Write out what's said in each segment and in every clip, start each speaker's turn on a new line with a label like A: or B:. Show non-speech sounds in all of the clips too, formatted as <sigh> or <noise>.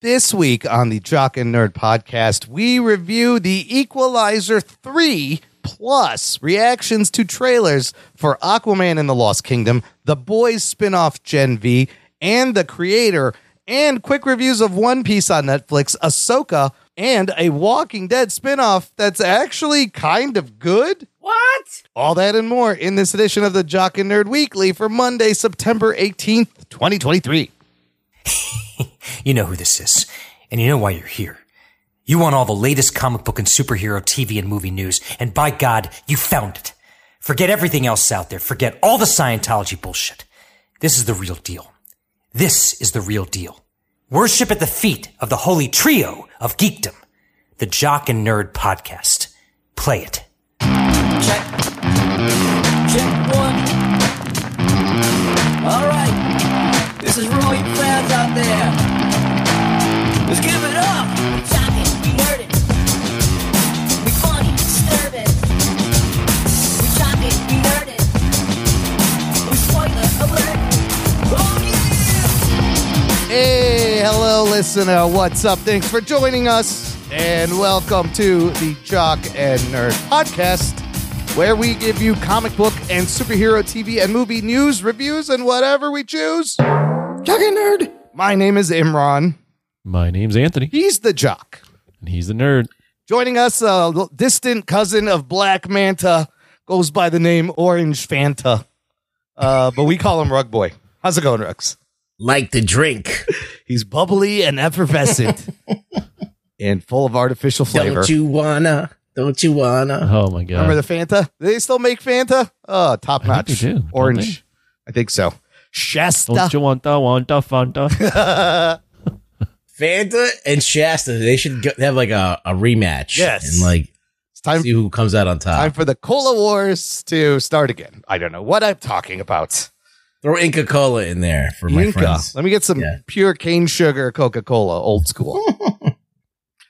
A: This week on the Jock and Nerd podcast, we review The Equalizer 3 plus reactions to trailers for Aquaman and the Lost Kingdom, The Boys spin-off Gen V, and The Creator, and quick reviews of One Piece on Netflix, Ahsoka, and a Walking Dead spin-off that's actually kind of good.
B: What?
A: All that and more in this edition of the Jock and Nerd Weekly for Monday, September 18th, 2023.
C: You know who this is, and you know why you're here. You want all the latest comic book and superhero TV and movie news, and by God, you found it. Forget everything else out there. Forget all the Scientology bullshit. This is the real deal. This is the real deal. Worship at the feet of the holy trio of geekdom, the Jock and Nerd podcast. Play it.
D: Check. Check one. All right. This is for all your fans out there. Let's give it up.
E: Shocking, nerding. We funny, disturbing. We shocking, we nerding. We spoiler alert.
D: Oh
A: Hey, hello, listener. What's up? Thanks for joining us, and welcome to the Jock and Nerd Podcast, where we give you comic book and superhero TV and movie news, reviews, and whatever we choose. Jock and Nerd. My name is Imran.
F: My name's Anthony,
A: He's the Jock.
F: and he's the nerd.
A: Joining us, a l- distant cousin of Black Manta, goes by the name Orange Fanta, uh, but we call him Rug Boy. How's it going, Rugs?
B: Like the drink.
A: He's bubbly and <laughs> effervescent and full of artificial flavor.
B: Don't you wanna? Don't you wanna?
F: Oh my god!
A: Remember the Fanta? Do they still make Fanta? Oh, top
F: I think
A: notch.
F: they do, don't
A: Orange. I think so. Shasta.
F: Don't you want the want
A: <laughs>
F: the Fanta?
B: Fanta and Shasta, they should go, have like a, a rematch.
A: Yes.
B: And like
A: it's time,
B: see who comes out on top.
A: time for the Cola Wars to start again. I don't know what I'm talking about.
B: Throw Inca Cola in there for my
A: Yinka.
B: friends.
A: Let me get some
B: Yeah.
A: pure cane sugar Coca Cola, old
B: <laughs>
A: school.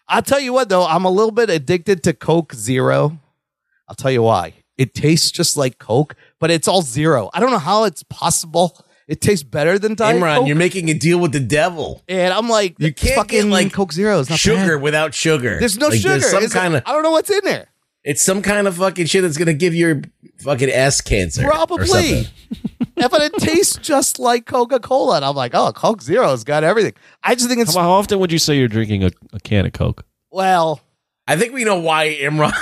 A: I'll tell you what, though, I'm a little bit addicted to Coke Zero. I'll tell you why. It tastes just like Coke, but it's all zero. I don't know how it's possible. It tastes better than Diet
B: Imran,
A: Coke.
B: you're making a deal with the devil.
A: and I'm like,
B: You can't
A: fucking
B: get, like,
A: Coke Zero. It's not
B: Sugar
A: bad.
B: without sugar.
A: There's no
B: Like,
A: sugar.
B: There's some
A: It's-
B: kind of
A: I don't know what's in there.
B: it's some kind of fucking shit that's gonna give your fucking ass cancer. or
A: Probably.
B: something.
A: Yeah, <laughs> but it tastes just like Coca Cola, and I'm like, oh, Coke Zero's got everything. I just think it's
F: how, how often would you say you're drinking a, a can of Coke?
A: well.
B: I think we know why Imran.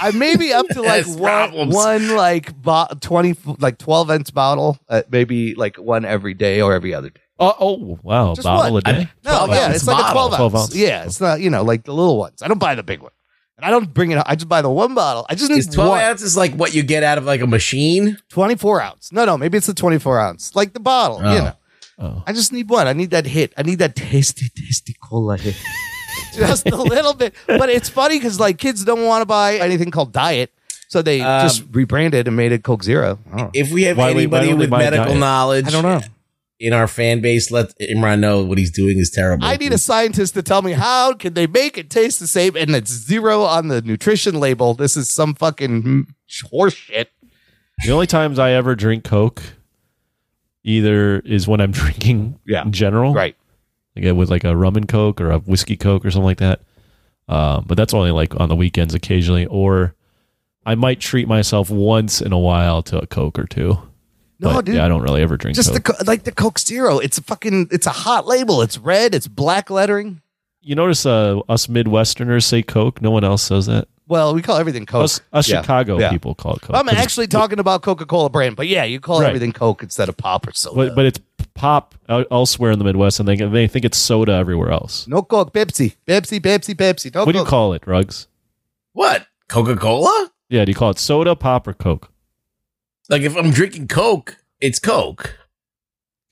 A: I maybe up to like
B: Has
A: one,
B: problems.
A: one like bo- twenty like twelve ounce bottle, uh, maybe like one every day or every other day.
F: Oh, oh wow!
A: Just
F: bottle
A: one.
F: a day.
A: No,
B: 12
A: yeah,
B: ounce
A: it's like a
B: bottle.
A: twelve ounce.
F: 12 ounce.
A: Yeah, it's not you know like the little ones. I don't buy the big one, and I don't bring it. out. I just buy the one bottle. I just need
B: Is 12
A: one.
B: ounces like what you get out of like a machine?
A: twenty four ounce. No, no, maybe it's the twenty four ounce, like the bottle. You
B: Oh.
A: know,
F: Oh.
A: I just need one. I need that hit. I need that tasty, tasty cola hit. just a little bit, but it's funny because like kids don't want to buy anything called diet, so they
B: Um,
A: just rebranded and made it Coke Zero. Oh. I don't know.
B: If we have
F: Why- why
B: anybody
F: don't they
B: with
F: buy a
B: medical
F: diet?
B: knowledge
A: I don't know.
B: in our fan base, let Imran know what he's doing is terrible.
A: I need a scientist to tell me how can they make it taste the same and it's zero on the nutrition label. This is some fucking horseshit.
F: The only times I ever drink Coke, either is when I'm <laughs> drinking
A: Yeah.
F: in general,
A: Right.
F: Like uh, with like a rum and Coke or a whiskey Coke or something like that. Um, but that's only like on the weekends occasionally, or I might treat myself once in a while to a Coke or two.
A: No,
F: But,
A: dude.
F: Yeah, I don't really ever drink
A: just
F: Coke.
A: the co- like the Coke Zero. It's a fucking it's a hot label. It's red, it's black lettering.
F: you notice uh, us Midwesterners say Coke. No one else says that.
A: Well, we call everything Coke.
F: Us, us
A: Yeah.
F: Chicago
A: Yeah.
F: people call it Coke.
A: I'm
F: 'Cause it's-
A: actually talking about Coca-Cola brand, but yeah, you call
F: Right.
A: everything Coke instead of pop or soda.
F: but, but it's pop el- elsewhere in the Midwest, and they they think it's soda everywhere else.
A: no Coke, Pepsi. Pepsi, Pepsi, Pepsi. No
F: what do you
A: Coke.
F: call it, Rugs?
B: what Coca Cola.
F: Yeah, do you call it soda, pop, or Coke?
B: Like if I'm drinking Coke, it's Coke,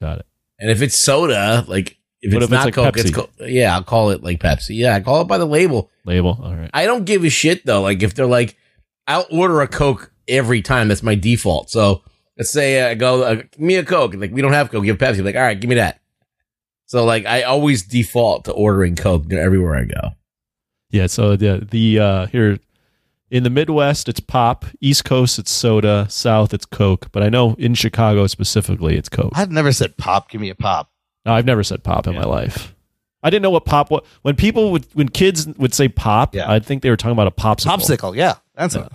F: Got it.
B: and if it's soda, like if
F: What
B: it's
F: if it's
B: not
F: like
B: Coke, it's
F: Pepsi?
B: Coke. Yeah, I'll call it like Pepsi. Yeah, I call it by the label.
F: Label. All right.
B: I don't give a shit though. Like if they're like, I'll order a Coke every time. That's my default. So let's say I go, uh, give me a Coke. and, Like we don't have Coke, give Pepsi. Like all right, give me that. So like I always default to ordering Coke everywhere I go.
F: Yeah. So the the uh, here in the Midwest, it's pop. East Coast, it's soda. South, it's Coke. But I know in Chicago specifically, it's Coke.
A: I've never said pop, give me a pop.
F: No, I've never said pop in my life. I didn't know what pop was. When people would, when kids would say pop,
A: Yeah.
F: I'd think they were talking about a popsicle.
A: Popsicle, yeah. That's it.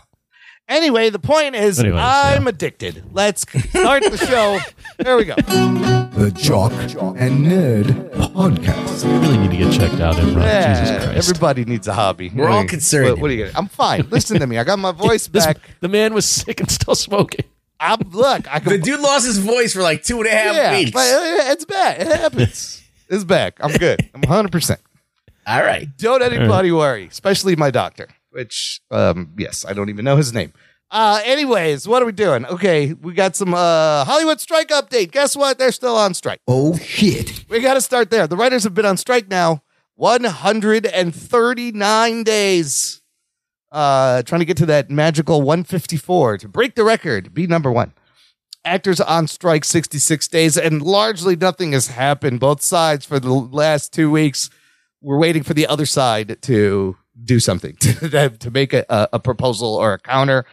A: Anyway, the point is,
F: Anyways,
A: I'm
F: yeah.
A: addicted. Let's start the show. There
F: <laughs>
A: we go.
G: The Jock and Nerd Podcast.
F: You really need to get checked out, Imran.
A: Yeah,
F: Jesus Christ.
A: everybody needs a hobby.
B: We're all concerned.
A: What, what are you? Gonna, I'm
B: <laughs>
A: fine. Listen to me. I got my voice
F: This-
A: back.
F: the man was <laughs> sick and still smoking.
A: I'm look. I can.
B: The dude lost his voice for like two and a half
A: yeah,
B: weeks.
A: but uh, it's back. It
F: <laughs>
A: happens. it's back. I'm good. I'm 100. percent
B: All right.
A: Don't anybody worry, especially my doctor. Which, um, yes, I don't even know his name. Uh, anyways, what are we doing? Okay, we got some uh, Hollywood strike update. Guess what? They're still on strike.
G: Oh shit.
A: We got to start there. The writers have been on strike now 139 days. Uh, trying to get to that magical 154 to break the record, be number one. Actors on strike 66 days, and largely nothing has happened. Both sides for the last two weeks, we're waiting for the other side to do something, <laughs> to, to make a, a a proposal or a counter.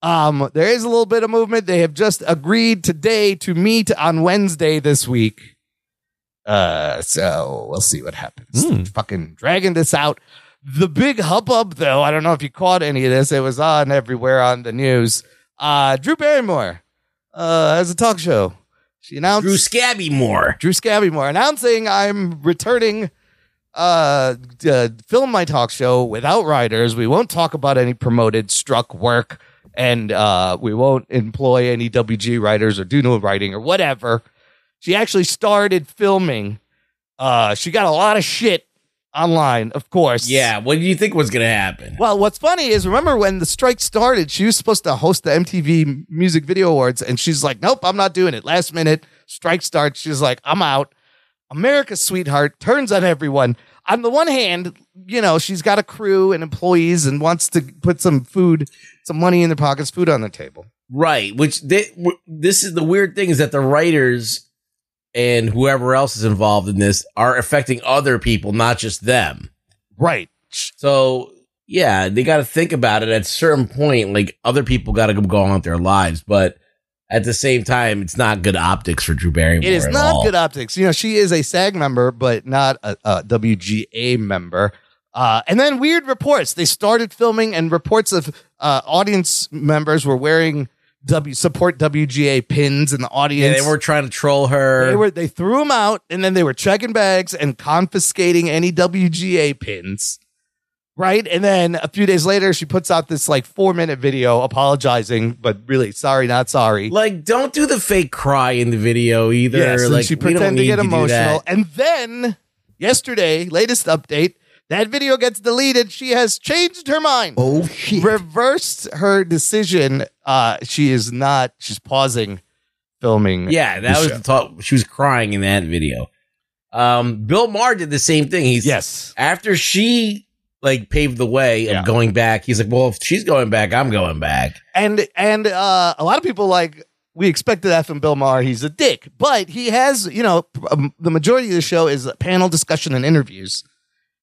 A: Um, there is a little bit of movement. They have just agreed today to meet on Wednesday this week. Uh, so we'll see what happens. Fucking dragging this out. The big hubbub, though, I don't know if you caught any of this. It was on everywhere on the news. Uh, Drew Barrymore uh, has a talk show. She announced
B: Drew Scabby Moore.
A: Drew Scabymore announcing I'm returning uh to film my talk show without writers. We won't talk about any promoted struck work and uh we won't employ any WG writers or do no writing or whatever. She actually started filming. Uh she got a lot of shit online, of course.
B: Yeah. What do you think was going to happen?
A: Well, what's funny is remember when the strike started, she was supposed to host the MTV Music Video Awards, and she's like, "Nope, I'm not doing it." Last minute strike starts. She's like, "I'm out." America's sweetheart turns on everyone. On the one hand, you know she's got a crew and employees and wants to put some food, some money in their pockets, food on the table.
B: Right. Which they, w- this is the weird thing is that the writers and whoever else is involved in this are affecting other people, not just them.
A: Right.
B: So yeah, they got to think about it at a certain point. Like other people got to go on with their lives, but at the same time, it's not good optics for Drew Barrymore.
A: It is
B: at
A: not
B: all.
A: good optics. You know, she is a SAG member, but not a, a WGA member. Uh, and then weird reports. They started filming, and reports of uh, audience members were wearing W support WGA pins in the
B: Yeah,
A: audience.
B: they were trying to troll her.
A: They were they threw them out, and then they were checking bags and confiscating any WGA pins. Right, and then a few days later, she puts out this like four minute video apologizing, but really sorry, not sorry.
B: like, don't do the fake cry in the video either.
A: Yes, and
B: like,
A: she
B: we don't
A: pretended to
B: need
A: get
B: do
A: emotional.
B: that.
A: And then yesterday, latest update, that video gets deleted. She has changed her mind.
G: Oh shit.
A: Reversed her decision. Uh, she is not, she's pausing filming.
B: Yeah, that
A: the
B: was
A: show.
B: the talk. She was crying in that video. Um, Bill Maher did the same thing. He's
A: Yes.
B: after she like paved the way of
A: Yeah.
B: going back. He's like, well, if she's going back, I'm going back.
A: And and uh, a lot of people like we expected that from Bill Maher. He's a dick, but he has you know p- um, the majority of the show is panel discussion and interviews.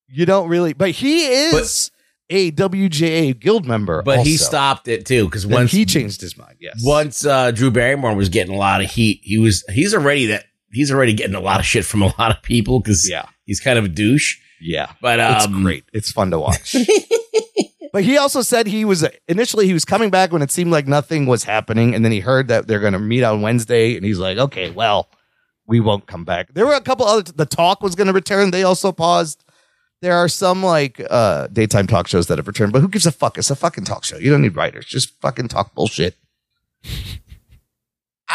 A: You don't really, but he is a WJA guild member.
B: But he
A: also.
B: stopped it too because
A: Then
B: once
A: he changed his mind. Yes.
B: once uh, Drew Barrymore was getting a lot of heat, he was he's already that he's already getting a lot of shit from a <laughs> lot of people because
A: Yeah.
B: he's kind of a douche.
A: Yeah.
B: But um,
A: It's great. It's fun to
B: <laughs>
A: watch. but he also said he was initially he was coming back when it seemed like nothing was happening, and then he heard that they're going to meet on Wednesday, and he's like, okay, well, we won't come back. There were a couple other. The talk was going to return. They also paused. There are some like uh, daytime talk shows that have returned, but who gives a fuck? It's a fucking talk show. You don't need writers. Just fucking talk bullshit.
B: Uh,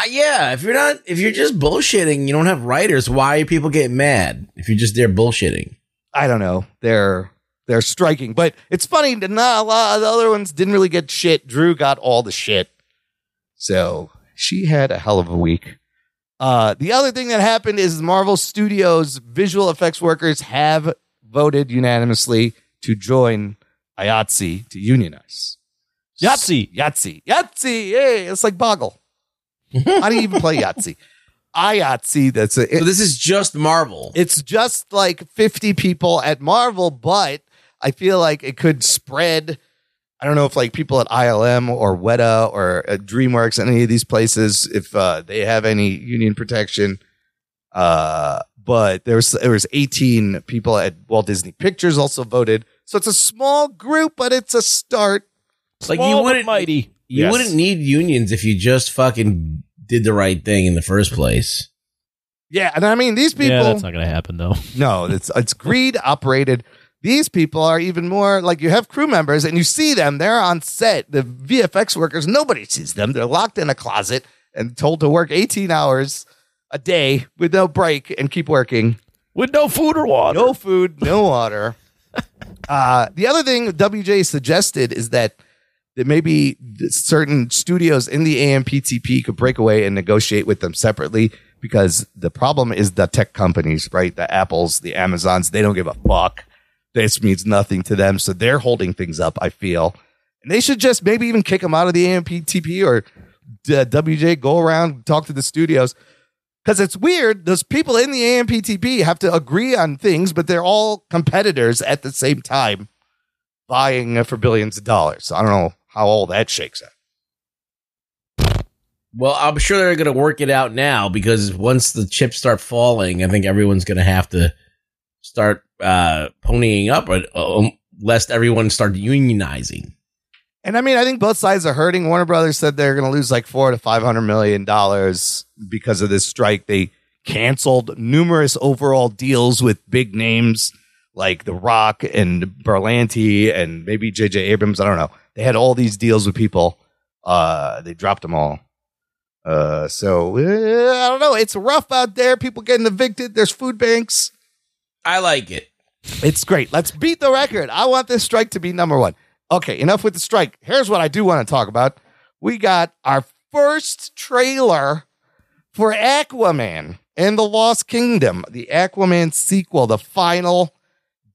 B: yeah, if you're not, if you're just bullshitting, you don't have writers. Why are people getting mad if you're just there bullshitting?
A: I don't know. They're they're striking, but it's funny. that Not a lot of the other ones didn't really get shit. Drew got all the shit. So she had a hell of a week. Uh, the other thing that happened is Marvel Studios visual effects workers have voted unanimously to join IATSE to unionize.
F: Yahtzee.
A: Yahtzee. Yahtzee. Yay. It's like Boggle. How do you even play Yahtzee? IATSE. That's it.
B: So this is just Marvel.
A: It's just like 50 people at Marvel, but I feel like it could spread. I don't know if like people at ILM or Weta or uh, DreamWorks, any of these places, if uh, they have any union protection. Uh, but there was there was 18 people at Walt Disney Pictures also voted. So it's a small group, but it's a start.
B: Like
F: Small
B: you
F: but
B: wouldn't
F: mighty.
B: you
A: Yes.
B: wouldn't need unions if you just fucking did the right thing in the first place.
A: Yeah, and I mean these people
F: yeah, that's not gonna happen though.
A: No, it's it's greed operated. These people are even more like you have crew members and you see them, they're on set. The VFX workers, nobody sees them. They're locked in a closet and told to work 18 hours a day with no break and keep working.
F: With no food or water.
A: No food, no water. Uh, the other thing WJ suggested is that there may be certain studios in the AMPTP could break away and negotiate with them separately because the problem is the tech companies, right? The Apples, the Amazons, they don't give a fuck. This means nothing to them. So they're holding things up, I feel. And they should just maybe even kick them out of the AMPTP or uh, WJ, go around, talk to the studios. Because it's weird, those people in the AMPTP have to agree on things, but they're all competitors at the same time buying for billions of dollars. So I don't know how all that shakes out.
B: Well, I'm sure they're going to work it out now because once the chips start falling, I think everyone's going to have to start uh, ponying up, uh, um, lest everyone start unionizing.
A: And I mean, I think both sides are hurting. Warner Brothers said they're going to lose like four to five hundred million dollars because of this strike. They canceled numerous overall deals with big names like The Rock and Berlanti and maybe J.J. Abrams. I don't know. They had all these deals with people. Uh, they dropped them all. Uh, so eh, I don't know. It's rough out there. People getting evicted. There's food banks.
B: I like it.
A: It's great. Let's beat the record. I want this strike to be number one. Okay, enough with the strike. Here's what I do want to talk about. We got our first trailer for Aquaman and the Lost Kingdom, the Aquaman sequel, the final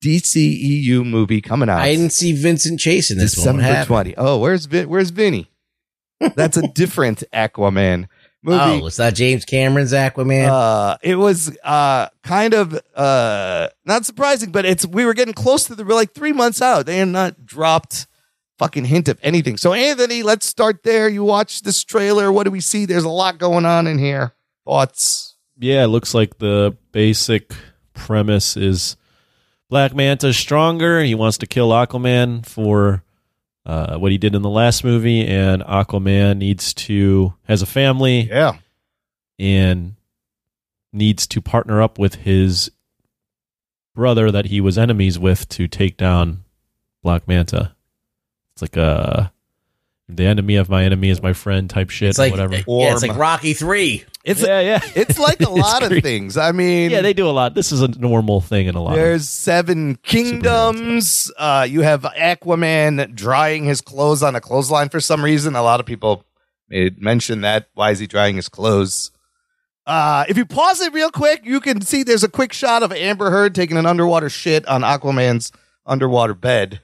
A: DCEU movie coming out.
B: I didn't see Vincent chasing this one. What
A: December
B: happened?
A: 20. Oh, where's Vin- where's Vinny? That's a different Aquaman movie.
B: Oh, it's not James Cameron's Aquaman.
A: Uh, it was uh, kind of uh, not surprising, but it's we were getting close to the we're like three months out. They had not dropped fucking hint of anything. So Anthony, let's start there. You watch this trailer. What do we see? There's a lot going on in here. Thoughts?
F: Yeah, it looks like the basic premise is Black Manta's stronger. He wants to kill Aquaman for uh, what he did in the last movie, and Aquaman needs to has a family
A: Yeah.
F: and needs to partner up with his brother that he was enemies with to take down Black Manta. It's like a the enemy of my enemy is my friend type shit
B: it's
F: or
B: like
F: whatever.
B: yeah, it's like Rocky Three.
A: It's
F: yeah, yeah.
A: it's
F: <laughs>
A: like a lot of
F: great.
A: things. I mean,
F: Yeah, they do a lot. This is a normal thing in a lot. of
A: There's seven kingdoms. Uh, you have Aquaman drying his clothes on a clothesline for some reason. A lot of people made mention that. Why is he drying his clothes? Uh, if you pause it real quick, you can see there's a quick shot of Amber Heard taking an underwater shit on Aquaman's underwater bed.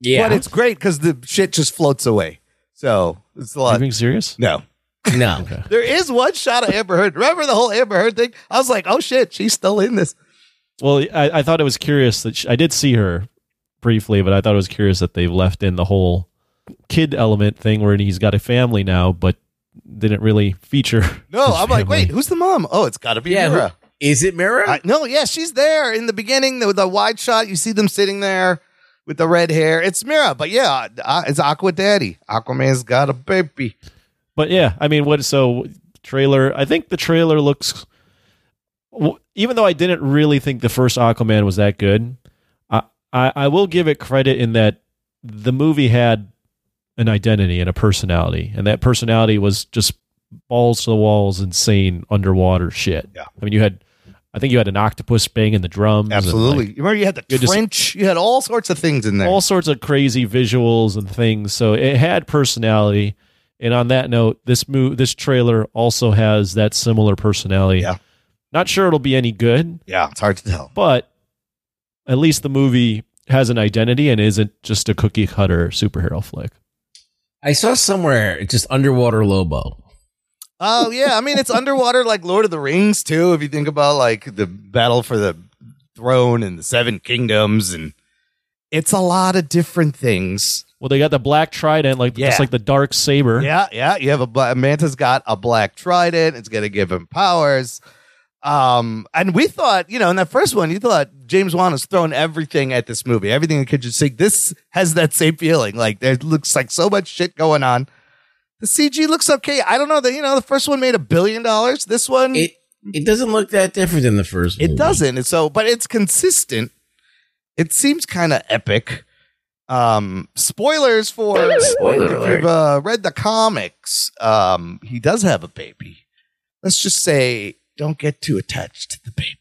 B: Yeah,
A: But it's great because the shit just floats away. So it's a
F: Are you
A: lot.
F: being serious?
A: <laughs> No.
B: no.
A: There is one shot of Amber Heard. Remember the whole Amber Heard thing? I was like, oh shit, she's still in this.
F: Well, I, I thought it was curious that she, I did see her briefly, but I thought it was curious that they left in the whole kid element thing where he's got a family now, but didn't really feature.
A: No,
F: his
A: I'm like,
F: family.
A: wait, who's the mom? Oh, it's got to be
B: Yeah, who-
A: Amber.
B: Is it Mira?
A: I, no, yeah, she's there in the beginning. The, the wide shot, you see them sitting there with the red hair. It's Mira, but yeah, uh, it's Aqua Daddy. Aquaman's got a baby.
F: But yeah, I mean, what? So trailer. I think the trailer looks. w- Even though I didn't really think the first Aquaman was that good, I, I I will give it credit in that the movie had an identity and a personality, and that personality was just balls to the walls, insane underwater shit.
A: Yeah.
F: I mean, you had, I think you had an octopus banging the drums, and, like,
A: Absolutely. you remember you had the
F: Good to see-
A: trench, you had all sorts of things in there.
F: all sorts of crazy visuals and things. So it had personality. And on that note, this move, this trailer also has that similar personality.
A: Yeah.
F: Not sure it'll be any good,
A: yeah, it's hard to tell.
F: but at least the movie has an identity and isn't just a cookie cutter superhero flick.
B: I saw somewhere it's just underwater Lobo.
A: Oh yeah, I mean it's underwater like Lord of the Rings too. If you think about like the battle for the throne and the seven kingdoms, and it's a lot of different things.
F: Well, they got the black trident, like
A: Yeah.
F: just like the dark saber.
A: Yeah, yeah. You have a bla- Manta's got a black trident. It's gonna give him powers. Um, and we thought, you know, in that first one, you thought James Wan has thrown everything at this movie, everything in Kitchen Sink. This has that same feeling. Like there looks like so much shit going on. The CG looks okay. I don't know. The you know the first one made a billion dollars. This one
B: It it doesn't look that different than the first.
A: it
B: movie.
A: doesn't. It's so, but it's consistent. It seems kind of epic. Um, spoilers for
B: Spoiler
A: if you've uh, read the comics. Um, he does have a baby. Let's just say, don't get too attached to the baby.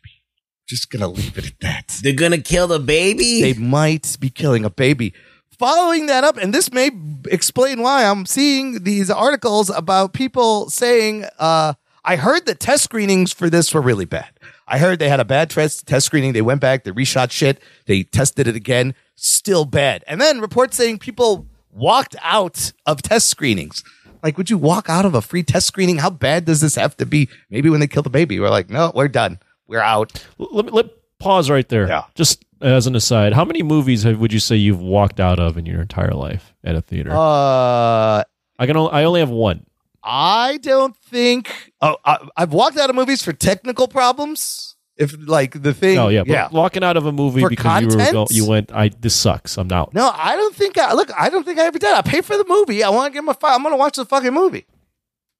A: Just gonna leave it at that.
B: They're gonna kill the baby.
A: They might be killing a baby. Following that up, and this may explain why I'm seeing these articles about people saying, uh, I heard that test screenings for this were really bad. I heard they had a bad test, test screening. They went back, they reshot shit, they tested it again, still bad. And then reports saying people walked out of test screenings. Like, would you walk out of a free test screening? How bad does this have to be? Maybe when they kill the baby, we're like, no, we're done. We're out.
F: L- Let me let pause right there.
A: Yeah.
F: Just as an aside, how many movies have, would you say you've walked out of in your entire life at a theater?
A: Uh,
F: I can only, I only have one.
A: I don't think. Oh, I, I've walked out of movies for technical problems. If like the thing,
F: Oh yeah, but
A: yeah.
F: walking out of a movie
A: For
F: because you were
A: content?
F: go, you went I this sucks. I'm out.
A: No, I don't think. I Look, I don't think I ever did. I paid for the movie. I want to get my. Fi- I'm gonna watch the fucking movie.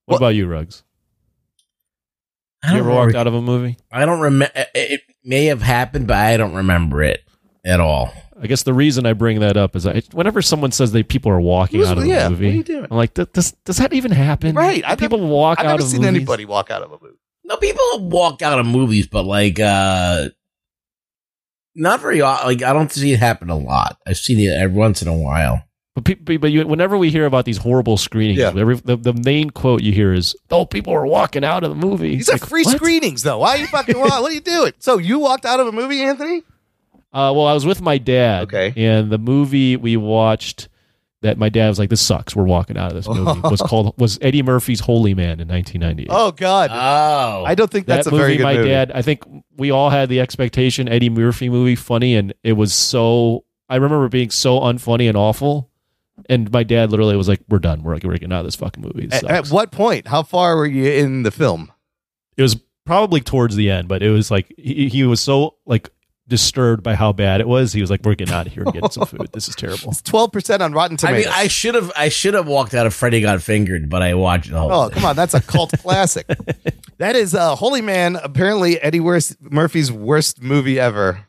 F: What
A: Well-
F: about you, Rugs?
B: I
F: You
B: don't
F: ever
B: remember-
F: walked out of a movie?
B: I don't remember. It may have happened, but I don't remember it at all.
F: I guess the reason I bring that up is I, whenever someone says they people are walking
A: Who's-
F: out of a
A: yeah, what
F: movie,
A: are you doing?
F: I'm like, "Th- does does that even happen?
A: Right,
F: Do
A: I've
F: people walk
A: I've
F: out
A: never
F: of
A: seen
F: movies?
A: anybody walk out of a movie.
B: No, people walk out of movies, but like, uh not very o- like I don't see it happen a lot. I've seen it every once in a while.
F: But, people, but you, whenever we hear about these horrible screenings,
A: Yeah.
F: every, the, the main quote you hear is, "Oh, people are walking out of the movie."
A: These are
F: Like,
A: free
F: what?
A: screenings, though. Why are you
F: <laughs>
A: fucking? wa- what are you doing? So you walked out of a movie, Anthony?
F: Uh, well, I was with my dad.
A: Okay.
F: And the movie we watched that my dad was like, "This sucks. We're walking out of
A: <laughs>
F: this movie." was called was Eddie Murphy's Holy Man in 1998.
A: Oh God,
B: Oh,
A: I don't think
F: that
A: that's a
F: movie,
A: very good
F: my
A: movie.
F: dad. I think we all had the expectation Eddie Murphy movie funny, and it was so. I remember being so unfunny and awful, and my dad literally was like, "We're done. We're, we're getting out of this fucking movie." It,
A: At, at
F: sucks."
A: what point? How far were you in the film?
F: it was probably towards the end, but it was like he, he was so like disturbed by how bad it was. He was like, "We're getting out of here and getting
A: <laughs>
F: some food. This is terrible."
A: It's twelve percent on Rotten
B: I mean,
A: Tomatoes.
B: I should have. I should have walked out of Freddy Got Fingered, but I watched the whole.
A: Oh,
B: thing.
A: come on. That's a
F: <laughs>
A: cult classic. That is uh, Holy Man, apparently Eddie Wors- Murphy's worst movie ever.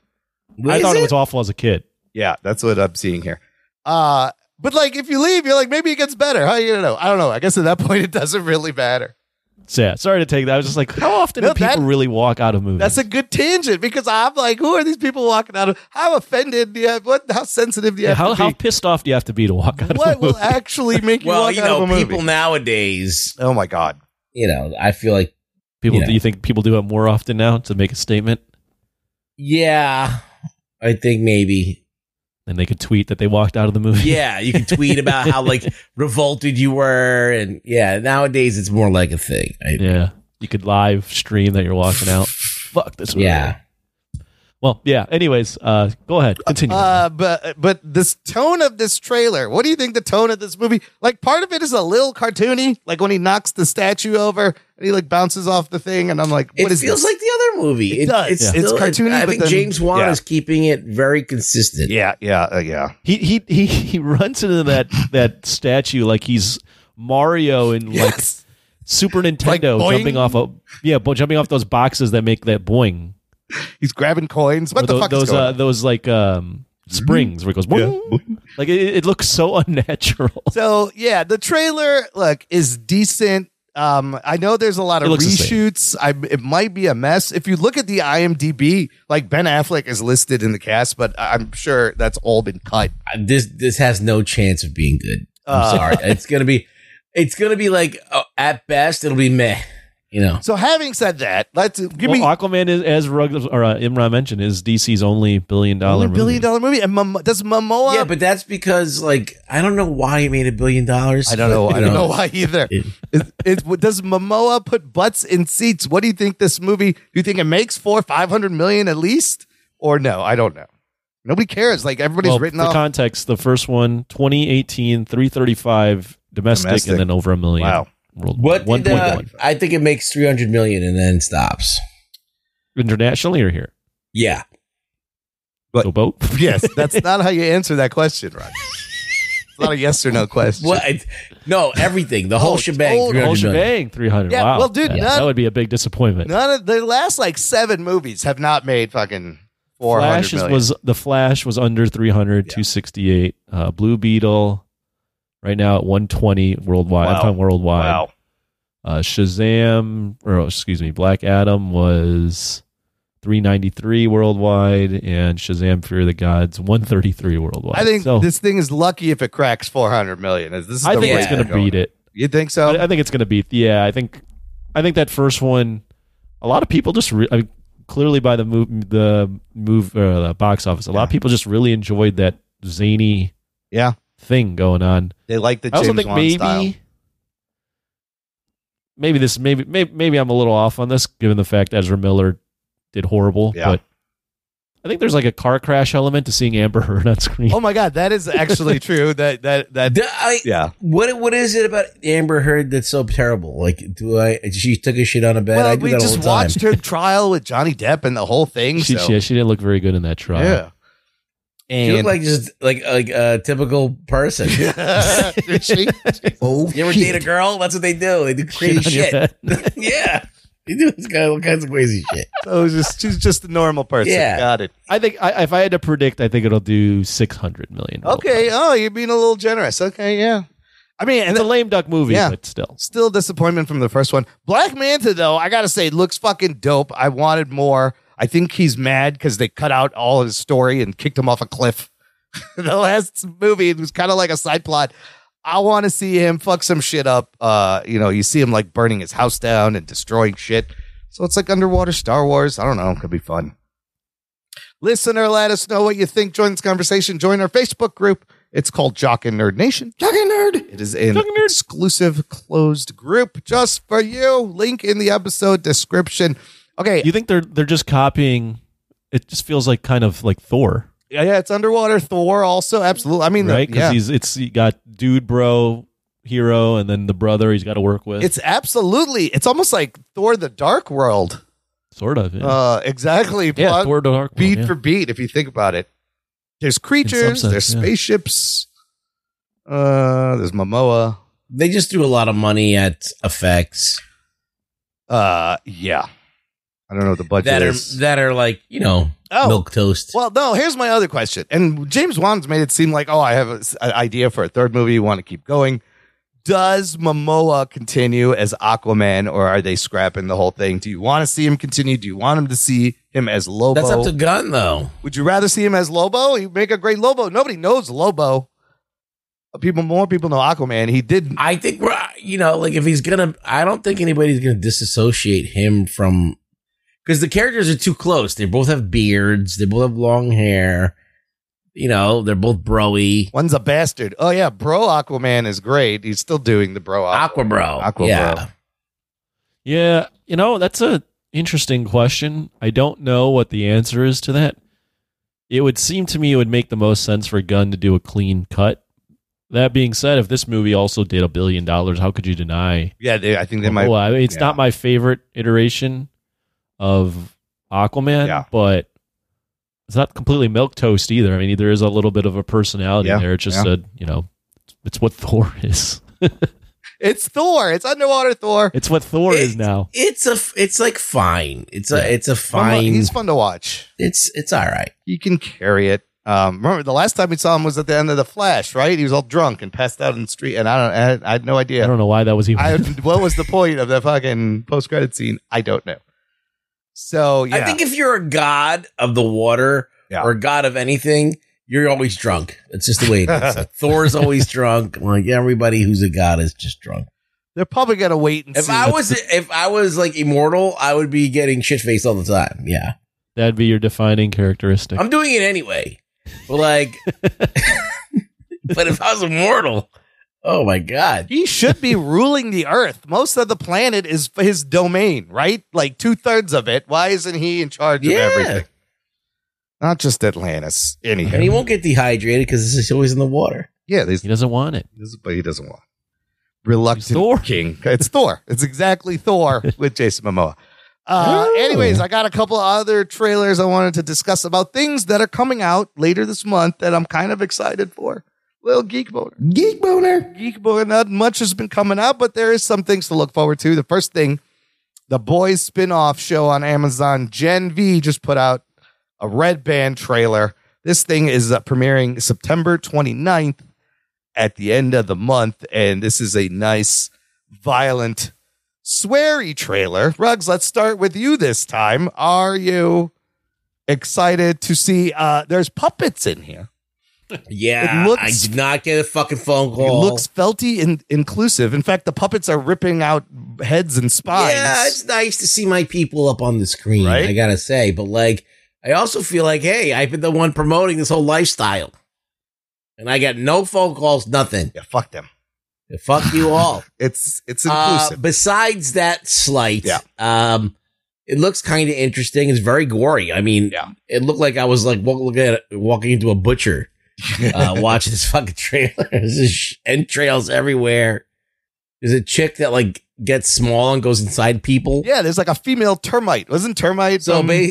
F: I
B: Is
F: thought it was awful as a kid.
A: Yeah, that's what I'm seeing here. Uh, but like if you leave, you're like, maybe it gets better. How you know? I don't know. I guess at that <laughs> point it doesn't really matter.
F: Sad. Sorry to take that. I was just like, how often
A: No,
F: do people
A: that-
F: really walk out of movies?
A: That's a good tangent because I'm like, who are these people walking out of how offended do you have what how sensitive do you
F: Yeah,
A: have
F: how,
A: to
F: how
A: be?
F: pissed off do you have to be to walk out of
A: what
F: a <laughs> movie?
A: will actually make you
B: Well,
A: walk
B: you
A: out
B: know,
A: of a movie?
B: people nowadays,
A: oh my god.
B: you know, I feel like,
F: people,
B: you know.
F: do you think people do it more often now to make a statement?
B: yeah, I think maybe,
F: And they could tweet that they walked out of the movie.
B: yeah, you can tweet about how like revolted you were, and yeah, nowadays it's more like a thing. I,
F: <laughs> yeah. You could live stream that you're
A: <laughs>
F: walking out. Fuck this movie.
B: yeah.
F: Well, yeah. Anyways, uh, go ahead. Continue.
A: Uh, but but this tone of this trailer, what do you think the tone of this movie? Like part of it is a little cartoony, like when he knocks the statue over and he like bounces off the thing, and I'm like,
B: It
A: what is
B: feels
A: this?
B: like the other movie.
A: It does.
B: It's,
A: Yeah.
B: still,
A: It's cartoony,
B: I
A: but
B: think
A: then-
B: James Wan
A: yeah.
B: is keeping it very consistent.
A: yeah, yeah, uh, yeah.
F: he, he, he, he runs into that, that statue like he's Mario in like
A: Yes. <laughs>
F: Super Nintendo
A: boing.
F: jumping off a yeah, bo- jumping off those boxes that make that boing.
A: He's grabbing coins. What
F: Or
A: the
F: tho-
A: fuck
F: those
A: is going Mm-hmm.
F: uh, those like um springs where it goes boing. like it, it looks so <laughs> unnatural.
A: So yeah, the trailer look is decent. Um, I know there's a lot
F: It
A: of
F: looks the same.
A: reshoots. I, it might be a mess. If you look at the IMDb, like Ben Affleck is listed in the cast, but I- I'm sure that's all been cut.
B: I- Uh, this this has no chance of being good. I'm
A: Uh.
B: sorry. It's gonna be, it's gonna be like uh, at best it'll be meh. You know,
A: So having said that, let's give
F: well,
A: me
F: Aquaman is as Ruggs or uh, Imran mentioned is DC's only billion dollar
A: Only billion
F: movie.
A: dollar movie. And Momo, does Momoa?
B: yeah, but that's because like I don't know why it made a billion dollars.
A: I don't know.
B: but,
A: I
B: you
A: don't know why either.
B: It-
A: Is- is- does Momoa put butts in seats? What do you think this movie? Do you think it makes four five hundred million at least, or no? I don't know. Nobody cares. Like everybody's
F: Well,
A: written
F: for
A: off.
F: context, the first one 2018 335 domestic,
A: Domestic.
F: and then <laughs> over a million.
A: Wow.
F: Worldwide.
B: What did, uh,
F: 1.1.
B: I think it makes three hundred million and then stops.
F: internationally or here?
B: Yeah.
A: But-
F: So both.
A: Yes, that's not how you answer that question, Roger. It's not a yes
F: <laughs>
A: or no question.
B: What? I- no, everything. The whole
A: Oh,
B: shebang.
A: total
B: 300
F: Whole
B: million.
F: shebang, three hundred.
A: Yeah,
F: wow.
A: well, dude,
F: Yeah,
A: none-
F: that would be a big disappointment.
A: None of the last like seven movies have not made fucking four
F: Flash
A: hundred
F: is,
A: million.
F: was the Flash was under 300, 268. Uh, Blue Beetle, right now at 120 worldwide.
A: Wow.
F: I'm talking worldwide.
A: wow.
F: Uh, Shazam, or excuse me, Black Adam was 393 worldwide, and Shazam: Fear the Gods 133 worldwide.
A: I think
F: so.
A: this thing is lucky if it cracks four hundred million. Is this? Is
F: I
A: the
F: think
A: rate
F: it's going
A: we're
F: to beat it.
A: You think so?
F: I, I think it's going to beat. Yeah, I think, I think that first one. A lot of people just re- I mean, clearly by the move, the move, uh, the box office. A lot of people just really enjoyed that zany
A: yeah,
F: thing going on.
A: they like the
F: I also
A: James
F: think
A: Wan
F: maybe,
A: style.
F: maybe this, maybe, maybe, maybe I'm a little off on this, given the fact Ezra Miller did horrible.
A: Yeah.
F: But I think there's like a car crash element to seeing Amber Heard on screen.
A: Oh my god, that is <laughs> actually true. That that that.
B: Do I-
A: Yeah.
B: What what is it about Amber Heard that's so terrible? Like, do I? She took a shit on a bed. I
A: Well,
B: do
A: we
B: that
A: just
B: all the
A: watched <laughs> her trial with Johnny Depp and the whole thing.
F: <laughs> she,
A: so-
F: yeah, she didn't look very good in that trial.
A: yeah.
B: She
A: And
B: looked like just like like a typical
A: <laughs>
B: person. you
A: Did <laughs> she?
G: Oh,
B: ever date a
G: shit.
B: girl? That's what they do. They do crazy
F: <laughs> Shit on your
B: shit.
F: bed.
B: <laughs> yeah, they do this kind of, all kinds of crazy shit.
A: so it was just, she's just a normal person.
B: Yeah.
A: Got it.
F: I think I, if I had to predict, I think it'll do 600 million.
A: Okay. Oh, you're being a little generous. Okay. Yeah. I mean, and
F: It's a lame duck movie,
A: Yeah.
F: but still.
A: still disappointment from the first one. Black Manta, though, I gotta say, looks fucking dope. I wanted more. I think he's mad because they cut out all his story and kicked him off a cliff. <laughs> the last movie it was kind of like a side plot. I want to see him fuck some shit up. Uh, you know, you see him like burning his house down and destroying shit. So it's like underwater Star Wars. I don't know. Could be fun. Listener, let us know what you think. Join this conversation. Join our Facebook group. It's called Jock and Nerd Nation. It is an exclusive closed group just for you. Link in the episode description. Okay.
F: You think they're they're just copying? It just feels like kind of like Thor,
A: yeah, yeah, it's underwater Thor also. Absolutely. I mean, the-
F: right? Because
A: yeah.
F: he's it's he got dude, bro, hero, and then the brother he's got to work with.
A: It's absolutely, it's almost like Thor the Dark World.
F: sort of. Yeah,
A: Uh, exactly.
F: yeah
A: Plot-
F: Thor Dark World,
A: beat
F: yeah.
A: for beat, if you think about it. There's creatures,
F: sense,
A: there's
F: yeah.
A: spaceships, uh, there's Momoa.
B: They just threw a lot of money at effects
A: Uh, yeah. I don't know what the budget
B: that are
A: is.
B: that are like you know
A: Oh.
B: milk toast.
A: Well, no, here's my other question. And James Wan's made it seem like, oh, I have a- an idea for a third movie. Want to keep going. Does Momoa continue as Aquaman or are they scrapping the whole thing? Do you want to see him continue? Do you want him to see him as Lobo?
B: That's up to Gunn though.
A: Would you rather see him as Lobo? You make a great Lobo. Nobody knows Lobo. People, more people know Aquaman. He did.
B: I think we're you know like if he's gonna, I don't think anybody's gonna disassociate him from because the characters are too close. They both have beards. They both have long hair. You know, they're both broy.
A: One's a bastard. Oh yeah, Bro Aquaman is great. He's still doing the Bro Aquaman.
B: Aqua bro.
A: Aqua
B: yeah.
A: bro.
F: Yeah, you know that's a interesting question. I don't know what the answer is to that. It would seem to me it would make the most sense for Gunn to do a clean cut. That being said, if this movie also did a billion dollars, how could you deny
A: Yeah, they, I think they might.
F: Well, I mean, it's
A: yeah.
F: not my favorite iteration of Aquaman,
A: Yeah.
F: but it's not completely milk toast either. I mean, there is a little bit of a personality
A: Yeah,
F: there. It's just
A: yeah.
F: a you know, it's what Thor <laughs> is.
A: It's Thor. It's underwater Thor.
F: It's what Thor is now.
B: It's a it's like fine. It's a it's a
A: Momoa-
B: fine.
A: He's fun to watch.
B: It's it's all right.
A: he can carry it. Um, remember the last time we saw him was at the end of the Flash, right? He was all drunk and passed out in the street, and I don't, I had, I had no idea.
F: <laughs> I don't know why that was even.
A: I what was the point of that fucking post credit scene? I don't know. So yeah,
B: I think if you're a god of the water
A: Yeah.
B: or a god of anything, you're always drunk. It's just the way it
A: <laughs>
B: is. Like, Thor's always drunk. Like everybody who's a god is just drunk.
A: they're probably gonna wait and
B: If
A: see.
B: I was if I was like immortal, I would be getting shit faced all the time. Yeah,
F: That'd be your defining characteristic.
B: I'm doing it anyway.
A: <laughs>
B: But like, but if I was immortal, oh my god,
A: <laughs> he should be ruling the Earth. Most of the planet is his domain, right? Like two thirds of it. Why isn't he in charge
B: Yeah.
A: of everything? Not just Atlantis. Anyhow,
B: and he won't get dehydrated because he's always in the water.
A: yeah, these
F: He doesn't want it.
A: This is- but he doesn't want. Reluctant
F: Thor.
A: King. It's Thor. It's exactly Thor with Jason Momoa. Uh, anyways, I got a couple other trailers I wanted to discuss about things that are coming out later this month that I'm kind of excited for. Little geek boner.
G: Geek boner.
A: Geek boner, not much has been coming out, but there is some things to look forward to. The first thing, the boys spin-off show on Amazon, Gen V just put out a red band trailer. This thing is uh, premiering September 29th at the end of the month, and this is a nice, violent sweary trailer. Rugs, let's start with you this time. Are you excited to see? Uh, there's puppets in here.
B: Yeah,
A: It looks-
B: I did not get a fucking phone
A: It
B: call.
A: looks felty and inclusive. In fact, the puppets are ripping out heads and spines.
B: Yeah, it's nice to see my people up on the screen.
A: Right?
B: I gotta say, but like, I also feel like, hey, I've been the one promoting this whole lifestyle, and I got no phone calls, nothing.
A: yeah, fuck them.
B: Fuck you all.
A: It's it's
B: Uh,
A: inclusive.
B: besides that slight,
A: Yeah.
B: um, it looks kind of interesting. It's very gory. I mean,
A: Yeah.
B: it looked like I was like walk, looking at walking into
A: <laughs>
B: a butcher, uh, watching this fucking trailer. <laughs> There's just sh- entrails everywhere. There's a chick that like gets small and goes inside people.
A: yeah, there's like a female termite. Wasn't termite
B: So,
A: um,
B: ba-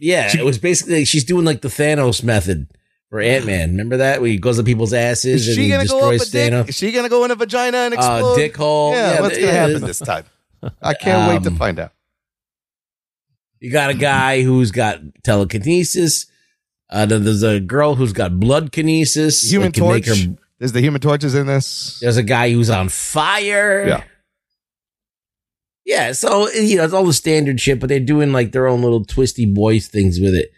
B: yeah,
A: she-
B: it was basically she's doing like the Thanos method for Ant Man. Remember that where he goes to people's asses
A: Is
B: and
A: she
B: he
A: gonna go up a
B: destroys
A: dick?
B: Thanos.
A: Is she gonna go in a vagina and explode?
B: Uh, dick hole.
A: Yeah, what's
B: th-
A: gonna happen this
B: there's
A: time? I can't wait to
B: Um,
A: find out.
B: You got a guy who's got telekinesis. Uh, then there's a girl who's got blood kinesis.
A: Human
B: that can
A: Torch.
B: make her-
A: There's the Human Torches in this.
B: there's a guy who's on fire.
A: Yeah.
B: Yeah. So you know it's all the standard shit, but they're doing like their own little twisty boys things with it,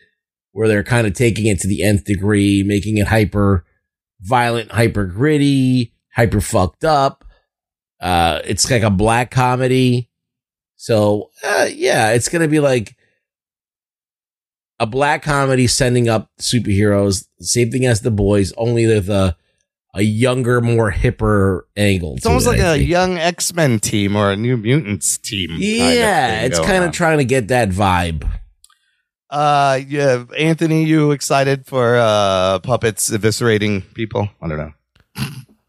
B: where they're kind of taking it to the nth degree, making it hyper violent, hyper gritty, hyper fucked up. Uh, it's like a black comedy. So uh, yeah, it's gonna be like a black comedy sending up superheroes, same thing as the boys, only with a a younger, more hipper angle.
A: It's
B: to
A: almost
B: it,
A: like
B: I
A: a
B: think.
A: young X Men team or a New Mutants team. kind of
B: yeah.
A: Mm, thing
B: it's
A: going
B: kind
A: on.
B: of trying to get that vibe.
A: uh, yeah, Anthony, you excited for uh puppets eviscerating people? I don't know.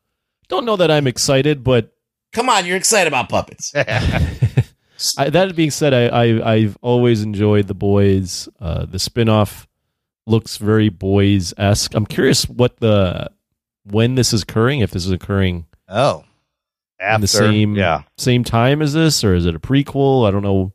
A: <laughs>
F: Don't know that I'm excited, but
B: Come on, you're excited about puppets.
F: <laughs> I, that being said, I, I I've always enjoyed the boys. Uh, the spinoff looks very boys esque. I'm curious what the when this is occurring. If this is occurring
A: Oh,
F: in
A: after
F: the same
A: yeah,
F: same time as this, or is it a prequel? I don't know.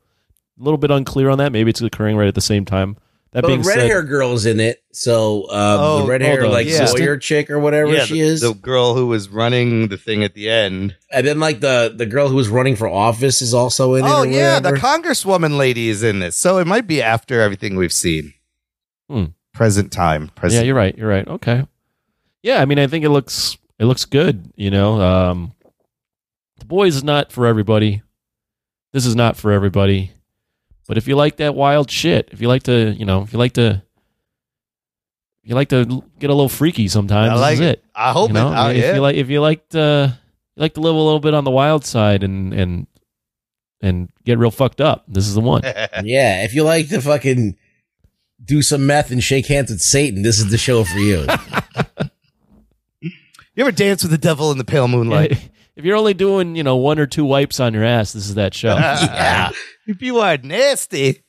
F: A little bit unclear on that. Maybe it's occurring right at the same time. That
B: But the
F: being
B: red
F: said,
B: hair girl is in it, so uh,
A: Oh,
B: the red
F: oh,
B: hair
F: the
B: like
A: assistant?
B: lawyer chick or whatever
A: yeah,
B: she
A: the,
B: is,
A: the girl who was running the thing at the end.
B: and then like the the girl who was running for office is also in it.
A: Oh
B: or
A: yeah, the
B: whatever.
A: Congresswoman lady is in this, so it might be after everything we've seen.
F: Hmm.
A: Present time,
F: yeah,
A: present.
F: you're right. You're right. Okay. Yeah, I mean, I think it looks it looks good. You know, um, the boys is not for everybody. This is not for everybody. But if you like that wild shit, if you like to, you know, if you like to, if you like to l- get a little freaky sometimes.
A: I like
F: this is it.
A: I hope
F: you know,
A: it. Oh,
F: I mean, if
A: yeah.
F: you like, if you like to, you like to live a little bit on the wild side and and and get real fucked up, this is
A: <laughs>
F: the one.
B: Yeah, if you like to fucking do some meth and shake hands with Satan, this is the show for
F: <laughs>
B: you.
A: you ever dance with the devil in the pale moonlight?
F: <laughs> if you're only doing, you know, one or two wipes on your ass, this is
A: <laughs>
F: that show.
B: yeah.
A: If you are nasty,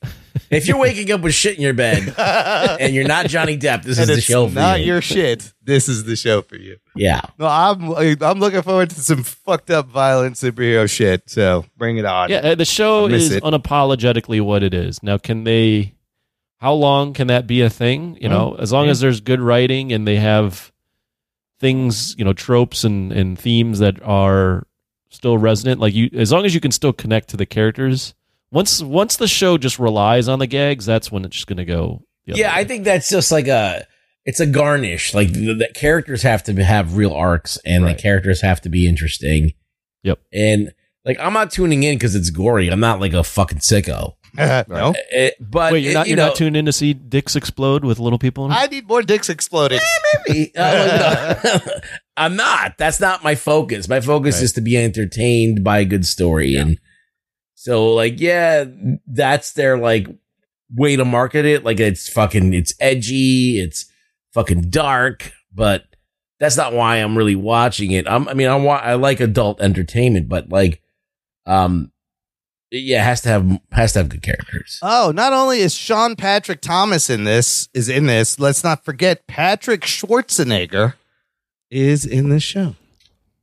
B: If you're waking up with shit in your bed and you're not Johnny Depp,
F: <laughs>
B: this
A: and
B: is the
A: it's
B: show for
A: not
B: you.
A: your shit, this is the show for you.
B: yeah.
A: No, I'm I'm looking forward to some fucked up violent superhero shit. So bring it on.
F: Yeah, uh, the show
A: I miss
F: is
A: it.
F: unapologetically what it is. Now, can they? How long can that be a thing? You
A: Mm-hmm.
F: know, as long as there's good writing and they have things, you know, tropes and and themes that are still resonant. Like you, as long as you can still connect to the characters. Once once the show just relies on the gags, that's when it's just gonna go. the other
B: Yeah,
F: way.
B: I think that's just like a it's a garnish. Like the, the characters have to have real arcs and
F: Right.
B: the characters have to be interesting.
F: Yep.
B: And like I'm not tuning in cuz it's gory. I'm not like a fucking sicko.
A: <laughs> no,
B: Eh, but
F: Wait, you're
B: eh,
F: not
B: you
F: you're
B: know,
F: not tuned in to see dicks explode with little people. In them?
A: I need more dicks exploding.
B: maybe. I'm like, oh, no. <laughs> I'm not. That's not my focus. My focus
F: Right.
B: is to be entertained by a good story. And so, like, yeah, that's their like way to market it. Like, it's fucking, it's edgy, it's fucking dark, but that's not why I'm really watching it. I'm, I mean, I want, I like adult entertainment, but like, um, yeah, it has to have has to have good characters.
A: Oh, not only is Sean Patrick Thomas in this, is in this. Let's not forget Patrick Schwarzenegger is in this show,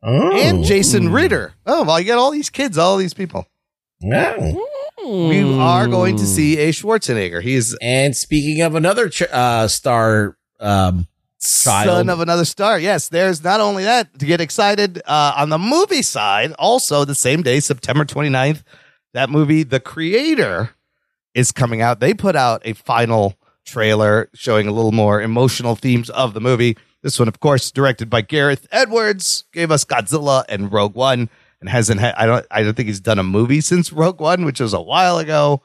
B: Oh.
A: and Jason Ritter. Oh, well, you got all these kids, all these people.
B: Wow.
A: We are going to see a Schwarzenegger. He is
B: And speaking of another ch- uh, star, um,
A: son of another star. Yes, there's not only that to get excited uh, on the movie side. Also, the same day, September 29th, that movie, The Creator, is coming out. They put out a final trailer showing a little more emotional themes of the movie. This one, of course, directed by Gareth Edwards, gave us Godzilla and Rogue One, and hasn't. Ha- I don't. I don't think he's done a movie since Rogue One, which was a while ago.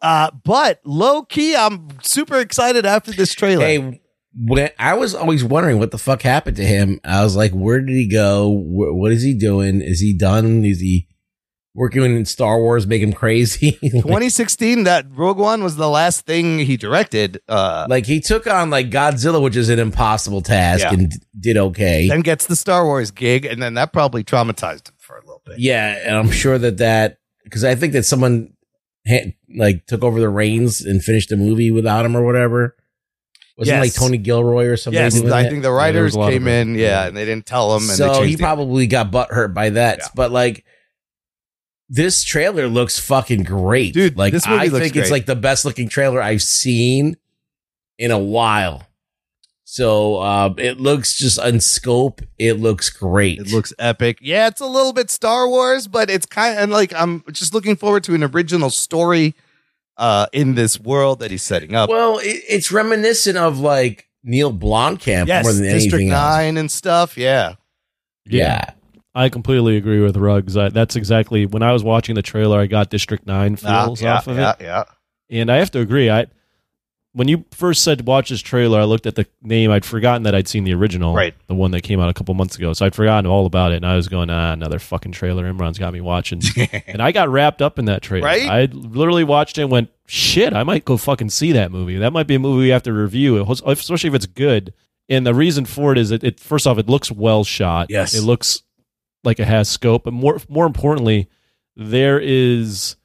A: Uh, but low key, I'm super excited after this trailer.
B: hey, when I was always wondering what the fuck happened to him. I was like, where did he go? Wh- what is he doing? Is he done? Is he working in Star Wars? Make him crazy? <laughs>
A: <laughs>
B: like,
A: 2016 that rogue one was the last thing he directed uh
B: like, he took on like Godzilla, which is an impossible task,
A: Yeah.
B: and d- did okay.
A: then gets the star wars gig and then that probably traumatized him for a little bit
B: Yeah, and I'm sure that that because I think that someone ha- like took over the reins and finished the movie without him or whatever. Wasn't it, like
A: Yes.
B: Tony Gilroy or somebody?
A: yes
B: doing
A: i
B: that?
A: think the
F: there
A: writers
F: was a lot of
A: came
F: it.
A: in yeah and they didn't tell him and they
B: so
A: changed
B: he
A: it.
B: probably got butt hurt by that.
A: Yeah.
B: But like this trailer looks fucking great.
A: Dude,
B: like
A: this movie
B: I
A: looks
B: think
A: great.
B: it's like the best looking trailer I've seen in a while. So um, it looks just on scope. It looks great.
A: it looks epic yeah it's a little bit star wars but it's kind of like i'm just looking forward to an original story uh in this world that he's setting up
B: well. It, it's reminiscent of like Neil Blomkamp
A: yes
B: more than
A: district
B: anything else.
A: 9 and stuff yeah
F: Hmm.
B: Yeah.
F: I completely agree with Ruggs. I, that's exactly when I was watching the trailer. I got District Nine
A: Ah,
F: feels
A: yeah
F: off of
A: yeah,
F: it,
A: yeah
F: and I have to agree. I when you first said watch this trailer, I looked at the name. I'd forgotten that I'd seen the original,
A: Right.
F: The one that came out a couple months ago, so I'd forgotten all about it. And I was going, ah, another fucking trailer. Imran's got me
A: <laughs>
F: watching, and I got wrapped up in that trailer.
A: Right?
F: I literally watched it and went, shit, I might go fucking see that movie. That might be a movie we have to review, it was- especially if it's good. And the reason for it is it, it first off, it looks well shot.
B: Yes.
F: It looks like it has scope. But more more importantly, there is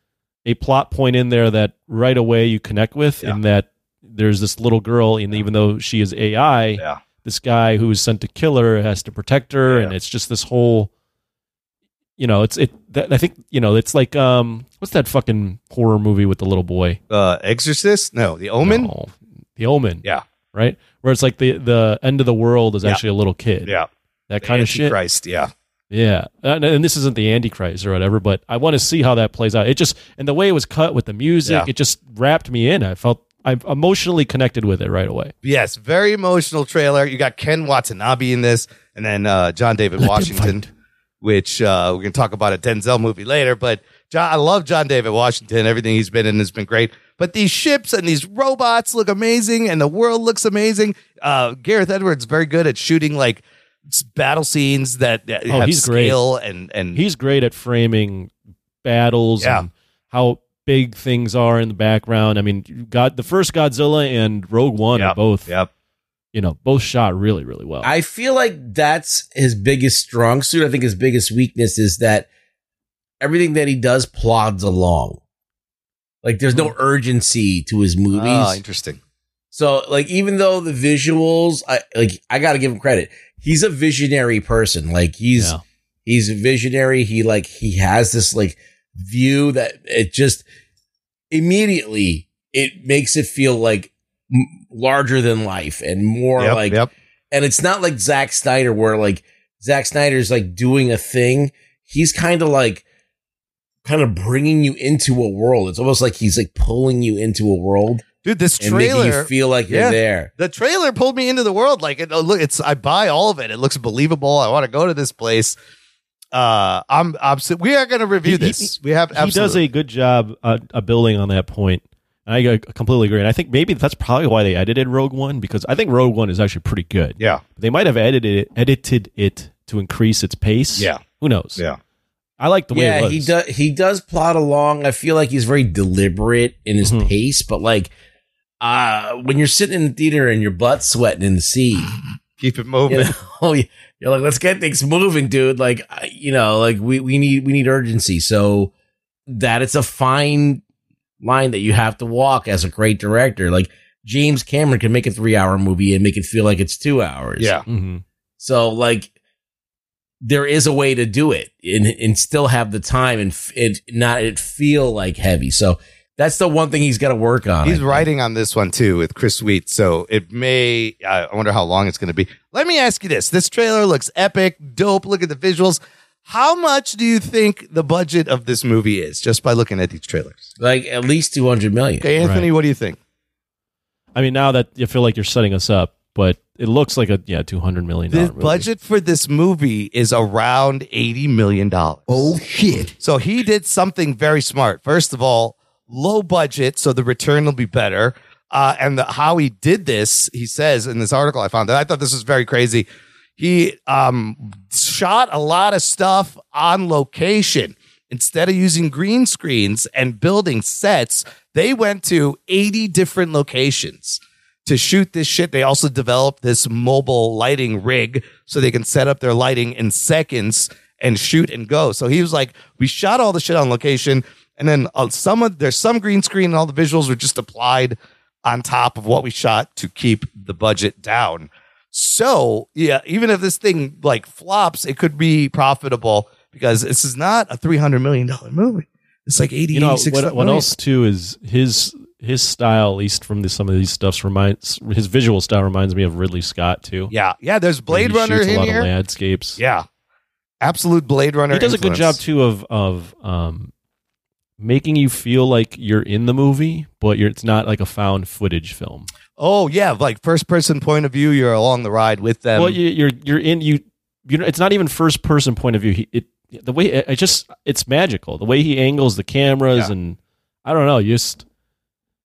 F: a plot point in there that right away you connect with in that there's this little girl, and even though she is AI,
A: Yeah.
F: this guy who is sent to kill her has to protect her, and it's just this whole you know, it's it that, I think, you know, it's like um what's that fucking horror movie with the little boy?
A: uh exorcist no the omen
F: No. The Omen.
A: Yeah.
F: Right? Where it's like the the end of the world is
A: Yeah.
F: actually a little kid.
A: yeah
F: That kind of shit.
A: christ yeah
F: Yeah, and, and this isn't the Antichrist or whatever, but I want to see how that plays out. It just and the way it was cut with the music,
A: Yeah.
F: it just wrapped me in. I felt I emotionally connected with it right away.
A: Yes, very emotional trailer. You got Ken Watanabe in this, and then uh, John David Washington, which uh, we're going to talk about a Denzel movie later. But John, I love John David Washington. Everything he's been in has been great. But these ships and these robots look amazing, and the world looks amazing. Uh, Gareth Edwards very good at shooting like s- battle scenes that, that
F: Oh,
A: have
F: he's great.
A: scale and and
F: He's great at framing battles
A: Yeah.
F: and how big things are in the background. I mean, God, the first Godzilla and Rogue One
A: Yep,
F: are both,
A: yep.
F: you know, both shot really, really well.
B: I feel like that's his biggest strong suit. I think his biggest weakness is that everything that he does plods along. Like there's no urgency to his movies.
A: Ah, interesting.
B: so like even though the visuals, I like I gotta give him credit. He's a visionary person. Like he's
F: Yeah.
B: he's a visionary. He like he has this like view that it just immediately it makes it feel like m- larger than life and more
A: Yep,
B: like
A: yep.
B: and it's not like Zack Snyder where like Zack Snyder's like doing a thing. He's kind of like kind of bringing you into a world. It's almost like he's like pulling you into a world
A: dude, this
B: and making you
A: trailer
B: feel like you're
A: Yeah.
B: there.
A: the trailer pulled me into the world. Like, it, oh, look, it's I buy all of it. It looks believable. I want to go to this place. Uh, I'm, I'm s- we are going to review
F: He- he-
A: this. we have
F: he does
A: absolutely.
F: a good job uh, uh, building on that point. And I uh, completely agree. And I think maybe that's probably why they edited Rogue One because I think Rogue One is actually pretty good.
A: yeah,
F: They might have edited it, edited it to increase its pace.
A: Yeah.
F: Who knows?
A: Yeah.
F: I like the way it
B: yeah,
F: was.
B: he does he does plot along. I feel like he's very deliberate in his
F: Mhm.
B: pace, but like uh when you're sitting in the theater and your butt's sweating in the seat,
A: keep it moving.
B: you <laughs> know, Oh, you're like, let's get things moving, dude. Like, I- you know, like we, we need we need urgency. So that it's a fine line that you have to walk as a great director. Like James Cameron can make a three hour movie and make it feel like it's two hours.
A: Yeah.
F: Mm-hmm.
B: So like there is a way to do it and, and still have the time and f- it not it feel like heavy. So that's the one thing he's got to work on.
A: He's
B: I think.
A: writing on this one too with Chris Wheat, so it may. I I wonder how long it's going to be. Let me ask you this: This trailer looks epic, dope. Look at the visuals. How much do you think the budget of this movie is, just by looking at these trailers?
B: like at least 200 million.
A: Okay, Anthony, what do you think?
F: I mean, now that you feel like you're setting us up, but it looks like a yeah, two hundred million
A: The
F: dollar movie.
A: budget for this movie is around eighty million dollars.
G: Oh shit.
A: So he did something very smart. First of all, low budget, so the return will be better. Uh, and the, how he did this, he says in this article I found that I thought this was very crazy. He um, shot a lot of stuff on location. Instead of using green screens and building sets, they went to 80 different locations to shoot this shit. They also developed this mobile lighting rig so they can set up their lighting in seconds and shoot and go. So he was like, we shot all the shit on location, and then uh, some of there's some green screen and all the visuals were just applied on top of what we shot to keep the budget down. So yeah, even if this thing like flops, it could be profitable because this is not a three hundred million dollar movie. It's like 80,
F: you know
A: 86
F: what, what
A: million.
F: else too is his his style at least from the, some of these stuffs reminds his visual style reminds me of ridley scott too
A: Yeah, yeah. There's Blade
F: He
A: Runner
F: shoots a
A: in
F: lot
A: here.
F: of landscapes
A: Yeah, absolute Blade Runner.
F: he does a good job
A: influence.
F: too of of um making you feel like you're in the movie but you're, it's not like a found footage film
A: Oh yeah, like first person point of view. You're along the ride with them.
F: well you, you're you're in you you know it's not even first person point of view he, it the way it, it just it's magical the way he angles the cameras
A: Yeah.
F: and i don't know you just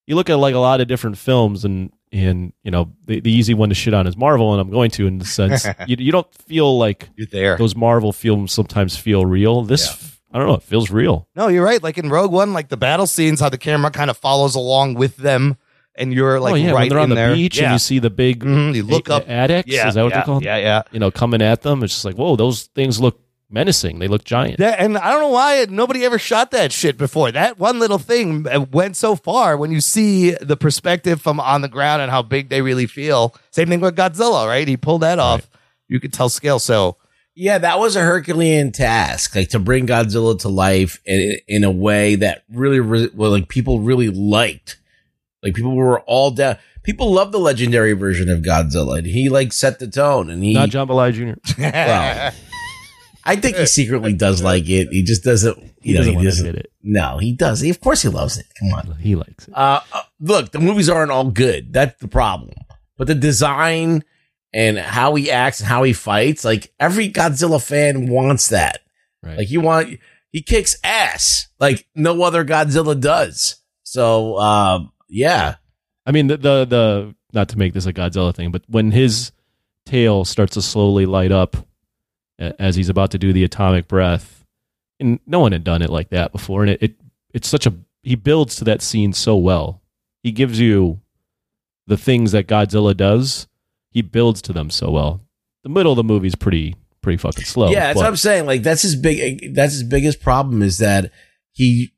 F: you look at like a lot of different films and and you know the, the easy one to shit on is marvel and i'm going to in
A: <laughs>
F: the sense you, you don't feel like
A: you're there.
F: those marvel films sometimes feel real this i don't know it feels real
A: No, you're right. Like in Rogue One, like the battle scenes, how the camera kind of follows along with them, and you're like
F: oh yeah when
A: right
F: they're on
A: in
F: the
A: there.
F: beach
A: yeah.
F: and
A: <laughs>
F: you see the big
A: Mhm, you look up.
F: addicts
A: Yeah,
F: is that what
A: yeah,
F: they're called
A: Yeah, yeah.
F: you know coming at them it's just like whoa those things look menacing they look giant
A: That, and I don't know why nobody ever shot that shit before. That one little thing uh, went so far when you see the perspective from on the ground and how big they really feel. Same thing with Godzilla, right? He pulled that off. You could tell scale. So
B: Yeah, that was a Herculean task, like to bring Godzilla to life in, in a way that really, re- well, like people really liked. Like people were all down. People love the legendary version of Godzilla, and he like set the tone. And he,
F: not John Belay Jr. <laughs>
B: well, I think he secretly does like it. He just doesn't. You
F: He
B: know,
F: doesn't
B: he
F: want to
B: doesn't.
F: admit it.
B: No, he does. He, of course, he loves it. Come on.
F: He likes it.
B: Uh, uh, look, the movies aren't all good. That's the problem. But the design and how he acts and how he fights, like every Godzilla fan wants that.
F: Right.
B: Like you want, he kicks ass like no other Godzilla does. So, um, yeah,
F: I mean, the, the the not to make this a Godzilla thing, but when his tail starts to slowly light up a- as he's about to do the atomic breath, and no one had done it like that before, and it, it it's such a he builds to that scene so well. He gives you the things that Godzilla does. He builds to them so well. The middle of the movie's pretty pretty fucking slow.
B: yeah. That's
F: but-
B: what I'm saying. Like that's his big. That's his biggest problem is that he.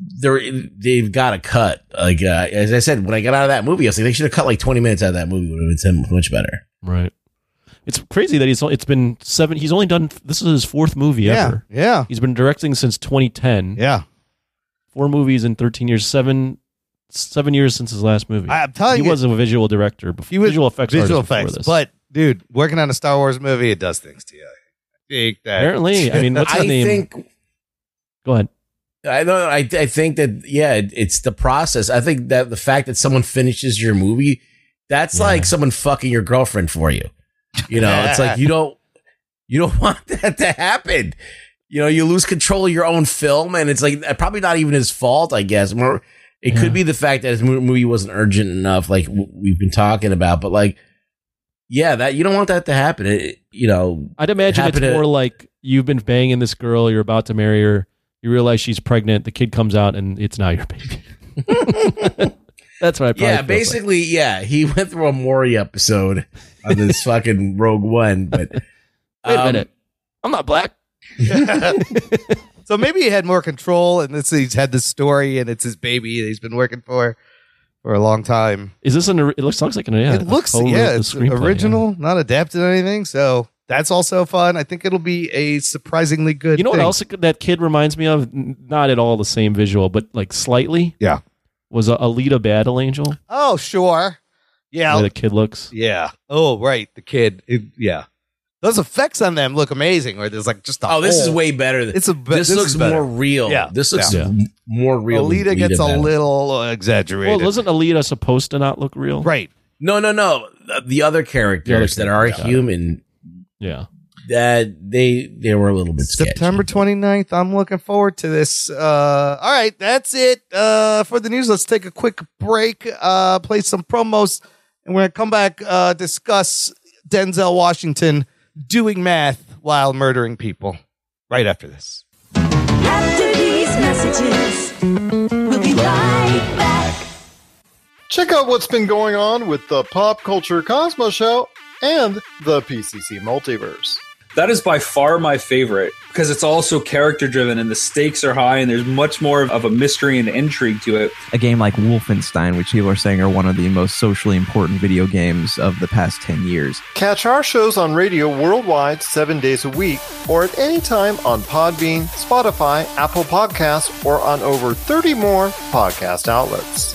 B: They're, they've got to cut. Like uh, as I said, when I got out of that movie, I was like, they should have cut like twenty minutes out of that movie. Would have been so much better.
F: right. It's crazy that he's it's been seven. He's only done this is his fourth movie ever.
A: <laughs> yeah,
F: He's been directing since 2010.
A: yeah.
F: four movies in 13 years, seven seven years since his last movie.
A: I'm telling
F: he
A: you,
F: was a visual director before
A: He was
F: visual effects
A: visual
F: artist before
A: effects.
F: this.
A: But dude, working on a Star Wars movie, it does things to you. I think that
F: apparently, I mean, <laughs> what's his
B: I
F: name?
B: think
F: Go ahead.
B: I don't. I I think that yeah, it, it's the process. I think that the fact that someone finishes your movie, that's
F: Yeah.
B: like someone fucking your girlfriend for you. You know, it's
F: <laughs>
B: like you don't you don't <laughs> want that to happen. You know, you lose control of your own film, and it's like uh, probably not even his fault. I guess more, it
F: Yeah.
B: could be the fact that his mo- movie wasn't urgent enough, like w- we've been talking about. But like, yeah, that you don't want that to happen. It- It, you know,
F: I'd imagine it's
B: happened to-
F: more like you've been banging this girl, you're about to marry her, you realize she's pregnant, the kid comes out, and it's now
A: <laughs>
F: your baby. That's what I probably
B: Yeah,
F: feels like.
B: basically, yeah. He <laughs> went through a Maury episode on <laughs> this fucking Rogue One, but
F: Wait a
B: um,
F: minute. I'm not black.
A: <laughs> So maybe he had more control, and this, he's had this story, and it's his baby that he's been working for for a long time.
F: Is this an? ori- It looks, looks like an. Yeah,
A: it looks,
F: a co-wrote
A: yeah,
F: the
A: it's
F: screenplay, yeah.
A: original, not adapted or anything. So that's also fun. I think it'll be a surprisingly good.
F: You know what
A: thing.
F: else that kid reminds me of? N- Not at all the same visual, but like slightly.
A: Yeah.
F: Was a Alita Battle Angel?
A: Oh, sure. Yeah,
F: The way the kid looks.
A: yeah. Oh, right, the kid. It- yeah, those effects on them look amazing. Where there's like just a
B: Oh, this is
A: hole.
B: way better. than-
A: It's a be-
B: this,
A: this
B: looks
A: is better.
B: more real.
A: Yeah.
B: This looks
F: Yeah.
B: m- more real. than
A: Alita gets a
B: Battle.
A: little uh, exaggerated.
F: Well, wasn't Alita supposed to not look real?
A: right.
B: No, no, no. The- The other characters that are human
F: Yeah.
B: that they they were a little bit sketchy.
A: September 29th. I'm looking forward to this. Uh, all right, that's it uh, for the news. Let's take a quick break, uh, play some promos, and we're going to come back, uh, discuss Denzel Washington doing math while murdering people right after this.
E: After these messages, we'll be right back.
H: Check out what's been going on with the Pop Culture Cosmos Show and the PCC Multiverse.
I: That is by far my favorite because it's also character driven and the stakes are high and there's much more of a mystery and intrigue to it.
J: a game like Wolfenstein, which people are saying are one of the most socially important video games of the past 10 years.
H: Catch our shows on radio worldwide seven days a week or at any time on Podbean, Spotify, Apple Podcasts, or on over 30 more podcast outlets.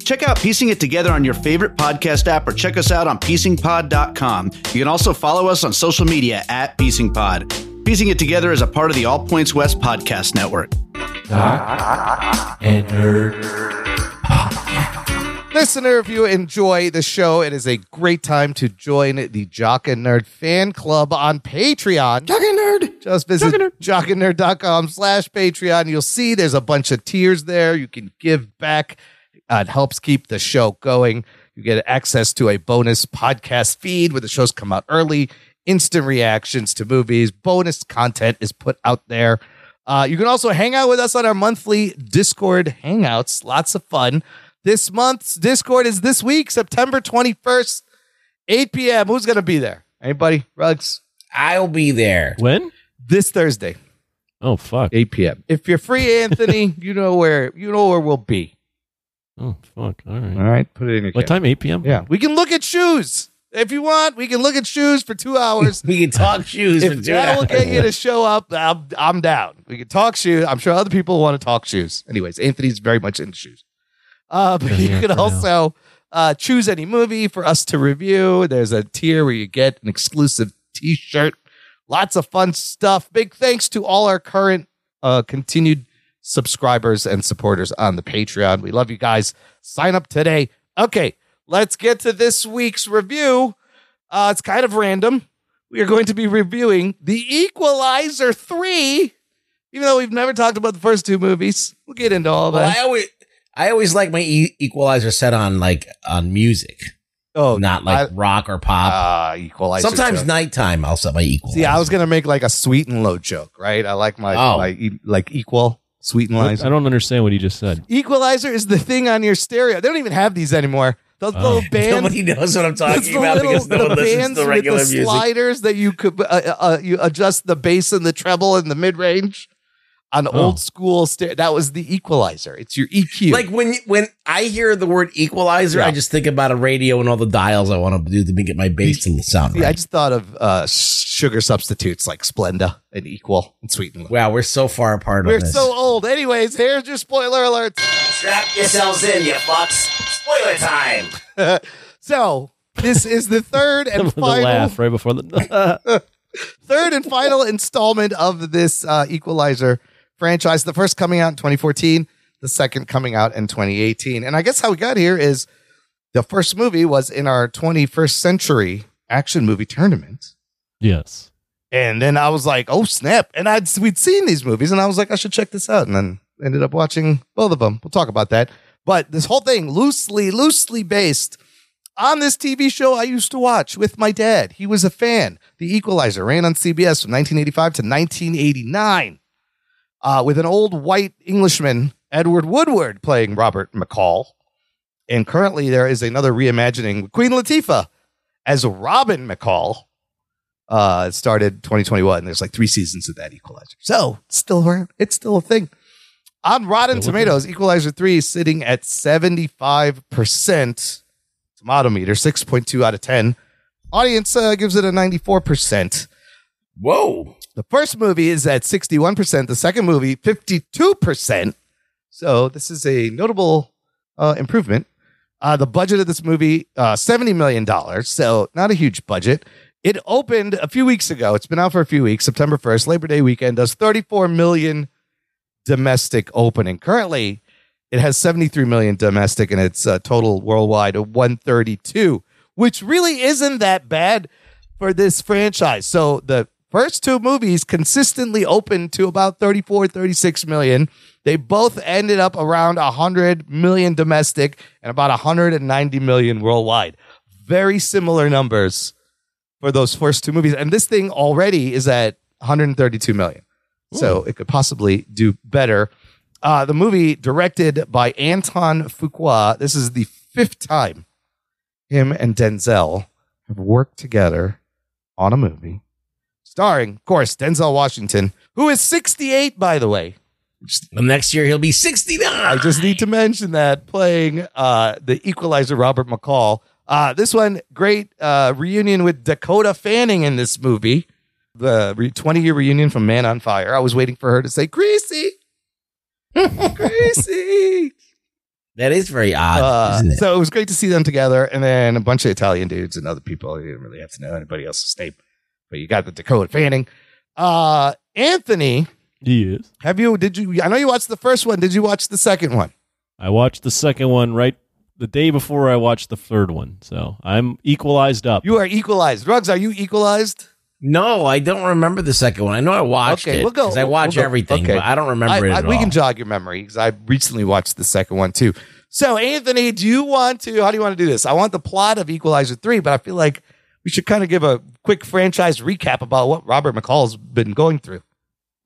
K: Check out Piecing It Together on your favorite podcast app or check us out on piecingpod.com. You can also follow us on social media at piecingpod. Piecing It Together is a part of the All Points West Podcast Network.
A: Listener, if you enjoy the show, it is a great time to join the Jock and Nerd fan club on Patreon. Jock and Nerd. Just visit jockandnerd.com slash Patreon. You'll see there's a bunch of tiers there. You can give back. Uh, it helps keep the show going. You get access to a bonus podcast feed where the shows come out early, instant reactions to movies, bonus content is put out there. Uh, you can also hang out with us on our monthly Discord hangouts. Lots of fun. This month's Discord is this week, September 21st, 8 p.m. Who's going to be there? Anybody? Rugs?
B: I'll be there.
F: When?
A: This Thursday,
F: Oh fuck.
A: 8 p.m. If you're free, <laughs> Anthony, you know where you know where we'll be.
F: Oh fuck. All right.
A: All right, put it in your
F: What time? 8 p.m.
A: Yeah, we can look at shoes if you want. We can look at shoes for two <laughs> hours.
B: We can talk shoes for
A: if
B: two
A: that will
B: hours.
A: get you to show up, I'm, I'm down. We can talk shoes. I'm sure other people want to talk shoes. Anyways, Anthony's very much into shoes. Uh, but you can also uh, choose any movie for us to review. There's a tier where you get an exclusive T-shirt. Lots of fun stuff. Big thanks to all our current uh, continued subscribers and supporters on the Patreon. We love you guys. Sign up today. Okay, let's get to this week's review. Uh, it's kind of random. We are going to be reviewing The Equalizer 3, even though we've never talked about the first two movies. We'll get into all
B: Well, I
A: that.
B: always I always like my e- equalizer set on like on music,
A: Oh,
B: not like rock or pop.
A: uh, Equalizer.
B: Sometimes
A: joke.
B: nighttime I'll set my equalizer.
A: See, I was going to make like a sweet and low joke, right? I like my,
B: Oh.
A: my e- like equal, sweet and
F: What-
A: low.
F: I don't understand what he just said.
A: Equalizer is the thing on your stereo. They don't even have these anymore. Those
F: Oh.
A: little bands.
B: <laughs> Nobody knows what I'm
A: It's
B: talking about because no one listens to regular
A: with the
B: music.
A: sliders that you could uh, uh, you adjust the bass and the treble and the mid range on
B: Oh.
A: old school stereo. That was the equalizer. It's your E EQ.
B: Like when when I hear the word equalizer,
A: Yeah.
B: I just think about a radio and all the dials I want to do to make it my bass to sound
A: See, I
B: right.
A: just thought of uh, sugar substitutes like Splenda and Equal and Sweet and Low.
B: wow, we're so far apart. on
A: We're
B: this.
A: so old. Anyways, here's your spoiler alert.
D: Strap yourselves in, you fucks. Spoiler time.
A: So this is the third <laughs>
B: <laughs>
A: and
F: <laughs> the
A: final
F: laugh right before the. <laughs>
A: third and final installment of this uh, Equalizer franchise. The first coming out in 2014, the second coming out in 2018. And I guess how we got here is the first movie was in our 21st century action movie tournament.
F: yes.
A: And then I was like, oh snap! And I'd we'd seen these movies, and I was like, I should check this out. And then ended up watching both of them. We'll talk about that. But this whole thing loosely, loosely based on this TV show I used to watch with my dad. He was a fan. The Equalizer ran on CBS from 1985 to 1989 uh, with an old white Englishman, Edward Woodward, playing Robert McCall. And currently there is another reimagining with Queen Latifah as Robin McCall. Uh, it started 2021. There's like three seasons of that Equalizer. So it's still around. It's still a thing. On Rotten Tomatoes, Equalizer 3 is sitting at 75% tomato meter, 6.2 out of 10. Audience uh, gives it a 94%.
B: Whoa.
A: The first movie is at 61%, the second movie, 52%. So this is a notable uh, improvement. Uh, the budget of this movie, uh, $70 million. So not a huge budget. It opened a few weeks ago. It's been out for a few weeks. September 1st, Labor Day weekend, does 34 million domestic opening. Currently, it has 73 million domestic and its uh, total worldwide of 132, which really isn't that bad for this franchise. So the first two movies consistently opened to about 34, 36 million. They both ended up around 100 million domestic and about 190 million worldwide. Very similar numbers for those first two movies. And this thing already is at 132 million. So it could possibly do better. Uh, the movie directed by Anton Fuqua. This is the fifth time him and Denzel have worked together on a movie starring, of course, Denzel Washington, who is 68, by the way.
B: Well, next year he'll be 69.
A: I just need to mention that playing uh, the equalizer Robert McCall. Uh, this one, great uh, reunion with Dakota Fanning in this movie. The re- 20 year reunion from Man on Fire. I was waiting for her to say, Greasy. <laughs> Greasy.
B: That is very odd,
A: Uh,
B: isn't it?
A: so it was great to see them together, and then a bunch of Italian dudes and other people. You didn't really have to know anybody else's name, but you got the Dakota Fanning, uh, Anthony.
F: Yes.
A: Have you? Did you? I know you watched the first one. Did you watch the second one?
F: I watched the second one right the day before I watched the third one, so I'm equalized up.
A: You are equalized. Rugs, are you equalized?
B: No, I don't remember the second one. I know I watched
A: Okay,
B: it.
A: we'll go.
B: 'cause I watch
A: We'll go.
B: everything,
A: Okay.
B: but I don't remember
A: I-
B: it
A: I-
B: at
A: we
B: all.
A: can jog your memory because I recently watched the second one too. So, Anthony, do you want to? How do you want to do this? I want the plot of Equalizer three, but I feel like we should kind of give a quick franchise recap about what Robert McCall's been going through.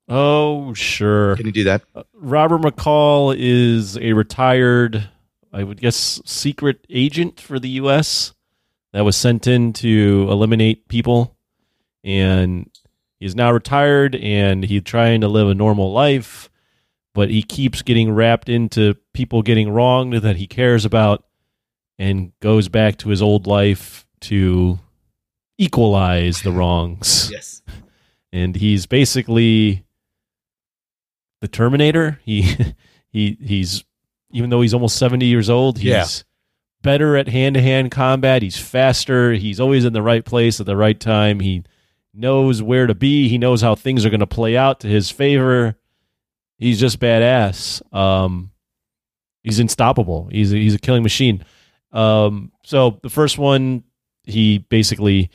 F: Oh, sure.
A: Can you do that?
F: Robert McCall is a retired, I would guess, secret agent for the U.S. that was sent in to eliminate people. And he's now retired and he's trying to live a normal life, but he keeps getting wrapped into people getting wronged that he cares about and goes back to his old life to equalize the wrongs.
A: Yes.
F: And he's basically the Terminator. He <laughs> he he's even though he's almost seventy years old, he's
A: Yeah.
F: better at hand to hand combat. He's faster. He's always in the right place at the right time. He knows where to be. He knows how things are going to play out to his favor. He's just badass. Um, he's unstoppable. He's a, he's a killing machine. Um, so the first one, he basically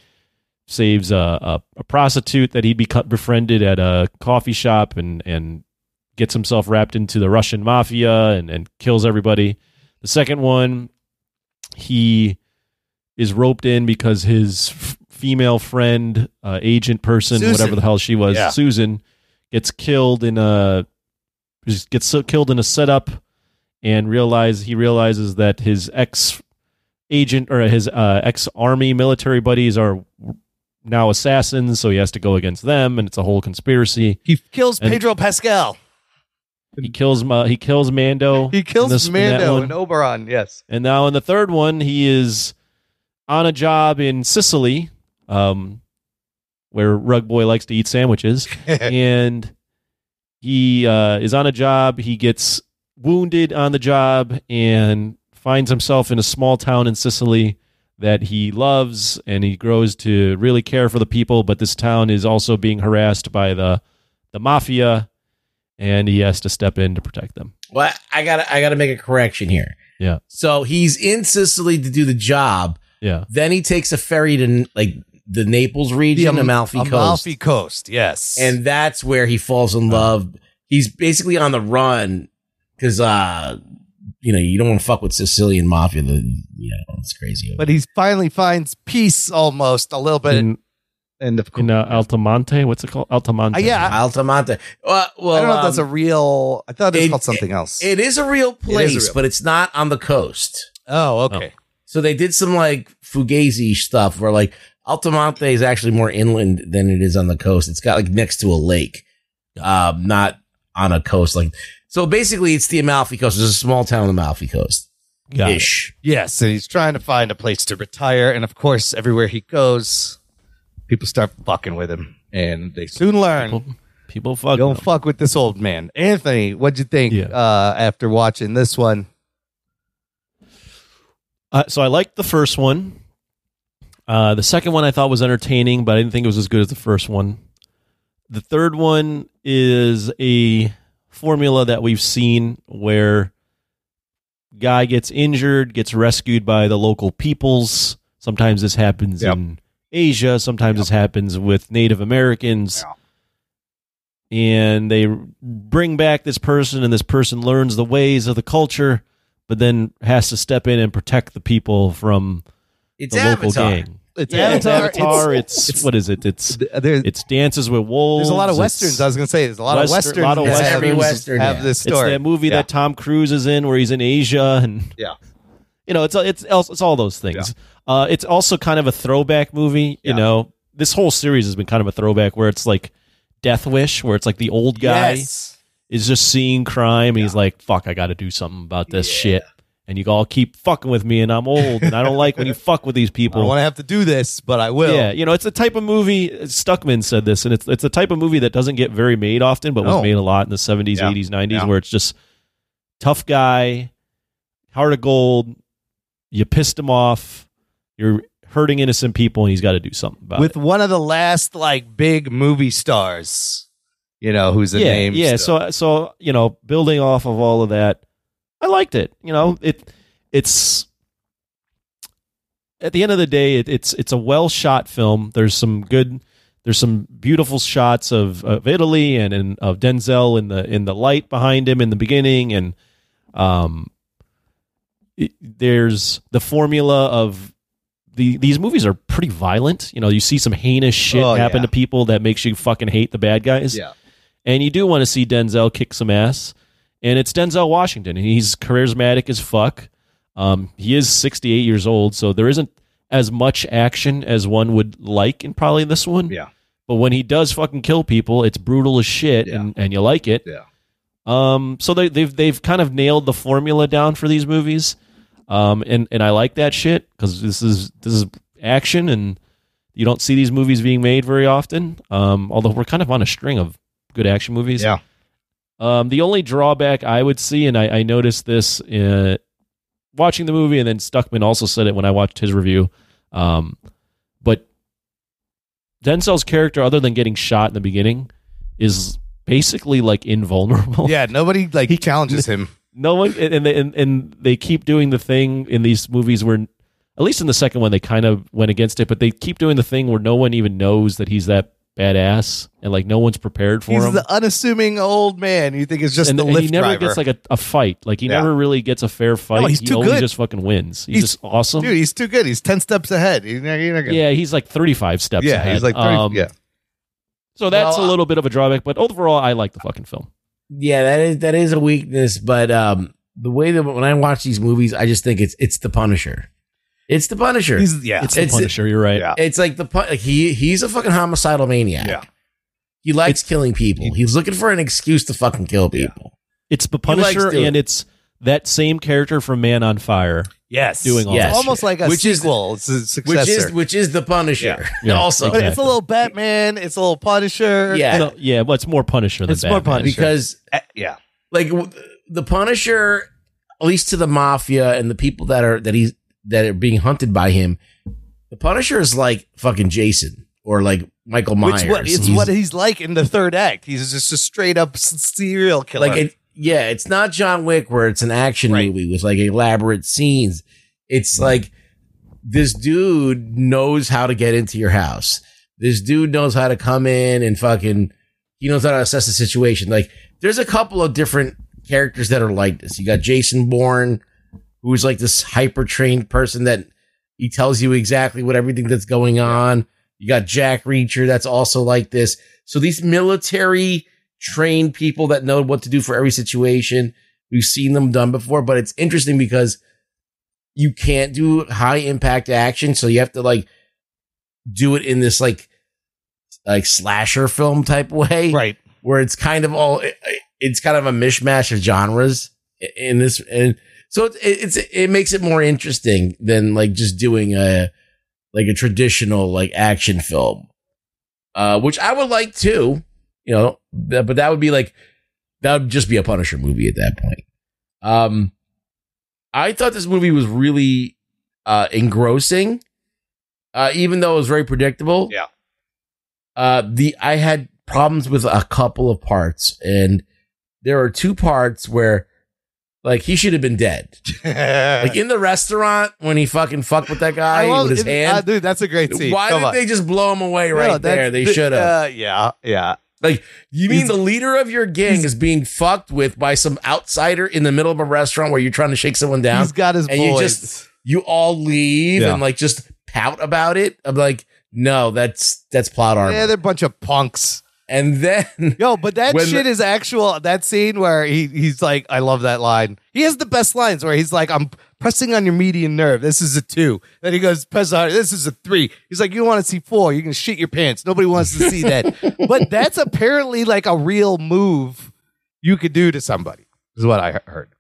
F: saves a, a, a prostitute that he'd be cut, befriended at a coffee shop and and gets himself wrapped into the Russian mafia and, and kills everybody. The second one, he is roped in because his f- female friend, uh, agent person,
A: Susan.
F: whatever the hell she was,
A: Yeah.
F: Susan, gets killed in a just gets so killed in a setup and realize he realizes that his ex agent or his uh, ex army military buddies are now assassins, so he has to go against them, and it's a whole conspiracy.
A: He kills
F: And-
A: Pedro Pascal.
F: He kills Ma- he kills Mando.
A: <laughs> He kills
F: in this- in that
A: Mando
F: one.
A: and Oberon. Yes.
F: And now in the third one, he is on a job in Sicily, um, where Rug Boy likes to eat sandwiches, and he uh, is on a job. He gets wounded on the job and finds himself in a small town in Sicily that he loves, and he grows to really care for the people. But this town is also being harassed by the the mafia, and he has to step in to protect them.
B: Well, I gotta I gotta make a correction here.
F: Yeah,
B: So he's in Sicily to do the job.
F: yeah.
B: Then he takes a ferry to like the Naples region,
A: Am-
B: Amalfi, Coast,
A: Amalfi Coast. Yes. Uh-huh.
B: and that's where he falls in love. he's basically on the run because uh, you know you don't want to fuck with Sicilian mafia. The you know it's crazy.
A: But he finally finds peace almost a little bit.
F: In,
A: and of
F: course, in uh, Altamonte, what's it called? Altamonte.
A: Uh, yeah,
B: Altamonte. Uh, well,
A: I don't know if
B: um,
A: that's a real. I thought it was
B: it-
A: called something else.
B: it is a real place,
A: real-
B: but it's not on the coast.
A: oh, okay.
B: So they did some like fugazi stuff where like Altamonte is actually more inland than it is on the coast. It's got like next to a lake, um, not on a coast. Like so, basically, it's the Amalfi Coast. It's a small town on the Amalfi Coast.
F: Got it.
B: Ish.
A: Yes, and he's trying to find a place to retire, and of course, everywhere he goes, people start fucking with him, and they soon learn.
F: People, people fuck.
A: Don't
F: him.
A: fuck with this old man, Anthony. What'd you think
F: Yeah.
A: uh, after watching this one?
F: Uh, so I liked the first one. Uh, the second one I thought was entertaining, but I didn't think it was as good as the first one. The third one is a formula that we've seen where guy gets injured, gets rescued by the local peoples. Sometimes this happens
A: Yep.
F: in Asia. Sometimes this happens with Native Americans. And they bring back this person, and this person learns the ways of the culture, but then has to step in and protect the people from
B: It's
F: the local
B: Avatar.
F: gang.
A: It's
F: Yeah, it's
A: Avatar.
F: Avatar.
A: It's-
F: It's, what is it? It's
A: There-
F: it's dances with wolves.
A: uh, There's a lot of
F: it's-
A: westerns. I was gonna say there's a lot of
F: Western-
A: westerns.
F: lot of
A: that have-
B: Every Western,
A: have
B: yeah.
A: this
F: It's
A: story.
F: that movie that Tom Cruise is in where he's in Asia and
A: yeah.
F: you know, it's it's it's all those things. Uh, it's also kind of a throwback movie. You know, this whole series has been kind of a throwback where it's like Death Wish, where it's like the old guy
A: Yes.
F: is just seeing crime and he's like, "Fuck, I got to do something about this shit." And you all keep fucking with me, and I'm old, and I don't like
A: <laughs>
F: when you fuck with
A: I
F: these
A: don't
F: people.
A: want to have to do this, but I will.
F: Yeah, you know, it's the type of movie. Stuckman said this, and it's it's a type of movie that doesn't get very made often, but
A: No.
F: was made a lot in the '70s,
A: Yeah.
F: '80s, '90s,
A: Yeah.
F: where it's just tough guy, heart of gold. You pissed him off. You're hurting innocent people, and he's got to do something about
A: With
F: it.
A: one of the last like big movie stars, you know, who's a
F: yeah,
A: name.
F: yeah.
A: still.
F: So so you know, building off of all of that, I liked it. You know, it it's at the end of the day, it, it's it's a well shot film. There's some good, there's some beautiful shots of, of Italy and, and of Denzel in the in the light behind him in the beginning, and um, it- there's the formula of the these movies are pretty violent. You know, you see some heinous shit
A: Oh,
F: happen
A: yeah.
F: to people that makes you fucking hate the bad guys.
A: Yeah.
F: and you do want to see Denzel kick some ass, and it's Denzel Washington, and he's charismatic as fuck. Um, he is 68 years old, so there isn't as much action as one would like in probably this one.
A: Yeah.
F: But when he does fucking kill people, it's brutal as shit, and, and you like it.
A: Yeah.
F: Um. So they, they've they've kind of nailed the formula down for these movies. Um. And and I like that shit because this is this is action, and you don't see these movies being made very often. Um. Although we're kind of on a string of good action movies.
A: Yeah.
F: Um, the only drawback I would see, and I, I noticed this uh, watching the movie, and then Stuckman also said it when I watched his review. Um, but Denzel's character, other than getting shot in the beginning, is basically like invulnerable.
A: Yeah, nobody like challenges <laughs> him.
F: No one, and and they, and, and they keep doing the thing in these movies where, at least in the second one, they kind of went against it, but they keep doing the thing where no one even knows that he's that badass, and like no one's prepared for
A: He's
F: him
A: the unassuming old man. You think it's just
F: and,
A: the
F: and
A: lift
F: he never
A: driver.
F: gets like a, a fight. Like he
A: Yeah.
F: never really gets a fair fight.
A: he's
F: he
A: too
F: always
A: good.
F: just fucking wins. He's,
A: He's-
F: just awesome.
A: Dude, he's too good. He's ten steps ahead. He's not, you're not gonna-
F: yeah, he's like thirty five steps.
A: yeah,
F: ahead.
A: he's like 30,
F: Um,
A: yeah. uh,
F: So that's
B: Well,
F: a little bit of a drawback, but overall, I like the fucking film.
B: Yeah, that is that is a weakness, but um, the way that when I watch these movies, I just think it's it's the Punisher. It's the Punisher.
A: He's yeah.
F: It's the
B: It's-
F: Punisher. You're right.
A: Yeah.
B: It's like the pu- like he he's a fucking homicidal maniac.
A: Yeah.
B: He likes killing people. He's looking for an excuse to fucking kill people.
F: It's the
B: likes
F: Punisher,
B: doing
F: and
B: it.
F: it's that same character from Man on Fire.
A: yes.
F: doing all
B: Yes.
F: that
A: almost
F: shit.
A: like a
B: Which is-
A: sequel. It's a successor.
B: Which is which is the Punisher.
F: Yeah.
B: <laughs> also
A: but it's a little Batman. It's a little Punisher.
B: Yeah.
F: No, yeah, but it's more Punisher than
A: It's more
F: Batman.
A: Punisher.
B: because
A: Eh, yeah.
B: like w- the Punisher, at least to the mafia and the people that are that he's that are being hunted by him, the Punisher is like fucking Jason or like Michael Myers.
A: Which what it's
B: He's-
A: what he's like in the third act. He's just a straight up s- serial killer.
B: like it, yeah, it's not John Wick where it's an action
A: Right.
B: movie with like elaborate scenes. It's like this dude knows how to get into your house. This dude knows how to come in and fucking He knows how to assess the situation. Like there's a couple of different characters that are like this. You got Jason Bourne, who's like this hyper trained person that he tells you exactly what everything that's going on. You got Jack Reacher, that's also like this. So these military trained people that know what to do for every situation. We've seen them done before, but it's interesting because you can't do high impact action, so you have to like do it in this like like slasher film type way,
A: right?
B: Where it's kind of all it- it's kind of a mishmash of genres in this, and so it, it's it makes it more interesting than like just doing a like a traditional like action film, uh, which I would like too, you know, th- but that would be like that would just be a Punisher movie at that point. Um, I thought this movie was really uh, engrossing, uh, even though it was very predictable.
A: Yeah.
B: Uh, the I had problems with a couple of parts, and there are two parts where, like, he should have
A: <laughs>
B: been dead. like in the restaurant when he fucking fucked with that guy
A: I love-
B: E with
A: it-
B: his hand.
A: ah, dude, that's a great scene.
B: Why
A: Come
B: did
A: on.
B: they just blow him away
A: No,
B: right
A: that's
B: there? They
A: the-
B: should have.
A: uh, yeah, yeah.
B: Like you mean the leader of your gang is being fucked with by some outsider in the middle of a restaurant where you're trying to shake someone down?
A: He's got his
B: and you
A: boys.
B: just you all leave
A: Yeah.
B: and like just pout about it. I'm like, no, that's that's plot armor.
A: Yeah, they're a bunch of punks.
B: And then
A: yo, but that
B: when
A: shit
B: the-
A: is actual. That scene where he he's like, I love that line. He has the best lines where he's like, I'm pressing on your median nerve. This is a two. Then he goes, press on. This is a three. He's like, you want to see four? You can shit your pants. Nobody wants to see that.
B: <laughs>
A: but that's apparently like a real move you could do to somebody. Is what I he- heard.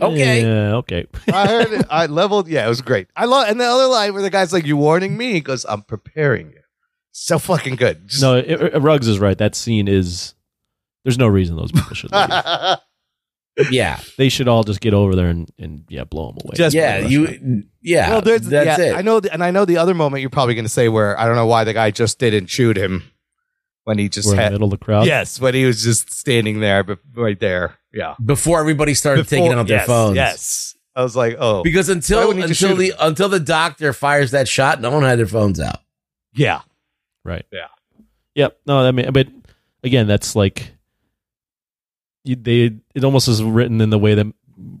B: Okay.
F: Yeah, okay.
A: I heard it. I leveled. Yeah, it was great. I love. And the other line where the guy's like, "You warning me?" He goes, "I'm preparing you." So fucking good. Just- <laughs>
F: No, it, it- Ruggs is right. That scene is. There's no reason those people should. leave.
A: <laughs>
B: <laughs> yeah.
F: They should all just get over there and, and yeah, blow them away.
B: Just- Yeah, you- yeah,
A: Well, there's
B: that's
A: yeah,
B: it.
A: I know, the, and I know the other moment you're probably going to say where I don't know why the guy just didn't shoot him when he just
F: We're in the
A: had
F: middle of the crowd.
A: Yes, when he was just standing there, but right there. Yeah,
B: Before everybody started taking
A: Before-
B: out their
A: yes,
B: phones.
A: Yes, I was like, oh,
B: Because
A: Why
B: until
A: wouldn't you just
B: until
A: shoot
B: the
A: him?
B: until the doctor fires that shot, no one had their phones out.
A: yeah,
F: Right.
A: yeah,
F: Yep. No, I mean, but again, that's like you, they. It almost is written in the way that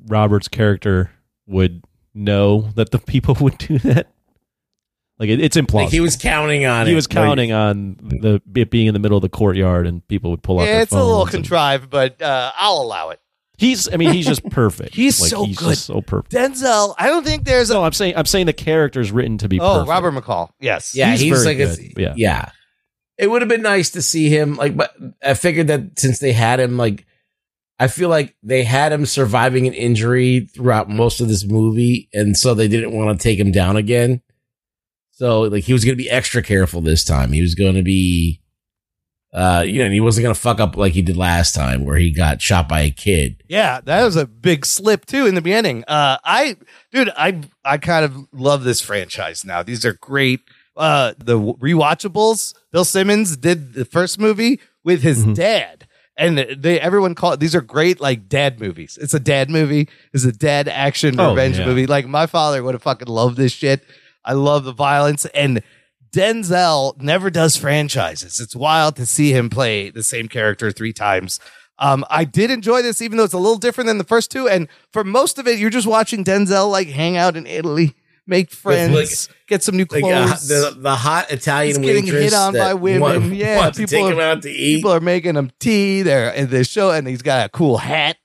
F: Robert's character would know that the people <laughs> would do that. Like it, it's implausible.
B: Like he was counting on
F: He
B: it.
F: was counting on the it being in the middle of the courtyard and people would pull out.
A: yeah
F: their
A: it's a little
F: phones and-
A: contrived, but uh, I'll allow it.
F: He's. I mean,
A: <laughs>
F: he's just perfect.
A: He's
F: Like,
A: so
F: he's
A: good.
F: Just so perfect.
A: Denzel, I don't think there's a
F: No, I'm saying. I'm saying the character's written to be.
A: oh
F: perfect.
A: Robert McCall. Yes,
B: Yeah, he's,
F: He's very
B: like a-
F: good, yeah.
B: yeah. It would have been nice to see him like, but I figured that since they had him, like, I feel like they had him surviving an injury throughout most of this movie, and so they didn't want to take him down again. So like he was going to be extra careful this time. He was going to be, uh, you know, and he wasn't going to fuck up like he did last time where he got shot by a kid.
A: Yeah, that was a big slip too in the beginning. Uh, I, dude, I, I kind of love this franchise now. These are great. Uh, the rewatchables. Bill Simmons did the first movie with his
F: Mm-hmm.
A: dad, and they everyone called these are great like dad movies. It's a dad movie. It's a dad action
F: Oh,
A: revenge
F: yeah.
A: movie. Like my father would have fucking loved this shit. I love the violence and. Denzel never does franchises. It's wild to see him play the same character three times. Um, I did enjoy this, even though it's a little different than the first two. And for most of it, you're just watching Denzel like hang out in Italy, make friends, get some new
B: Like
A: clothes.
B: uh, the the hot
A: He's
B: Italian
A: getting
B: waitress
A: hit on
B: that
A: by women.
B: want-
A: yeah,
B: want to take
A: are,
B: him out to eat.
A: people are making him tea there in the show, and he's got a cool hat.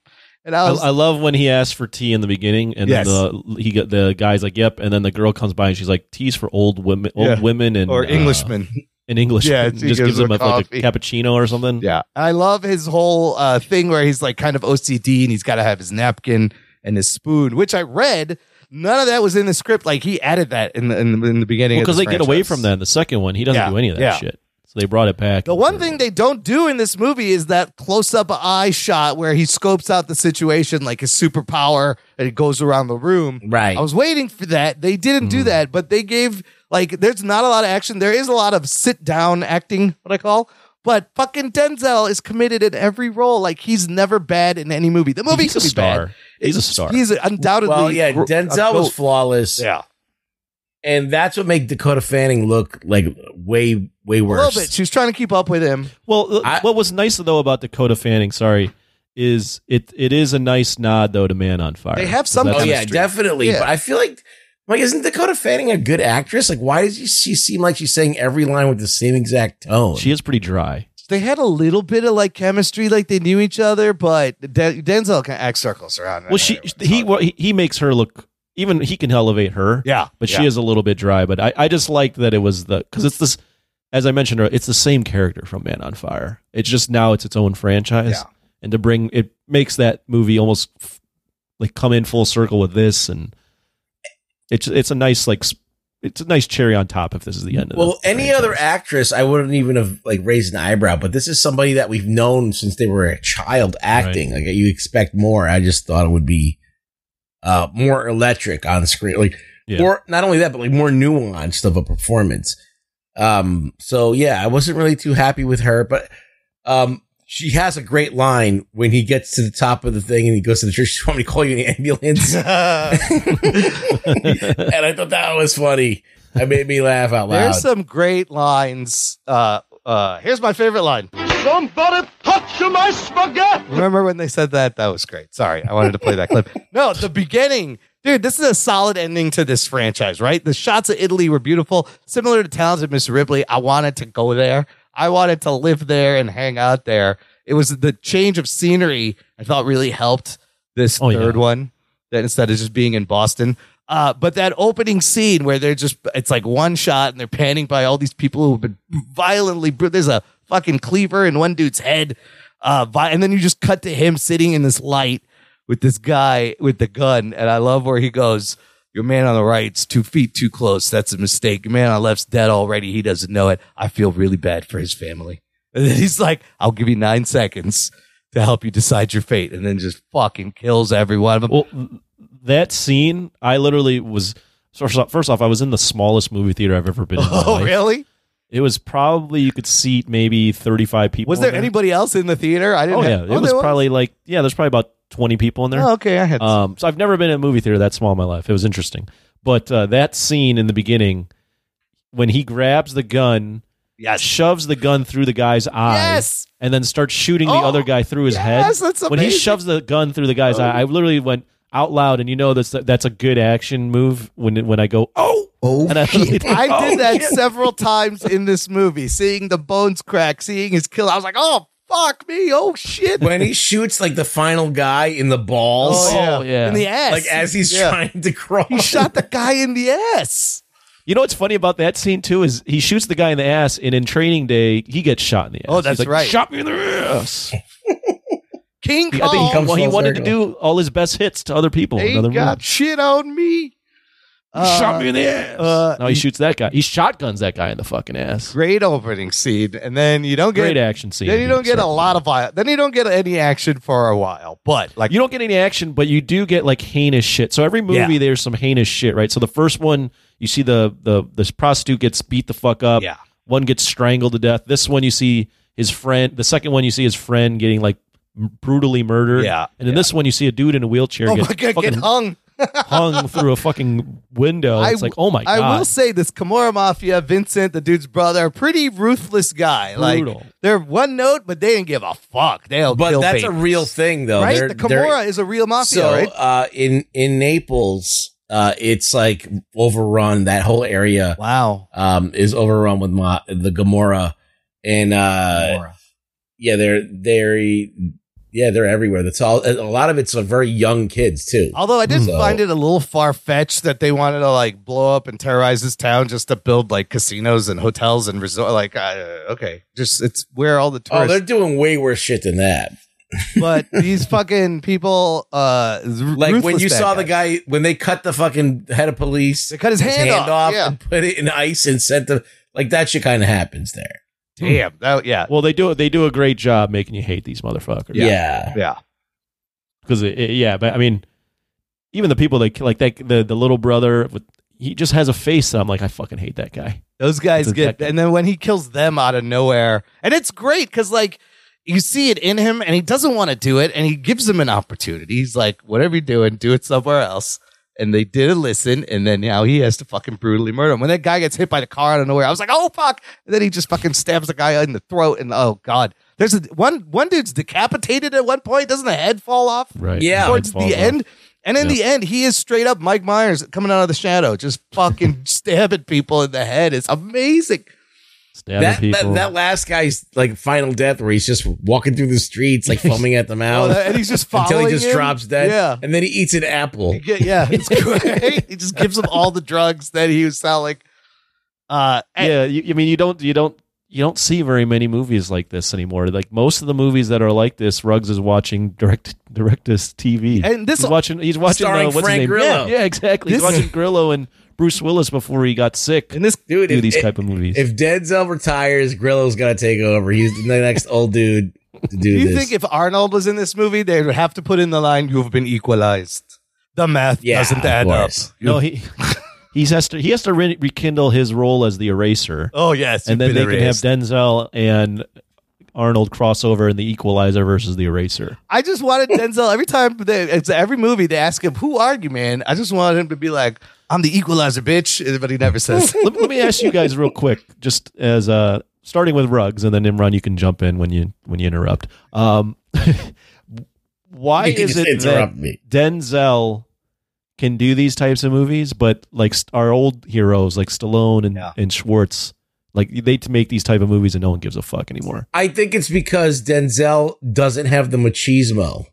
A: And I
F: I,
A: was,
F: I love when he asks for tea in the beginning, and
A: Yes.
F: then the he got the guy's like, "Yep," and then the girl comes by and she's like, "Tea's for old women, old
A: Yeah.
F: women, and
A: or
F: uh,
A: Englishman.
F: an English,
A: Yeah,
F: just
A: she
F: gives,
A: gives
F: him
A: her
F: a, like
A: coffee.
F: a cappuccino or something.
A: Yeah. And I love his whole uh, thing where he's like kind of OCD and he's got to have his napkin and his spoon, which I read. None of that was in the script. Like he added that in the in the, in the beginning
F: because
A: because
F: they get away from that. in The second one, he doesn't
A: Yeah,
F: do any of that
A: yeah.
F: shit. So they brought it back.
A: The one thing they don't do in this movie is that close up eye shot where he scopes out the situation like his superpower and it goes around the room.
B: Right.
A: I was waiting for that. They didn't
F: Mm-hmm.
A: do that, but they gave like there's not a lot of action. There is a lot of sit down acting, what I call. But fucking Denzel is committed in every role. Like he's never bad in any movie. The movie
F: He's a
A: could be
F: star.
A: bad.
F: He's a
A: It's-
F: star.
A: He's undoubtedly
B: well, yeah,
A: gr- a
B: Denzel was
A: goat.
B: flawless.
A: Yeah.
B: and that's what made Dakota Fanning look like way way worse.
A: A little bit. She was trying to keep up with him.
F: Well, what was nice though about Dakota Fanning, sorry, is it it is a nice nod though to Man on Fire.
A: They have some
B: Oh yeah,
A: chemistry.
B: definitely.
A: Yeah.
B: But I feel like like isn't Dakota Fanning a good actress? Like why does she seem like she's saying every line with the same exact tone?
F: She is pretty dry.
A: They had a little bit of like chemistry, like they knew each other, but De- Denzel can act circles around.
F: Well, she he well, he he makes her look even he can elevate her.
A: Yeah,
F: but she
A: yeah.
F: is a little bit dry. But I I just liked that it was the because it's this as I mentioned earlier, it's the same character from Man on Fire. It's just now it's its own franchise,
A: Yeah.
F: and to bring it makes that movie almost f- like come in full circle with this, and it's it's a nice like s- it's a nice cherry on top if this is the end of
B: well, any other actress, I wouldn't even have like raised an eyebrow. But this is somebody that we've known since they were a child acting. Like you expect more. I just thought it would be uh, more electric on screen, like
F: Yeah.
B: or not only that, but like more nuanced of a performance. Um, so yeah, I wasn't really too happy with her, but um, she has a great line when he gets to the top of the thing and he goes to the church. <laughs> You want me to call you an
A: <laughs>
B: ambulance? <laughs> and I thought that was funny. That made me laugh out loud.
A: There's some great lines. Uh, uh, here's my favorite line.
D: Somebody touch my spaghetti!
A: Remember when they said that? That was great. Sorry, I wanted to play
D: <laughs>
A: that clip. No, the beginning. Dude, this is a solid ending to this franchise, right? The shots of Italy were beautiful. Similar to Talented Miss Ripley, I wanted to go there. I wanted to live there and hang out there. It was the change of scenery I thought really helped this
B: Oh,
A: third one that instead of just being in Boston. Uh, but that opening scene where they're just, it's like one shot and they're panning by all these people who have been violently, bru- there's a fucking cleaver in one dude's head. Uh, vi- and then you just cut to him sitting in this light with this guy with the gun. And I love where he goes, Your man on the right's two feet too close. That's a mistake. Your man on the left's dead already. He doesn't know it. I feel really bad for his family. And then he's like, I'll give you nine seconds to help you decide your fate. And then just fucking kills every one of
F: Oh,
A: them.
F: that scene, I literally was first off, first off, I was in the smallest movie theater I've ever
B: <laughs>
F: been. in my
A: Oh,
F: life.
A: really?
F: It was probably you could seat maybe thirty five people.
A: Was
F: in
A: there anybody else in the theater? I didn't.
F: Oh
A: have-
F: yeah, it
A: there
F: was probably like yeah, there's probably about twenty people in there.
A: Oh, okay, I had-
F: Um, so I've never been in a movie theater that small in my life. It was interesting, but uh, that scene in the beginning when he grabs the gun,
A: yes.
F: shoves the gun through the guy's eye,
A: Yes. Oh,
F: and then starts shooting the other guy through his head.
A: yes, that's
F: when he
A: amazing.
F: shoves the gun through the guy's eye, I literally went out loud, and you know that's that's a good action move when when I go oh oh, and I, literally
A: <laughs>
F: did,
A: I
F: "Oh,
A: did that
F: shit."
A: several times in this movie, seeing the bones crack, seeing his kill. I was like, oh, fuck me. Oh, shit.
B: when he shoots like the final guy in the balls.
A: Oh, yeah. In the ass.
B: Like as he's
A: Yeah.
B: trying to crawl.
A: He shot the guy in the ass.
F: You know what's funny about that scene too is he shoots the guy in the ass, and in Training Day he gets shot in the ass.
A: Oh, that's
F: He's like,
A: right.
F: Shot me in the ass.
A: King
F: <laughs> I think
A: Kong.
F: well, he wanted to do all his best hits to other people. in
A: They
F: other
A: got
F: movies.
A: shit on me.
F: shot me in the ass.
A: uh,
F: no, he shoots that guy. He shotguns that guy in the fucking ass.
A: Great opening scene, and then you don't get
F: Great action scene.
A: Then you don't get a lot of viol- Then you don't get any action for a while. But like
F: you don't get any action, but you do get like heinous shit. So every movie
A: Yeah.
F: there's some heinous shit, right? So the first one you see the the this prostitute gets beat the fuck up.
A: Yeah.
F: One gets strangled to death. This one you see his friend. The second one you see his friend getting like m- brutally murdered.
A: Yeah.
F: And in this one you see a dude in a wheelchair
A: oh
F: get
A: my god,
F: fucking
A: get <laughs> hung.
F: hung through a fucking window. it's like oh my god.
A: I will say this Kimura Mafia, Vincent, the dude's brother, pretty ruthless guy.
F: Brutal.
A: Like they're one note, but they didn't give a fuck. They'll
B: But
A: kill
B: that's a
A: babies.
B: real thing though.
A: right?
B: They're-
A: the
B: they're-
A: Kimura is a real mafia,
B: so,
A: right?
B: uh, in in Naples, uh, it's like overrun. That whole area,
A: wow,
B: um, is overrun with ma- the Gamora, and uh, yeah, they're they're yeah they're everywhere. That's all. A lot of it's uh, very young kids too.
A: Although I did
B: So-
A: find it a little far fetched that they wanted to like blow up and terrorize this town just to build like casinos and hotels and resort. Like, uh, okay, just it's where all the
B: Oh, they're
A: tourists.
B: doing way worse shit than that.
A: but these fucking people, uh,
B: Like when you saw the guy when they cut the fucking head of police, they
A: cut his hand off, yeah.
B: and put it in ice and sent the like that shit kind of happens there.
A: damn, that, yeah,
F: Well, they do they do a great job making you hate these motherfuckers.
B: Yeah.
A: yeah.
F: because it, it- yeah, but I mean, even the people that like that the the little brother with he just has a face that I'm like I fucking hate that guy.
A: Those guys
F: It's
A: get,
F: effective.
A: and then when he kills them out of nowhere, and it's great because like you see it in him, and he doesn't want to do it, and he gives him an opportunity. He's like, "Whatever you're doing, do it somewhere else." and they did a listen, and then now he has to fucking brutally murder him. When that guy gets hit by the car out of nowhere, I was like, oh fuck! And then he just fucking stabs the guy in the throat, and oh god, there's a, one one dude's decapitated at one point. Doesn't the head fall off?
F: Right.
B: Yeah.
A: Towards
F: Head falls
A: the
F: off.
A: end, and in the end, he is straight up Mike Myers coming out of the shadow, just fucking <laughs> stabbing people in the head. It's amazing.
B: That, that that last guy's like final death where he's just walking through the streets like foaming at the mouth
A: Oh, that- and he's <laughs> just
B: until
A: following
B: he just
A: him?
B: drops dead
A: Yeah.
B: and then he eats an apple
A: <laughs> Yeah, yeah, <laughs> it's great. he just gives him all the drugs that he was selling. Uh,
F: yeah, you, I mean, you don't, you don't, you don't see very many movies like this anymore. Like most of the movies that are like this, Ruggs is watching direct directist TV,
A: And this-
F: he's watching, he's watching
B: Starring
F: uh, what's
B: Frank
F: his name?
B: Grillo.
F: Yeah, yeah, exactly. he's
B: This-
F: watching Grillo and Bruce Willis before he got sick.
A: And this
B: dude
F: do
B: if-
F: these
B: if-
F: type of movies.
B: if Denzel retires Grillo's got to take over he's the next old dude to do,
A: Do you
B: this
A: think if Arnold was in this movie, they would have to put in the line "You've been equalized"? The math
B: Yeah,
A: doesn't
B: of
A: add up.
B: course. <laughs>
F: no, he he has to he has to re- rekindle his role as the eraser.
A: Oh yes,
F: and
A: you've
F: then they
A: been
F: can
A: erased.
F: have Denzel and Arnold crossover in the Equalizer versus the Eraser.
A: I just wanted Denzel every time they, it's every movie they ask him who are you, man. I just wanted him to be like, "I'm the equalizer, bitch," but he never says.
B: <laughs>
F: let, let me ask you guys real quick, just as uh, starting with rugs, and then Imran, you can jump in when you when you interrupt. Um, <laughs> why
B: You can
F: is
B: just
F: it
B: interrupt
F: that
B: me.
F: Denzel can do these types of movies, but like st- our old heroes like Stallone and, and Schwartz, like they to make these type of movies and no one gives a fuck anymore.
B: I think it's because Denzel doesn't have the machismo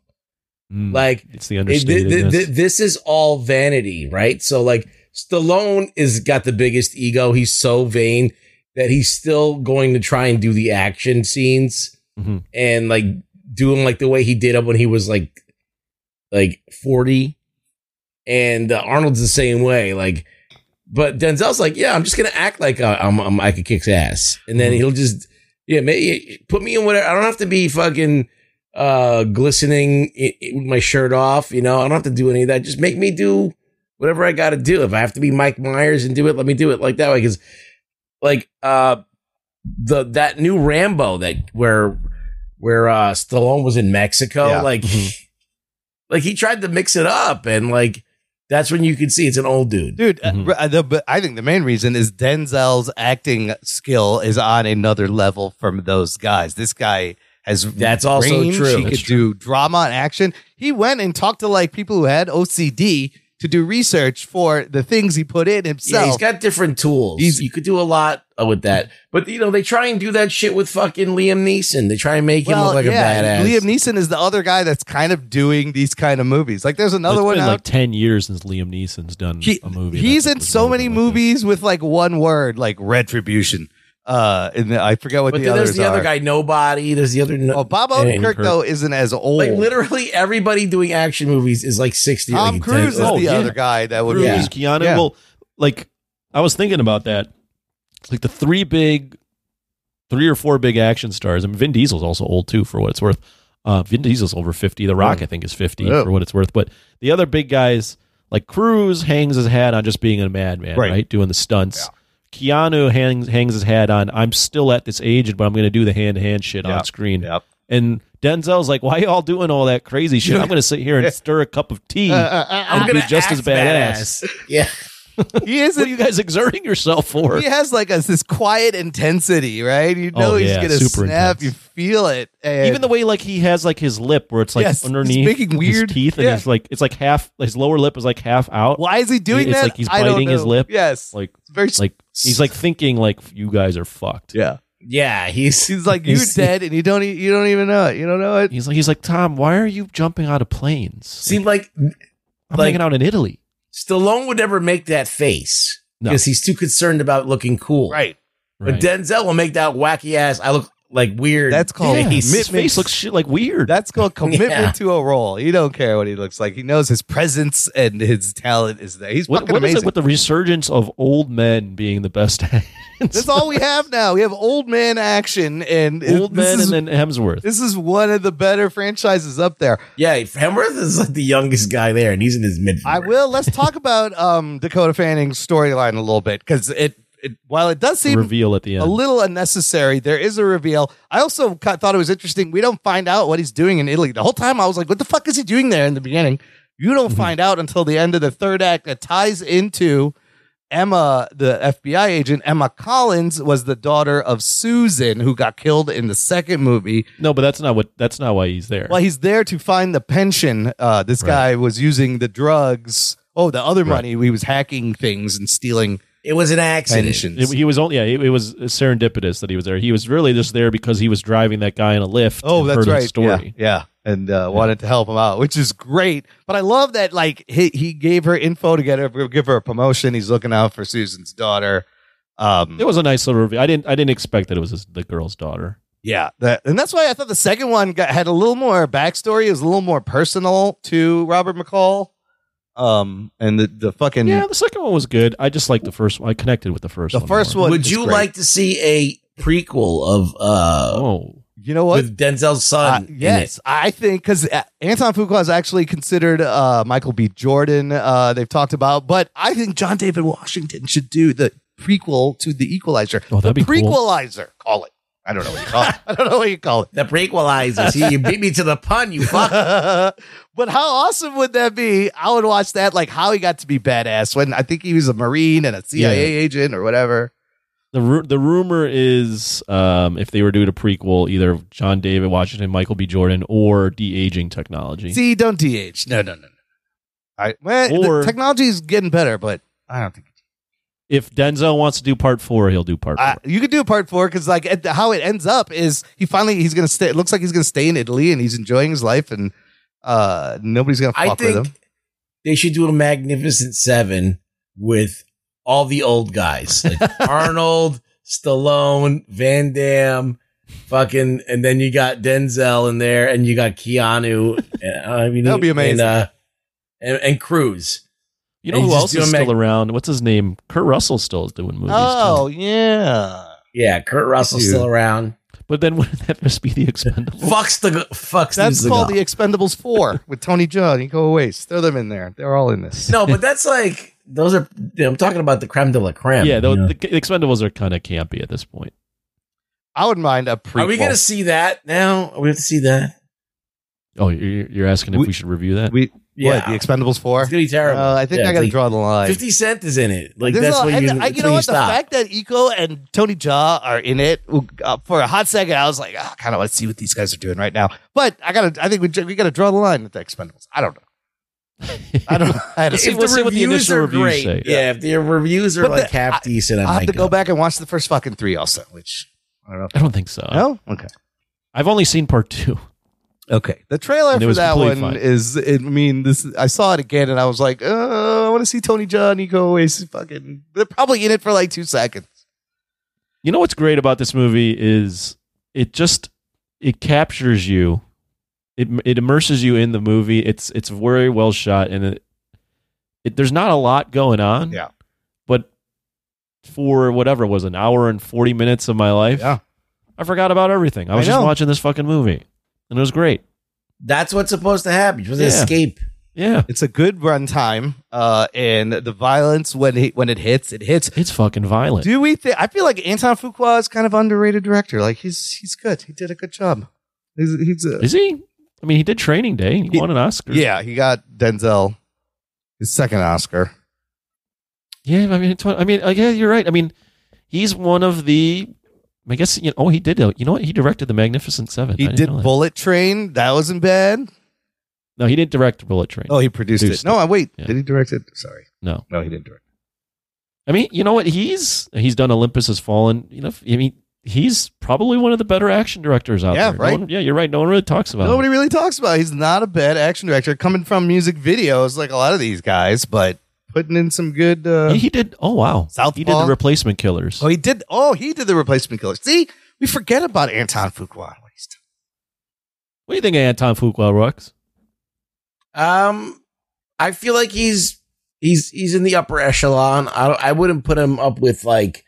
F: Mm,
B: like
F: it's the
B: It- th- th-
F: understatedness.
B: th- this is all vanity, right? So like Stallone is got the biggest ego. He's so vain that he's still going to try and do the action scenes
F: Mhm.
B: and like do them like the way he did them when he was like like 40. And uh, Arnold's the same way. Like but Denzel's like, "Yeah, I'm just going to act like uh, I'm, I'm I could kick ass." And then
F: Mhm.
B: he'll just yeah, maybe put me in whatever. I don't have to be fucking uh glistening i- i- with my shirt off you know i don't have to do any of that just make me do whatever i gotta do if i have to be mike myers and do it let me do it like that way because like uh the that new rambo that where where uh stallone was in mexico
A: Yeah.
B: like <laughs> like he tried to mix it up and like that's when you could see it's an old dude
A: Dude, uh, r- the, but I think the main reason is Denzel's acting skill is on another level from those guys. This guy has
B: That's also
A: range.
B: true.
A: He
B: That's
A: could do drama and action. He went and talked to like people who had OCD to do research for the things he put in himself.
B: yeah, he's got different tools.
A: He's-
B: you could do a lot uh, with that, but you know they try and do that shit with fucking Liam Neeson. They try and make him look like a badass.
A: Liam Neeson is the other guy that's kind of doing these kind of movies. Like there's another
F: it's
A: one
F: been
A: out.
F: like ten years since Liam Neeson's done
A: he,
F: a movie.
A: He's
F: that
A: in
F: was
A: so many
F: relevant like this.
A: movies with like one word, like retribution. Uh, and the- I forget what
B: but
A: the
B: then
A: others
B: there's the
A: are.
B: other guy, nobody. There's the other. No-
A: Oh, Bob
B: Hey,
A: Odenkirk
F: Kirk.
A: though isn't as old.
B: like literally everybody doing action movies is like sixty.
A: Tom
B: like,
A: Cruise is
B: ten-
A: the
F: Oh, yeah.
A: other guy that would.
F: Cruise, <laughs>
B: Yeah.
F: Keanu.
A: Yeah.
F: Well, like I was thinking about that. Like the three big, three or four big action stars. I mean, Vin Diesel's also old too, for what it's worth. Uh, Vin Diesel's over fifty. The Rock, I think, is fifty
A: Yeah.
F: for what it's worth. But the other big guys, like Cruise, hangs his hat on just being a madman,
A: Right.
F: right? Doing the stunts. Keanu hangs hangs his hat on. I'm still at this age, but I'm going to do the hand to hand shit
A: Yeah.
F: on screen.
A: Yep.
F: And Denzel's like, "Why y'all doing all that crazy shit? I'm going to sit here
A: <laughs>
F: and stir a cup of
A: Uh,
F: tea
B: I'm
F: and
B: gonna
F: be just as
B: act
F: badass."
B: <laughs> Yeah,
A: He
F: What are
A: isn't.
F: you guys exerting yourself for?
A: He has like a, this quiet intensity, right? You know
F: Oh,
A: he's
F: yeah,
A: gonna
F: super
A: snap.
F: intense.
A: You feel it. and-
F: Even the way like he has like his lip where it's like
A: Yes, he's
F: underneath
A: making weird-
F: his teeth and
A: yeah.
F: it's like it's like half his lower lip is like half out.
A: why is he doing
F: It's
A: that?
F: like he's
A: I don't
F: biting his
A: know.
F: lip.
A: Yes,
F: Like
A: It's very <laughs>
F: like he's like thinking like you guys are fucked.
A: yeah.
B: yeah. He's
A: He's like you're
F: <laughs>
A: dead, and you don't e- you don't even know it. You don't know it.
F: He's like he's like Tom, why are you jumping out of planes?
B: seemed like
F: I'm
B: like-
F: hanging out in Italy.
B: Stallone would never make that face
F: No.
B: because he's too concerned about looking cool.
A: Right.
B: But
F: Right.
B: Denzel will make that wacky ass. I look like weird.
A: That's called
F: yeah,
A: commitment.
F: his face looks shit like weird.
A: That's called commitment
B: Yeah.
A: to a role. You don't care what he looks like. He knows his presence and his talent is there. He's
F: what
A: fucking
F: what is
A: amazing.
F: it with the resurgence of old men being the best?
A: That's all we have now. We have old man action and
F: old
A: this
F: men
A: is-
F: and then Hemsworth.
A: This is one of the better franchises up there.
B: yeah. Hemsworth is like the youngest guy there, and he's in his mid.
A: I will. Let's talk about um, Dakota Fanning's storyline a little bit because it, it, while it does seem
F: reveal at the end.
A: a little unnecessary, there is a reveal. I also ca- thought it was interesting. We don't find out what he's doing in Italy the whole time. I was like, "What the fuck is he doing there?" In the beginning, You don't find out until the end of the third act that ties into Emma, the FBI agent. Emma Collins was the daughter of Susan, who got killed in the second movie.
F: No, but that's not what. That's not why he's there.
A: Well, he's there to find the pension. Uh, this guy was using the drugs. Oh, the other money. He was hacking things and stealing.
B: It was an accident.
A: Pensions.
F: It- he was only yeah. It, it was serendipitous that he was there. He was really just there because he was driving that guy in a lift.
A: Oh,
F: and
A: that's
F: heard
A: right.
F: His story.
A: Yeah, yeah. and uh, wanted to help him out, which is great. But I love that like he, he gave her info to get her give her a promotion. He's looking out for Susan's daughter. Um,
F: It was a nice little review. I didn't. I didn't expect that it was his, the girl's daughter.
A: yeah, that, and that's why I thought the second one got, had a little more backstory. It was a little more personal to Robert McCall. Um, and the the fucking
F: yeah, the second one was good. I just liked the first one. I connected with the first.
A: The
F: one
A: first
F: more.
A: one
B: Would
A: is
B: you
A: great.
B: like to see a prequel of uh
F: Oh,
A: you know what?
B: with Denzel's son?
A: Uh, yes, I think because Anton Fuqua is actually considered uh, Michael B. Jordan. Uh, they've talked about, but I think John David Washington should do the prequel to The Equalizer.
F: Oh, that'd
A: the
F: be cool.
A: prequelizer, call it. I don't know what you call it. <laughs> I don't know what you call it.
B: The prequelizer. See, you beat me to the
A: <laughs>
B: pun. You fuck.
A: but how awesome would that be? I would watch that. Like how he got to be badass when I think he was a Marine and a CIA
F: Yeah.
A: agent or whatever.
F: The ru- the rumor is um, if they were doing a prequel, either John David Washington, Michael B. Jordan, or de aging technology.
A: See, don't DH. No, no, no, no. I well,
F: Or-
A: the technology is getting better, but I don't think.
F: if Denzel wants to do part four, he'll do part four.
A: Uh, you could do part four because like at the- how it ends up is he finally he's gonna stay. It looks like he's gonna stay in Italy and he's enjoying his life and uh nobody's gonna
B: I
A: fuck with
B: think
A: him.
B: they should do a Magnificent Seven with all the old guys,
A: <laughs>
B: like Arnold, Stallone, Van Damme, fucking, and then you got Denzel in there, and you got Keanu. and, I mean,
A: That'd be amazing.
B: And, uh, and, and Cruise.
F: you know
B: and
F: who
B: just
F: else
B: do a
F: is
B: mag-
F: still around? What's his name? Kurt Russell still is doing movies.
A: Oh yeah,
B: Yeah, Kurt Russell's
A: Dude.
B: still around.
F: too. but then <laughs> wouldn't that just be the expendable?
B: Fucks the g- fucks.
A: that's
B: the
A: called
B: <laughs> guy.
A: the Expendables Four with Tony Judd and Go Waste. Throw them in there. They're all in this.
B: no, but that's like those are. I'm talking about the creme de la creme.
F: yeah,
B: you
F: the,
B: know?
F: the expendables are kind of campy at this point.
A: I would mind a prequel.
B: are we gonna see that now? Are we have to see that.
F: Oh, you're, you're asking if
A: We-
F: we, should review that?
A: we
B: Yeah.
A: what the Expendables Four?
B: It's gonna be terrible.
A: Uh, I think
B: Yeah,
A: I
B: it's
A: gotta
B: like
A: draw the line.
B: Fifty Cent is in it. Like
A: There's
B: that's
A: a-
B: what
A: and
B: you.
A: I,
B: that's
A: you know
B: when
A: what?
B: you stop.
A: The fact that Eco and Tony Jaa are in it uh, for a hot second, I was like, I kind of want to see what these guys are doing right now. But I gotta, I think we, ju- we gotta draw the line at the Expendables. I don't know. I don't. I
B: <laughs>
A: don't
F: see
B: if
F: we'll see
B: the
F: what the
B: reviews
F: initial
B: are
F: reviews
B: great,
F: say.
B: yeah. If the reviews are
A: But
B: like
A: the-
B: half
A: I-
B: decent, I,
A: I'll have
B: might
A: to go back and watch the first fucking three also, which I don't know.
F: I don't think so.
B: Oh,
A: No, okay,
F: I've only seen part two.
A: okay. The trailer
F: And it
A: for
F: was
A: that one
F: completely fine.
A: is. I mean, this. I saw it again, and I was like, oh, I want to see Tony Jaa and Eco always fucking. They're probably in it for like two seconds.
F: You know what's great about this movie is it just it captures you. It it immerses you in the movie. It's it's very well shot and it, it there's not a lot going on.
A: Yeah.
F: But for whatever it was an hour and 40 minutes of my life,
A: Yeah.
F: I forgot about everything. I
A: I
F: was just
A: know.
F: watching this fucking movie and it was great.
B: That's what's supposed to happen. You're supposed to
F: Yeah.
B: escape.
F: Yeah.
A: It's a good runtime, uh, and the violence when he, when it hits, it hits.
F: It's fucking violent.
A: Do we think? I feel like Anton Fuqua is kind of underrated director. Like he's he's good. He did a good job. He's, he's a,
F: Is he? I mean, he did Training Day. He,
A: He-
F: won an Oscar.
A: yeah. He got Denzel his second Oscar.
F: Yeah, I mean, it's, one- I mean, uh, yeah, you're right. I mean, he's one of the. I guess you know. Oh, he did. uh, You know what? He directed the Magnificent Seven.
A: He
F: I didn't
A: did
F: know that.
A: Bullet Train. That wasn't bad.
F: No, he didn't direct Bullet Train.
A: Oh, he produced,
F: Produced
A: it. No, I wait.
F: Yeah.
A: Did he direct it? Sorry,
F: no.
A: no, he didn't direct.
F: I mean, you know what? He's he's done Olympus Has Fallen. You know, f- I mean, he's probably one of the better action directors out
A: Yeah,
F: there. No
A: right.
F: one- yeah, you're right. No one really talks
A: it.
F: about.
A: Nobody
F: him.
A: really talks about. It. He's not a bad action director. Coming from music videos, like a lot of these guys, but putting in some good. Uh,
F: He, he did. Oh wow,
A: Southpaw.
F: He did the Replacement Killers.
A: Oh, he did. Oh, he did the replacement killer. See, we forget about Anton Fuqua.
F: What do you think of Anton Fuqua works?
B: Um, I feel like he's he's he's in the upper echelon. I don't, I wouldn't put him up with like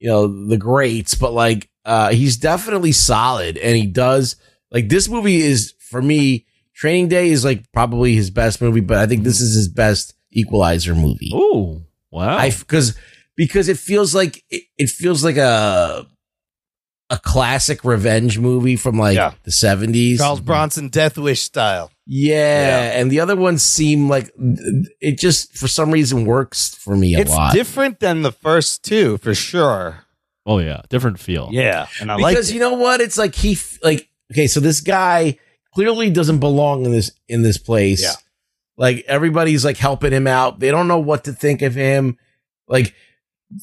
B: you know the greats, but like uh, he's definitely solid, and he does like this movie is for me. Training Day is like probably his best movie, but I think this is his best Equalizer movie.
F: Oh wow.
B: I because because it feels like it, it feels like a a classic revenge movie from like
A: Yeah.
B: the seventies.
A: Charles Bronson Death Wish style.
B: Yeah, and the other ones seem like it just for some reason works for me a
A: it's
B: lot.
A: different than the first two for sure.
F: Oh yeah, different feel.
A: Yeah, and I like
B: because you know what? It's like he f- like okay, so this guy clearly doesn't belong in this in this place.
A: Yeah.
B: Like everybody's like helping him out. They don't know what to think of him. Like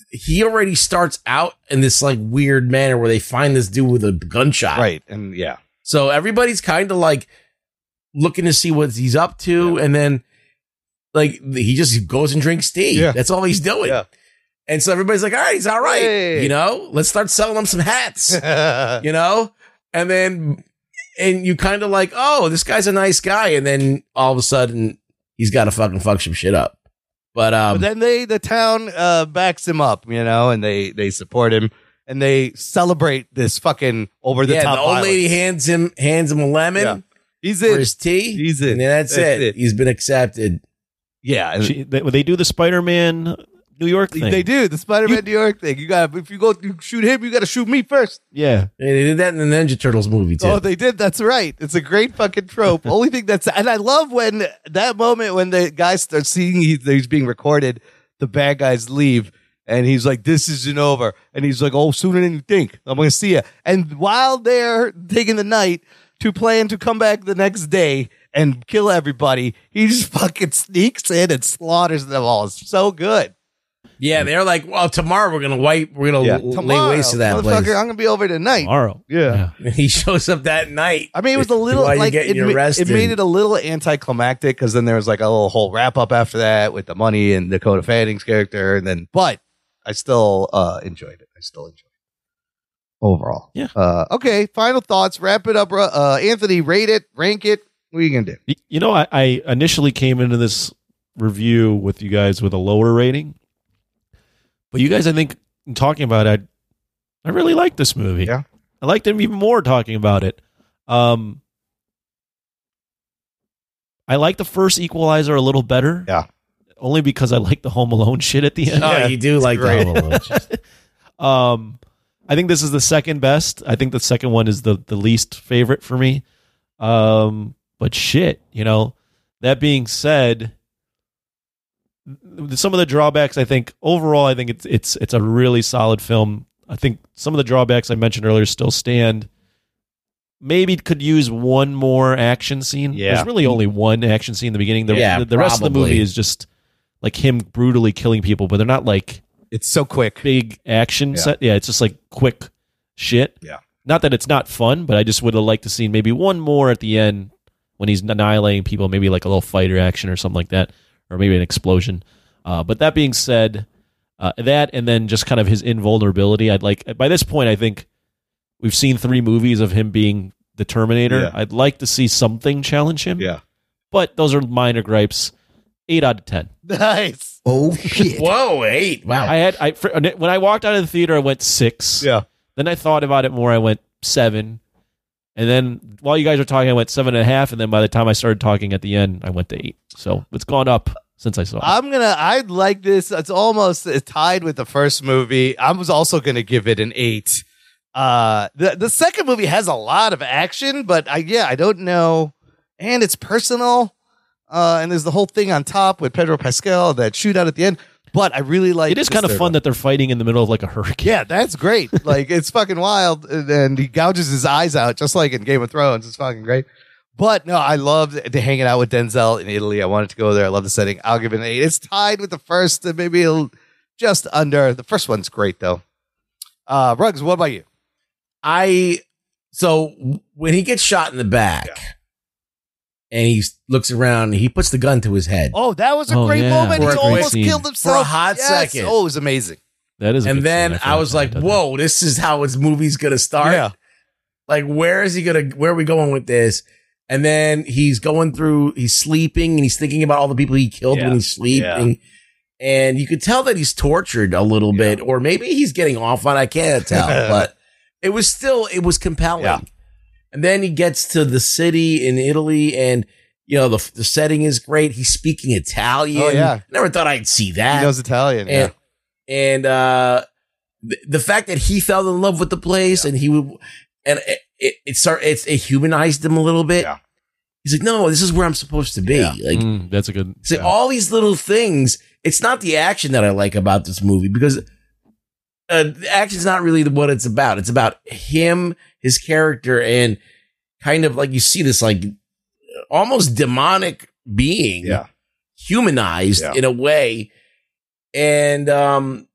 B: he already starts out in this like weird manner where they find this dude with a gunshot.
A: Right. And yeah.
B: So everybody's kind of like looking to see what he's up to, and then like he just goes and drinks tea.
A: Yeah.
B: That's all he's doing. And so everybody's like, all right, he's all right.
A: Hey.
B: You know, let's start selling him some
A: <laughs>
B: hats. you know? And then and you kind of like, oh, this guy's a nice guy. And then all of a sudden he's gotta fucking fuck some shit up. But um
A: but then they the town uh, backs him up, you know, and they they support him and they celebrate this fucking over the
B: yeah,
A: top.
B: the old lady hands him hands him a lemon
A: Yeah. He's
B: for
A: in.
B: his tea.
A: He's in.
B: And then that's,
A: That's
B: it.
A: it.
B: He's been accepted.
A: yeah, and
F: She, they, they do the Spider Man New York
A: they,
F: thing.
A: they do the Spider Man New York thing. You got to if you go you shoot him, you got to shoot me first.
F: Yeah.
B: And they did that in the Ninja Turtles movie too.
A: Oh, they did. That's right. It's a great fucking trope. Only thing that's and I love when that moment when the guy starts seeing he, that he's being recorded, the bad guys leave, and he's like, "This isn't over," and he's like, "Oh, sooner than you think, I'm going to see you." And while they're taking the night to plan to come back the next day and kill everybody, he just <laughs> fucking sneaks in and slaughters them all. It's so good.
B: yeah, they're like, well, tomorrow we're gonna wipe we're gonna l- lay waste to that
A: motherfucker,
B: place.
A: I'm going to be over tonight.
F: Tomorrow.
A: Yeah.
B: <laughs> he shows up that night.
A: I mean, it was a little
B: <laughs> Why are you
A: like it,
B: getting
A: ma- it
B: arrested?
A: made it a little anticlimactic because then there was like a little whole wrap up after that with the money and Dakota Fanning's character, and then but I still uh, enjoyed it. I still enjoyed it overall.
F: Yeah.
A: Uh, okay. Final thoughts. Wrap it up, Ru- uh, Anthony. Rate it. Rank it. What are you gonna do?
F: Y- You know, I, I initially came into this review with you guys with a lower rating, but you guys, I think, in talking about it, I, I really liked this movie.
A: Yeah.
F: I liked it even more talking about it. Um, I like the first Equalizer a little better.
A: Yeah.
F: Only because I like the Home Alone shit at the end.
B: oh, you do like
A: great.
B: that a little bit.
F: Um, I think this is the second best. I think the second one is the the least favorite for me. Um, but shit, you know. That being said, th- some of the drawbacks. I think overall, I think it's it's it's a really solid film. I think some of the drawbacks I mentioned earlier still stand. Maybe it could use one more action scene.
A: Yeah.
F: There's really only one action scene in the beginning. The,
B: Yeah,
F: the, the rest of the
B: probably.
F: movie is just like him brutally killing people, but they're not like
A: It's so quick.
F: big action
A: Yeah.
F: set. Yeah, it's just like quick shit.
A: Yeah.
F: Not that it's not fun, but I just would have liked to see maybe one more at the end when he's annihilating people, maybe like a little fighter action or something like that, or maybe an explosion. Uh, but that being said, uh, that and then just kind of his invulnerability. I'd like by this point, I think we've seen three movies of him being the Terminator.
A: Yeah.
F: I'd like to see something challenge him.
A: Yeah.
F: But those are minor gripes. Eight out of ten.
A: Nice.
G: Oh shit.
B: Whoa, eight. Wow.
F: I had I fr- uh, when I walked out of the theater, I went six.
A: Yeah.
F: Then I thought about it more. I went seven. And then while you guys were talking, I went seven and a half. And then by the time I started talking at the end, I went to eight. So it's gone up since I saw it.
A: I'm gonna. I like this. It's almost tied with the first movie. I was also gonna give it an eight. Uh, the the second movie has a lot of action, but I yeah, I don't know, and it's personal. Uh, and there's the whole thing on top with Pedro Pascal that shootout at the end. But I really like.
F: it is
A: this
F: kind of
A: third
F: fun
A: one.
F: that they're fighting in the middle of like a hurricane.
A: yeah, that's great. like it's fucking wild, and, and he gouges his eyes out just like in Game of Thrones. It's fucking great. But no, I loved to hanging out with Denzel in Italy. I wanted to go there. I love the setting. I'll give it an eight. It's tied with the first, and maybe it'll- just under. The first one's great though. Uh, Ruggs, what about you?
B: I so when he gets shot in the back and he looks around, he puts the gun to his head.
A: Oh, that was a
F: Oh,
A: great
F: yeah.
A: moment.
B: For
A: He
B: a great
A: almost
F: scene.
A: killed himself
B: For a hot
A: Yes.
B: second.
A: Oh, it was amazing.
F: That is a
B: and
F: good
B: then
F: scene.
B: I,
F: forgot
B: was
F: about
B: like,
F: that.
B: "Whoa, this is how his movie's gonna start."
A: Yeah.
B: Like, where is he gonna? Where are we going with this? And then he's going through. He's sleeping and he's thinking about all the people he killed
A: Yeah.
B: when he's sleeping.
A: Yeah.
B: And you could tell that he's tortured a little bit, or maybe he's getting off on. it, I can't
A: <laughs>
B: tell, but it was still it was compelling.
A: Yeah.
B: And then he gets to the city in Italy, and you know the the setting is great. He's speaking Italian.
A: Oh, yeah.
B: never thought I'd see that
A: He knows Italian. Yeah.
B: and and uh th- the fact that he fell in love with the place and he would and it, it, it start it's it humanized him a little bit
A: Yeah.
B: He's like, no, this is where I'm supposed to be. Like,
F: Mm, that's a good.
B: See, all these little things. It's not the action that I like about this movie because uh, the action's not really what it's about. It's about him, his character, and kind of like you see this like almost demonic being humanized in a way. And um,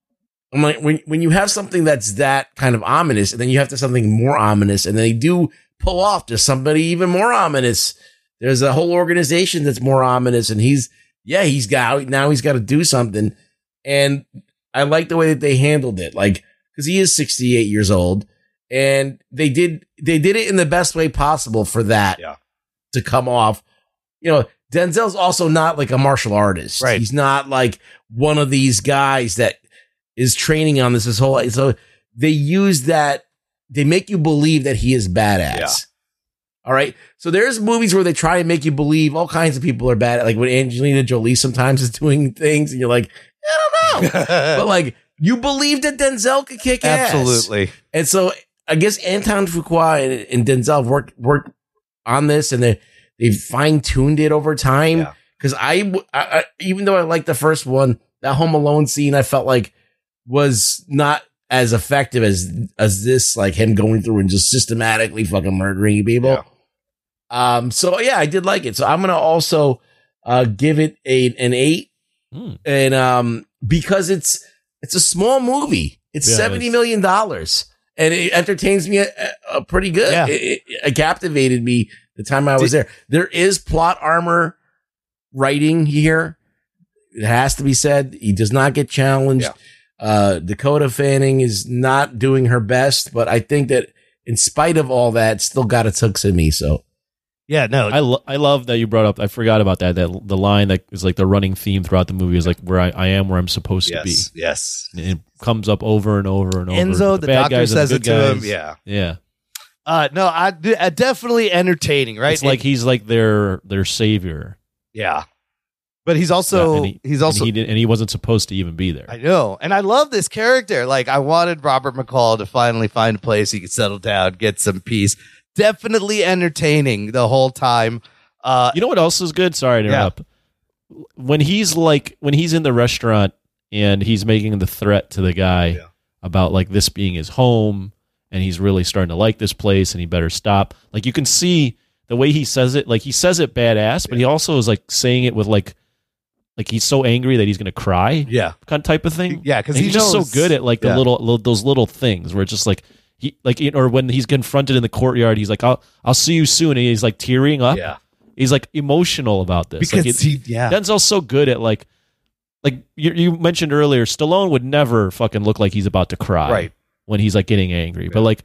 B: I'm like, when when you have something that's that kind of ominous, and then you have to something more ominous, and they do pull off to somebody even more ominous. There's a whole organization that's more ominous, and he's yeah, he's got now he's got to do something. And I like the way that they handled it, like because he is 68 years old, and they did they did it in the best way possible for that to come off. You know, Denzel's also not like a martial artist. Right. He's not like one of these guys that is training on this his whole so they use that they make you believe that he is badass. All right. So there's movies where they try to make you believe all kinds of people are bad. Like when Angelina Jolie sometimes is doing things and you're like, I
A: <laughs>
B: don't know. but like you believe that Denzel could kick ass.
A: Absolutely.
B: And so I guess Anton Fuqua and, and Denzel worked worked on this, and they they fine tuned it over time. Because I, w- I- I- even though I liked the first one, that Home Alone scene I felt like was not as effective as as this, like him going through and just systematically fucking murdering people. Um, so yeah, I did like it. So I'm gonna also uh give it a an eight,
A: Hmm.
B: and um because it's it's a small movie. It's
A: Yeah,
B: seventy million dollars, and it entertains me a, a- a pretty good.
A: Yeah.
B: It, it- it captivated me the time I was there. There is plot armor writing here. It has to be said. He does not get challenged. Uh, Dakota Fanning is not doing her best, but I think that in spite of all that, still got its hooks in me. So
A: Yeah, no.
F: I, lo- I love that you brought up. I forgot about that. That the line that is like the running theme throughout the movie is like where I, I am, where I'm supposed
H: Yes,
F: to be.
H: yes.
F: And it comes up over and over and over.
A: Enzo, the doctor
F: and
A: says
F: good
A: it to him,
F: guys.
A: yeah.
F: yeah.
A: Uh, no, I, d- uh, definitely entertaining, right?
F: It's like he's like their their savior.
A: yeah, but he's also
F: Yeah, and he-
A: he's also
F: and he, didn't, and he wasn't supposed to even be there.
A: I know. And I love this character. Like, I wanted Robert McCall to finally find a place he could settle down, get some peace. Definitely entertaining the whole time. Uh,
F: you know what else is good? Sorry to
A: Yeah.
F: interrupt. When he's like when he's in the restaurant and he's making the threat to the guy about like this being his home and he's really starting to like this place and he better stop. Like you can see the way he says it, like he says it badass, but he also is like saying it with like like he's so angry that he's gonna cry.
A: Yeah.
F: Kind of type of thing.
A: Yeah, 'cause
F: And
A: he
F: he's just so
A: knows-
F: good at like the
A: Yeah.
F: little, little those little things where it's just like he like you know, or when he's confronted in the courtyard, he's like, I'll I'll see you soon and he's like tearing up.
A: Yeah.
F: He's like emotional about this. Like,
A: Because
F: it-
A: he- yeah.
F: Denzel's so good at like like you, you mentioned earlier, Stallone would never fucking look like he's about to cry
A: Right.
F: when he's like getting angry. But like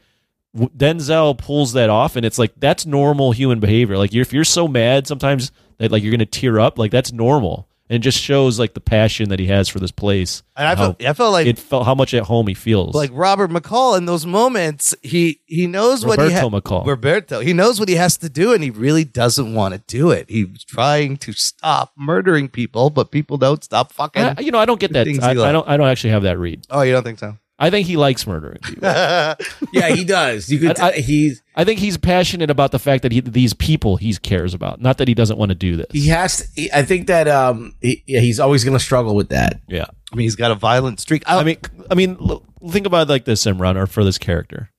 F: w- Denzel pulls that off, and it's like that's normal human behavior. Like you're, if you're so mad sometimes that like you're gonna tear up, like that's normal, and it just shows like the passion that he has for this place.
A: And I felt-
F: how
A: I felt like-
F: it felt how much at home he feels.
A: like Robert McCall in those moments, he he knows what he ha-
F: Roberto McCall.
A: Roberto, he knows what he has to do, and he really doesn't want to do it. He's trying to stop murdering people, but people don't stop fucking.
F: I, you know, I don't get
A: the
F: that.
A: things
F: I,
A: he likes.
F: I don't. I don't actually have that read.
A: Oh, you don't think so?
F: I think he likes
A: <laughs>
F: murdering people.
B: yeah, he does. You could.
F: I- I-
B: he's
F: I think he's passionate about the fact that he, these people he cares about, not that he doesn't want to do this.
B: he has. To, he- I think that um, he, yeah, he's always going to struggle with that.
F: Yeah.
A: I mean, he's got a violent streak.
F: I, mean, I mean, l- think about it like this, Imran, or for this character.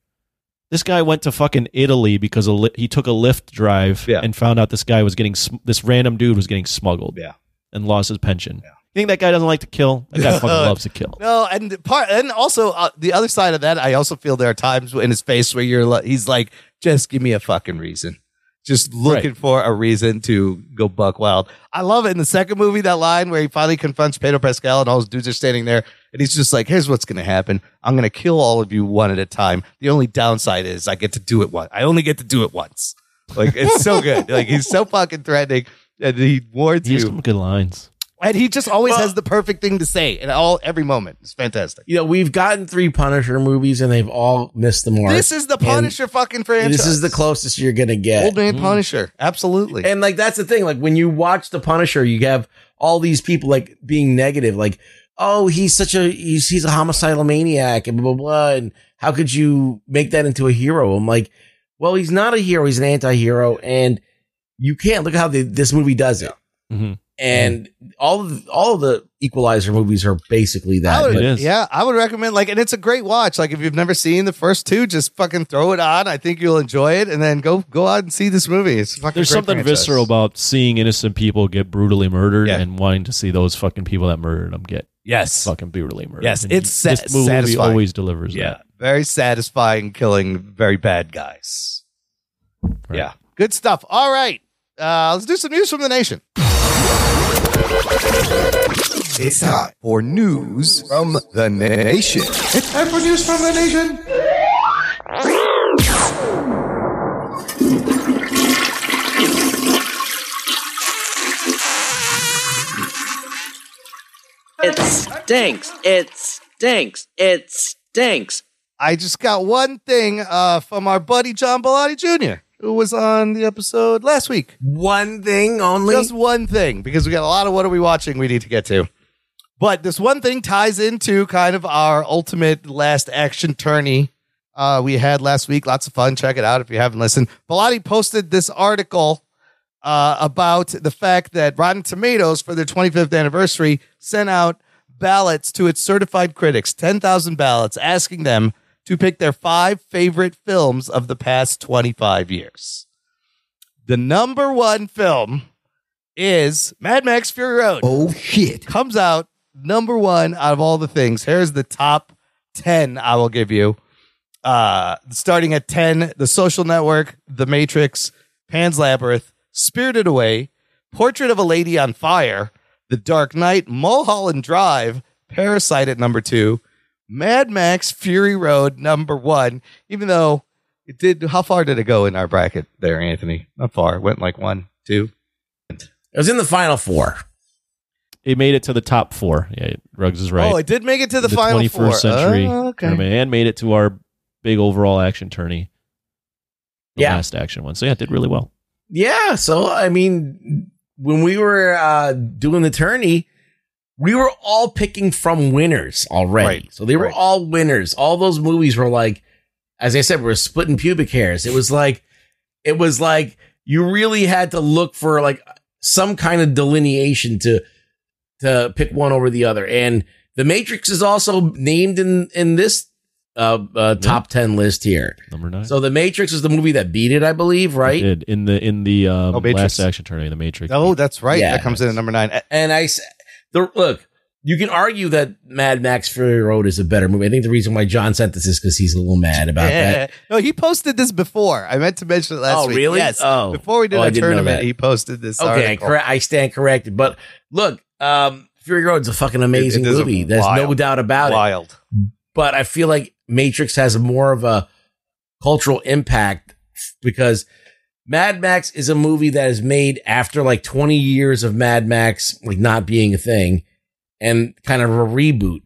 F: This guy went to fucking Italy because a li- he took a Lyft drive and found out this guy was getting sm- this random dude was getting smuggled. Yeah. And lost his pension. You think that guy doesn't like to kill?
A: <laughs>
F: That guy fucking loves to kill.
A: No, and the part, and also uh, the other side of that, I also feel there are times in his face where you're, li- he's like, just give me a fucking reason, just looking for a reason to go buck wild. I love it in the second movie that line where he finally confronts Pedro Pascal and all his dudes are standing there, and he's just like, here's what's gonna happen, I'm gonna kill all of you one at a time. The only downside is I get to do it once. I only get to do it once. Like it's so good. Like he's so fucking threatening, and he warns
F: He's
A: you.
F: some good lines.
A: And he just always has the perfect thing to say in all every moment. It's fantastic.
B: You know, we've gotten three Punisher movies, and they've all missed the mark.
A: This is the
B: And
A: Punisher fucking franchise.
B: This is the closest you're going to get.
A: old
F: Mm.
A: man Punisher. Absolutely.
B: And like that's the thing. Like when you watch the Punisher, you have all these people like being negative, like, oh, he's such a he's he's a homicidal maniac and blah blah blah. And how could you make that into a hero? I'm like, well, he's not a hero, he's an anti-hero, and You can't look at how they, this movie does it.
F: Mm-hmm.
B: And all of, all of the Equalizer movies are basically that.
A: I would-
B: but-
A: yeah, I would recommend like, and it's a great watch. Like, if you've never seen the first two, just fucking throw it on. I think you'll enjoy it, and then go go out and see this movie. It's a fucking.
F: There's
A: great
F: something
A: franchise.
F: visceral about seeing innocent people get brutally murdered and wanting to see those fucking people that murdered them get
A: Yes.
F: fucking brutally murdered.
A: Yes,
F: And
A: it's sa-
F: this movie
A: satisfying.
F: always delivers
A: Yeah,
F: that.
A: very satisfying killing very bad guys. Yeah, good stuff. All right, uh, let's do some news from the nation.
G: It's time for news from the nation.
A: It's time for news from the nation.
D: It stinks. It stinks. It stinks.
A: I just got one thing uh, from our buddy John Bellotti Jr., who was on the episode last week.
B: One thing only?
A: Just one thing, because we got a lot of what are we watching we need to get to. But this one thing ties into kind of our ultimate last action tourney uh, we had last week. Lots of fun. Check it out if you haven't listened. Bellotti posted this article uh, about the fact that Rotten Tomatoes, for their 25th anniversary, sent out ballots to its certified critics 10,000 ballots asking them to pick their five favorite films of the past 25 years. The number one film is Mad Max Fury Road.
G: Oh shit.
A: Comes out number one out of all the things. Here's the top 10 I will give you. Uh starting at 10, The Social Network, The Matrix, Pan's Labyrinth, Spirited Away, Portrait of a Lady on Fire, The Dark Knight, Mulholland Drive, Parasite at number 2, Mad Max Fury Road number 1, even though it did how far did it go in our bracket there, Anthony? Not far. It went like 1, 2,
B: It was in the final four.
F: It made it to the top four. Yeah, Ruggs is right.
A: Oh, it did make it to the, final
F: 21st
A: four.
F: century
A: Oh, okay.
F: tournament and made it to our big overall action tourney. The
B: Yeah.
F: last action one. So yeah, it did really well.
B: Yeah. So I mean, when we were uh, doing the tourney, we were all picking from winners already.
A: Right,
B: so they were all winners. All those movies were like, as I said, we were splitting pubic hairs. It was like, it was like you really had to look for like some kind of delineation to to pick one over the other. And The Matrix is also named in in this uh, uh
A: Mm-hmm.
B: top ten list here.
F: Number nine.
B: So The Matrix is the movie that beat it, I believe,
F: It
B: right?
F: did in the in the um,
A: Oh, Matrix.
F: last action tourney, the Matrix.
A: Oh, that's right.
B: Yeah.
A: That comes in at number nine. Uh,
B: And I, s- the, look, you can argue that Mad Max Fury Road is a better movie. I think the reason why John sent this is because he's a little mad about that.
A: Eh, No, he posted this before. I meant to mention it last
B: Oh,
A: week.
B: really?
A: Yes.
B: Oh.
A: Before we did
B: Oh, I
A: our
B: didn't know
A: tournament,
B: that.
A: he posted this.
B: Okay, I,
A: article.
B: correct I stand corrected. But look, um, Fury Road's a fucking amazing
A: is a
B: movie. There's no
A: wild-
B: doubt about it.
A: Wild.
B: But I feel like Matrix has more of a cultural impact because Mad Max is a movie that is made after like 20 years of Mad Max like not being a thing and kind of a reboot.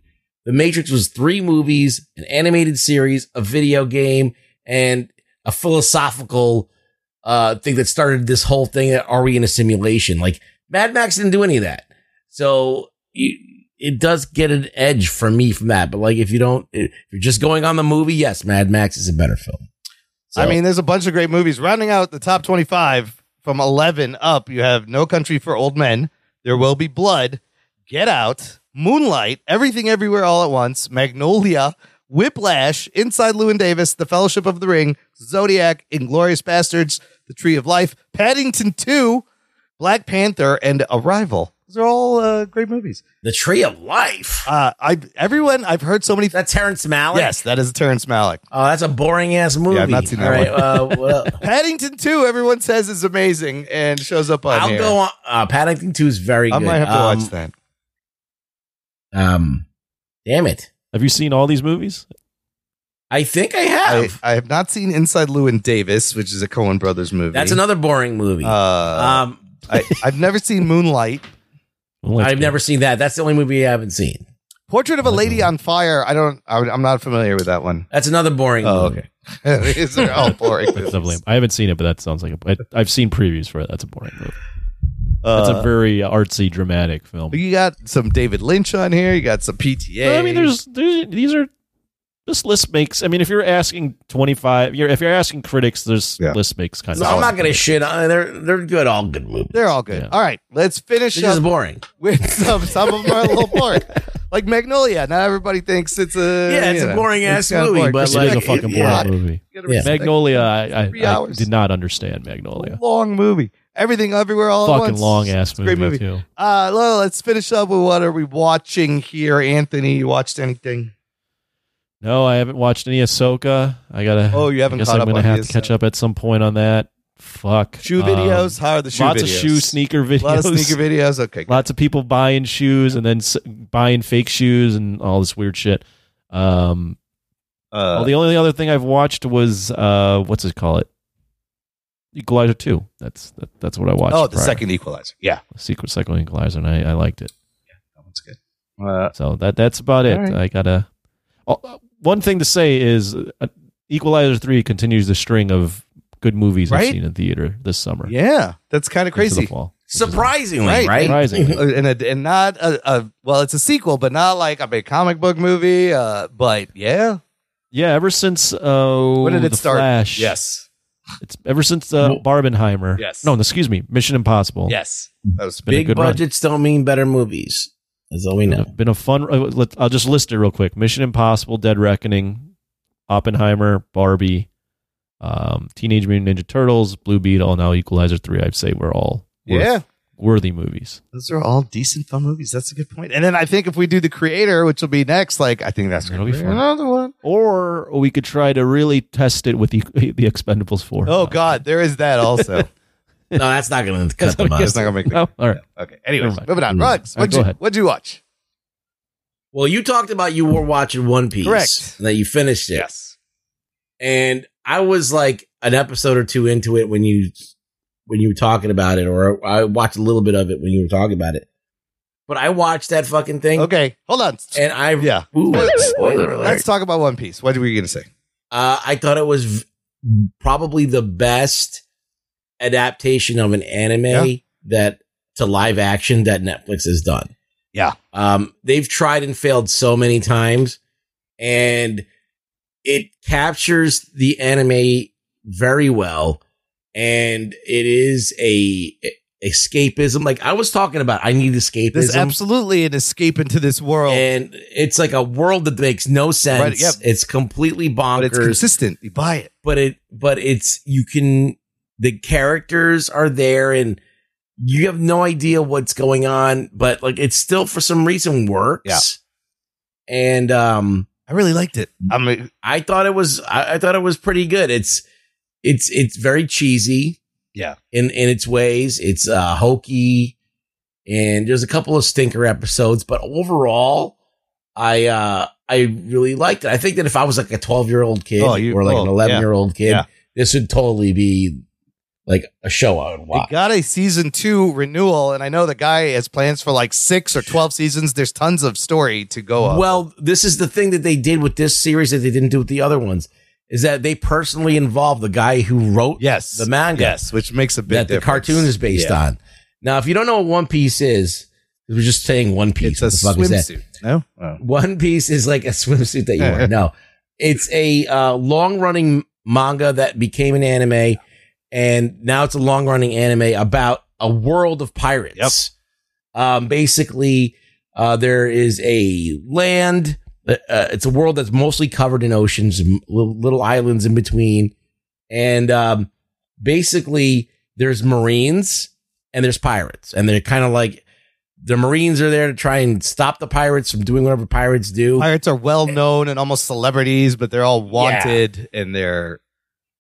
B: The Matrix was three movies, an animated series, a video game, and a philosophical uh thing that started this whole thing that are we in a simulation? Like Mad Max didn't do any of that. So you, it does get an edge for me from that. But like if you don't if you're just going on the movie, yes, Mad Max is a better film. So-
A: I mean, there's a bunch of great movies. Rounding out the top 25 from 11 up, you have No Country for Old Men, There Will Be Blood, Get Out, Moonlight, Everything Everywhere All at Once, Magnolia, Whiplash, Inside Lewin Davis, The Fellowship of the Ring, Zodiac, Inglorious Bastards, The Tree of Life, Paddington 2, Black Panther, and Arrival. Those are all uh, great movies.
B: The Tree of Life.
A: Uh, I everyone I've heard so many.
B: That Terrence Malick.
A: yes, that is Terrence Malick.
B: Oh, that's a boring ass movie.
A: I've not seen that
B: All right,
A: one. <laughs>
B: uh, well,
A: Paddington 2, everyone says is amazing and shows up on
B: I'll
A: here.
B: go on. Uh, Paddington Two is very
A: I
B: good.
A: might have to
B: Um,
A: watch that.
B: Um, damn it!
F: Have you seen all these movies?
B: I think I
A: I,
B: have.
A: I have not seen Inside Lewin Davis, which is a Coen Brothers movie.
B: that's another boring movie.
A: Uh,
B: um,
A: I, I've never seen Moonlight.
F: Well, that's
B: I've
F: good.
B: never seen that. That's the only movie I haven't seen.
A: Portrait of a Lady on Fire. I don't. I, I'm not familiar with that one.
B: That's another boring.
A: Oh,
B: movie.
A: okay. <laughs> These are all boring.
B: <laughs>
F: That's definitely. I haven't seen it, but that sounds like a, I, I've seen previews for it. That's a boring movie. That's a
A: Uh,
F: very artsy, dramatic film.
A: you got some David Lynch on here. You got some PTA.
F: I mean, there's, there's these are this list makes. I mean, if you're asking twenty five, you're if you're asking critics, this list makes kind
B: So
F: of.
B: I'm not gonna shit on they're they're good, all good movies.
A: They're all good. All right, let's finish.
B: This is
A: up
B: boring.
A: With some, some of them are a little
B: <laughs>
A: boring. Like Magnolia, not everybody thinks it's a
B: Yeah, it's
A: you
B: a
A: know,
B: boring-ass
A: it's kinda
B: movie, but
F: This
B: like-
F: is a fucking boring
B: yeah.
F: movie.
A: Gotta respect
F: Magnolia, I,
A: Three
F: I, I
A: hours.
F: did not understand Magnolia.
A: long movie. Everything everywhere all at
F: Fucking
A: once.
F: long ass
A: It's a great
F: movie,
A: movie.
F: too.
A: Uh, well, let's finish up with what are we watching here, Anthony? You watched anything?
F: No, I haven't watched any Ahsoka. I gotta.
A: Oh, you haven't
F: I guess
A: caught
F: I'm
A: up
F: gonna
A: on
F: have
A: the
F: to catch up at some point on that. Fuck.
A: Shoe
F: Um,
A: videos? How are the shoe
F: lots
A: videos?
F: of shoe sneaker videos.
A: Lot of sneaker videos. Okay.
F: Lots of people buying shoes and then s- buying fake shoes and all this weird shit. Um,
A: Uh,
F: well, the only other thing I've watched was uh, what's it call it? Equalizer two. That's that, that's what I watched.
A: Oh, the
F: prior.
A: second Equalizer. Yeah.
F: Secret Cycle Equalizer, and I, I liked it.
A: Yeah, that one's good. Uh,
F: so that that's about it.
A: all right.
F: I gotta. oh, uh, one thing to say is, uh, Equalizer three continues the string of good movies
A: Right?
F: I've seen in theater this summer.
A: Yeah, that's kind of crazy.
F: fall,
B: Surprisingly,
A: <laughs>
B: right?
F: Surprisingly.
A: and, and, and not a, a well, it's a sequel, but not like a big comic book movie. Uh, but yeah,
F: yeah. Ever since uh,
A: When did it
F: The
A: start?
F: Flash,
A: Yes.
F: it's ever since uh, Barbenheimer.
A: Yes.
F: no, excuse me, Mission Impossible.
A: Yes, that was
F: been a
B: Big
F: good run.
B: budgets don't mean better movies. That's all we know.
A: <laughs>
F: been a fun. uh, let- I'll just list it real quick: Mission Impossible, Dead Reckoning, Oppenheimer, Barbie, um, Teenage Mutant Ninja Turtles, Blue Beetle, now Equalizer three. I'd say we're all worth-
A: Yeah.
F: worthy movies.
A: those are all decent fun movies. That's a good point. And then I think if we do the creator, which will be next, like I think that's gonna
F: be fun.
A: another one.
F: Or we could try to really test it with the, <laughs> the Expendables four.
A: Oh God, there is that
F: <laughs>
A: also.
B: No, that's not going to cut the
F: Okay.
B: mustard.
A: It's not gonna make the
F: <laughs> No? all right.
A: okay. Anyways,
F: Never mind.
A: moving on.
F: Never mind.
A: Rugs,
F: All right,
A: what'd
F: go
A: you
F: ahead.
A: what'd you watch?
B: Well, you talked about you were watching One Piece.
A: Correct.
B: And that you finished it. Yes. And I was like an episode or two into it when you when you were talking about it, or I watched a little bit of it when you were talking about it. But I watched that fucking thing.
A: Okay, hold on.
B: And I
A: yeah.
B: Ooh, spoiler alert.
A: Let's talk about One Piece. What were you gonna say?
B: Uh, I thought it was v- probably the best adaptation of an anime
A: Yeah.
B: that to live action that Netflix has done.
A: Yeah.
B: Um, they've tried and failed so many times, and it captures the anime very well. And it is a a- escapism. Like I was talking about, I need escapism.
A: This is absolutely an escape into this world.
B: and it's like a world that makes no sense.
A: Right, yep.
B: It's completely bonkers
A: But it's consistent. You buy it.
B: but it but it's you can the characters are there and you have no idea what's going on but like it still for some reason works and um
A: I really liked it. I mean,
B: i thought it was I, I thought it was pretty good it's it's it's very cheesy
A: Yeah.
B: in in its ways it's uh hokey and there's a couple of stinker episodes but overall i uh i really liked it i think that if i was like a 12 year old kid
A: Oh, you-
B: or like an
A: oh,
B: 11
A: yeah.
B: year old kid
A: Yeah.
B: this would totally be like a show i would watch
A: They got a season two renewal, and I know the guy has plans for like six or twelve seasons. There's tons of story to go on.
B: Well, this is the thing that they did with this series that they didn't do with the other ones is that they personally involved the guy who wrote
A: yes,
B: the manga
A: yes, which makes a big
B: that the
A: difference.
B: cartoon is based
A: Yeah.
B: on. Now, if you don't know what One Piece is, we're just saying One
A: It's
B: Piece.
A: a
B: What the fuck is that?
A: swimsuit. No, Oh.
B: One Piece is like a <laughs>
A: <laughs>
B: swimsuit that you wear. No, it's a uh, long running manga that became an anime, and now it's a long running anime about a world of pirates. Um, basically, uh, there is a land. Uh, uh, it's a world that's mostly covered in oceans, m- little, little islands in between, and um, basically there's Marines and there's pirates, and they're kind of like the Marines are there to try and stop the pirates from doing whatever pirates do.
A: pirates are well known and almost celebrities, but they're all wanted and they're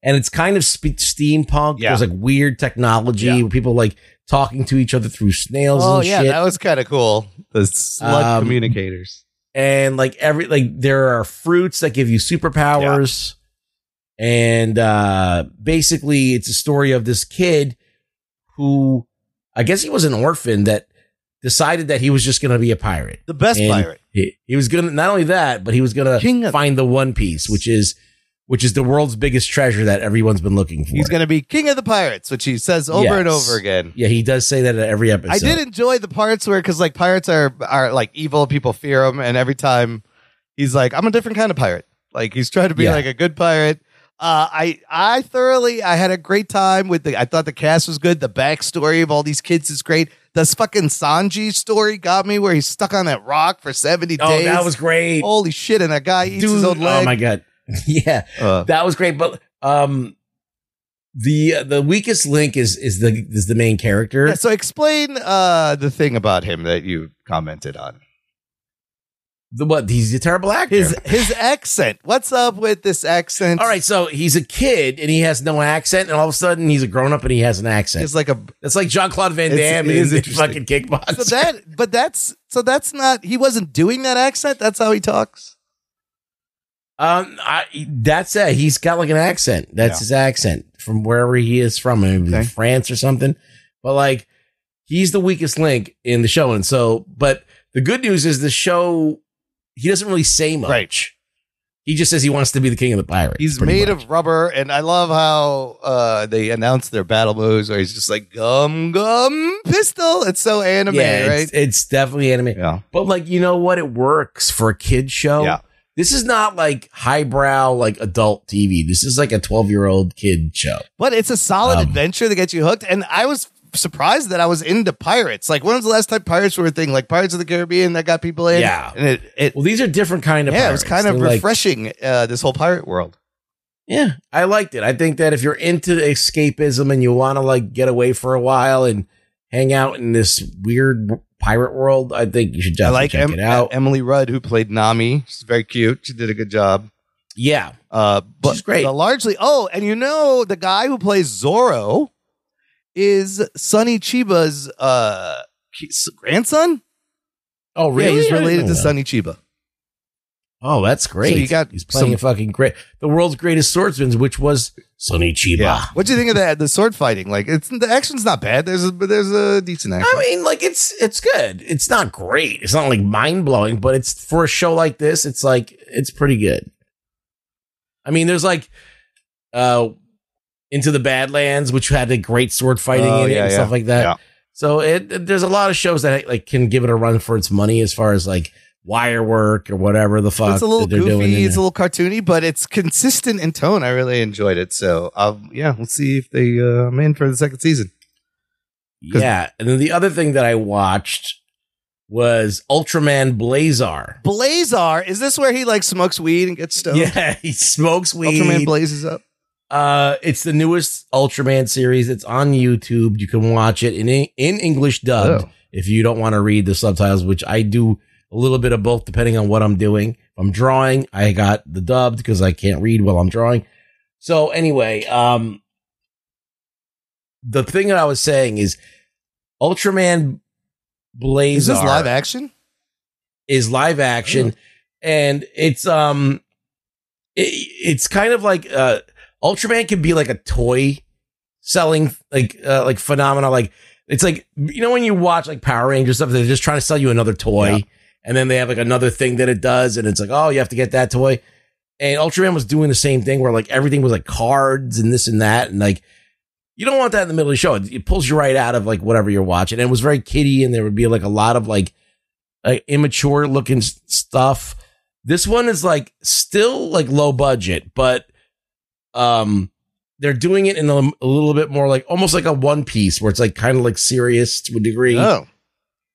B: and it's kind of spe- steampunk.
A: Yeah.
B: There's like weird technology where people like talking to each other through snails
A: oh
B: and
A: yeah,
B: shit.
A: that was kind of cool. The slug
B: Um,
A: communicators.
B: and like every like there are fruits that give you superpowers. And uh basically it's a story of this kid who I guess he was an orphan that decided that he was just going to be a pirate.
A: The best
B: And
A: pirate.
B: He, he was going to not only that, but he was going
A: King
B: to
A: of-
B: find the one piece, which is which is the world's biggest treasure that everyone's been looking for.
A: He's going to be king of the pirates, which he says over and
B: Yes.
A: over again.
B: Yeah, he does say that at every episode.
A: I did enjoy the parts where because like pirates are are like evil, people fear them, and every time he's like, "I'm a different kind of pirate. Like he's trying to be
B: Yeah.
A: like a good pirate. Uh, I I thoroughly I had a great time with the. I thought the cast was good. The backstory of all these kids is great. This fucking Sanji story got me where he's stuck on that rock for seventy
B: Oh,
A: days.
B: that was great.
A: Holy shit! And that guy eats his own leg. Uh,
B: Oh my god, <laughs> yeah, that was great. But um, the uh, the weakest link is is the is the main character.
A: Yeah, so explain uh, the thing about him that you commented on.
B: The what? He's a terrible actor.
A: His his accent. What's up with this accent?
B: All right, so he's a kid and he has no accent, and all of a sudden he's a grown up and he has an accent.
A: It's like a
B: it's like Jean Claude Van
A: It's-
B: Damme
A: it is
B: in
A: interesting.
B: fucking kickbox.
A: So that, but that's so that's not. He wasn't doing that accent. That's how he talks.
B: Um, I, that's it. He's got like an accent. That's
A: Yeah.
B: his accent from wherever he is from, maybe France or something. But like, he's the weakest link in the show, and so. But the good news is the show. He doesn't really say much. He just says he wants to be the king of the pirates.
A: He's
B: pretty
A: made
B: much.
A: of rubber, and I love how uh, they announce their battle moves. Or he's just like gum gum pistol. It's so anime,
B: yeah,
A: right?
B: It's, it's definitely anime.
A: Yeah.
B: But like, you know what? It works for a kid show.
A: Yeah.
B: This is not like highbrow, like adult TV. This is like a 12 year old kid show.
A: But it's a solid adventure that gets you hooked. And I was surprised that I was into pirates. Like, when was the last time pirates were a thing? Like Pirates of the Caribbean that got people in.
B: Yeah.
A: and it, it
B: well, these are different kind of
A: yeah, it was
B: pirates.
A: kind of
B: They're like-
A: refreshing. uh, this whole pirate world.
B: Yeah, I liked it. I think that if you're into escapism and you want to like get away for a while and hang out in this weird w- pirate world, I think you should
A: I
B: definitely
A: like
B: check
A: Em- E,
B: it out.
A: Emily Rudd, who played Nami. She's very cute. She did a good job.
B: Yeah.
A: Uh, but
B: She's great.
A: the largely, oh, and you know, the guy who plays Zoro is Sonny Chiba's uh, ki- s- grandson.
B: Oh, really?
A: Yeah,
B: I
A: he's
B: didn't
A: related
B: know
A: to
B: that.
A: Sonny Chiba.
B: Oh, that's great.
A: So you got
B: He's playing
A: some-
B: a fucking great, the world's greatest swordsman, which was Sonny Chiba.
A: What do you think of that? The sword fighting, like it's the action's not bad. There's a, but there's a decent action.
B: I mean, like it's it's good. It's not great. It's not like mind blowing, but it's for a show like this, it's like it's pretty good. I mean, there's like uh Into the Badlands, which had a great sword fighting
A: Oh,
B: in it
A: yeah,
B: and
A: yeah.
B: stuff like that.
A: Yeah.
B: So it there's a lot of shows that like can give it a run for its money as far as like wire work or whatever the fuck
A: it's a little
B: that they're doing.
A: goofy,
B: in
A: it's a little cartoony, but it's consistent in tone. I really enjoyed it. So, um, yeah, we'll see if they uh, I'm in for the second season.
B: Yeah. And then the other thing that I watched was Ultraman Blazar.
A: Blazar, is this where he like smokes weed and gets stoned?
B: Yeah, <laughs> he smokes weed.
A: Ultraman blazes up.
B: Uh, it's the newest Ultraman series. It's on YouTube. You can watch it in in English dubbed
A: Oh.
B: if you don't want to read the subtitles, which I do a little bit of both depending on what I'm doing. If I'm drawing, I got the dubbed because I can't read while I'm drawing. So anyway, um, the thing that I was saying is Ultraman Blazar
A: Is this live action?
B: is live action and it's um it, it's kind of like uh ultraman can be like a toy selling like uh, like phenomena like it's like you know when you watch like power rangers stuff they're just trying to sell you another toy and then they have like another thing that it does and it's like oh you have to get that toy and ultraman was doing the same thing where like everything was like cards and this and that and like you don't want that in the middle of the show. It, it pulls you right out of like whatever you're watching. And it was very kiddie, and there would be like a lot of like uh, immature looking s- stuff. This one is like still like low budget, but um, they're doing it in a, a little bit more like almost like a One Piece, where it's like kind of like serious to a degree.
A: Oh.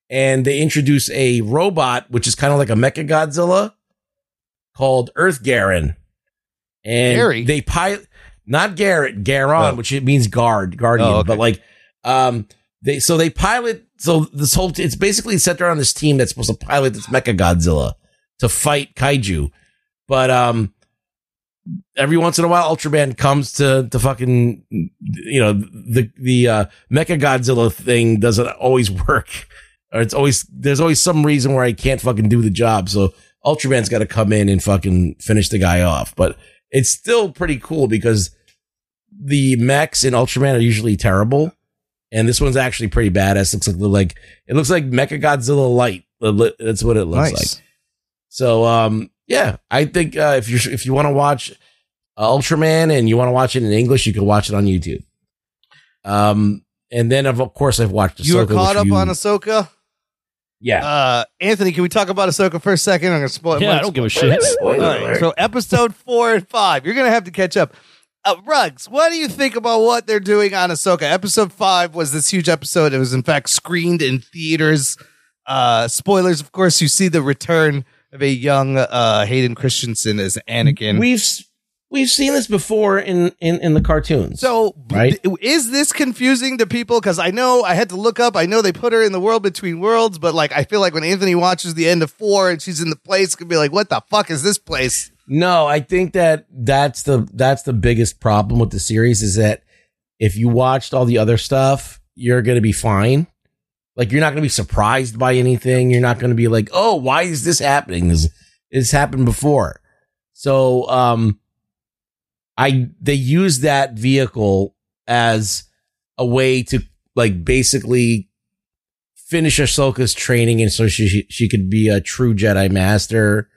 B: And they introduce a robot, which is kind of like a Mecha Godzilla called Earth Garen. And
A: Gary?
B: they pilot, not Garrett, Garon, which it means guard, guardian,
A: Oh, okay.
B: but like, um, they, so they pilot, so this whole, it's basically set around this team that's supposed to pilot this Mecha Godzilla to fight kaiju. But, um, every once in a while, Ultraman comes to the fucking, you know, the, the, uh, Mecha Godzilla thing doesn't always <laughs> work. Or it's always, there's always some reason where I can't fucking do the job. So Ultraman's got to come in and fucking finish the guy off. But it's still pretty cool because the mechs in Ultraman are usually terrible. And this one's actually pretty badass. Looks like like it looks like Mecha Godzilla Light. That's what it looks
A: Nice.
B: like. So um yeah, I think uh, if you if you want to watch uh, Ultraman and you want to watch it in English, you can watch it on YouTube. Um, and then of course I've watched.
A: You were
B: Ahsoka, which
A: caught up
B: you-
A: on Ahsoka.
B: Yeah.
A: Uh, Anthony, can we talk about Ahsoka for a second? I'm going to spoil
F: Yeah, I don't give a shit.
A: <laughs> All right, so, episode four and five, you're going to have to catch up. Uh, Rugs, what do you think about what they're doing on Ahsoka? Episode five was this huge episode. It was, in fact, screened in theaters. Uh, spoilers, of course, you see the return of a young uh, Hayden Christensen as Anakin.
B: We've we've seen this before in in, in the cartoons.
A: So,
B: Right.
A: th- is this confusing to people? Because I know I had to look up. I know they put her in the world between worlds, but like I feel like when Anthony watches the end of four and she's in the place, could be like, "What the fuck is this place?"
B: No, I think that that's the that's the biggest problem with the series is that if you watched all the other stuff, you're going to be fine. Like you're not going to be surprised by anything. You're not going to be like, "Oh, why is this happening?" This it's happened before. So, um I they use that vehicle as a way to like basically finish Ahsoka's training, and so she she, she could be a true Jedi Master.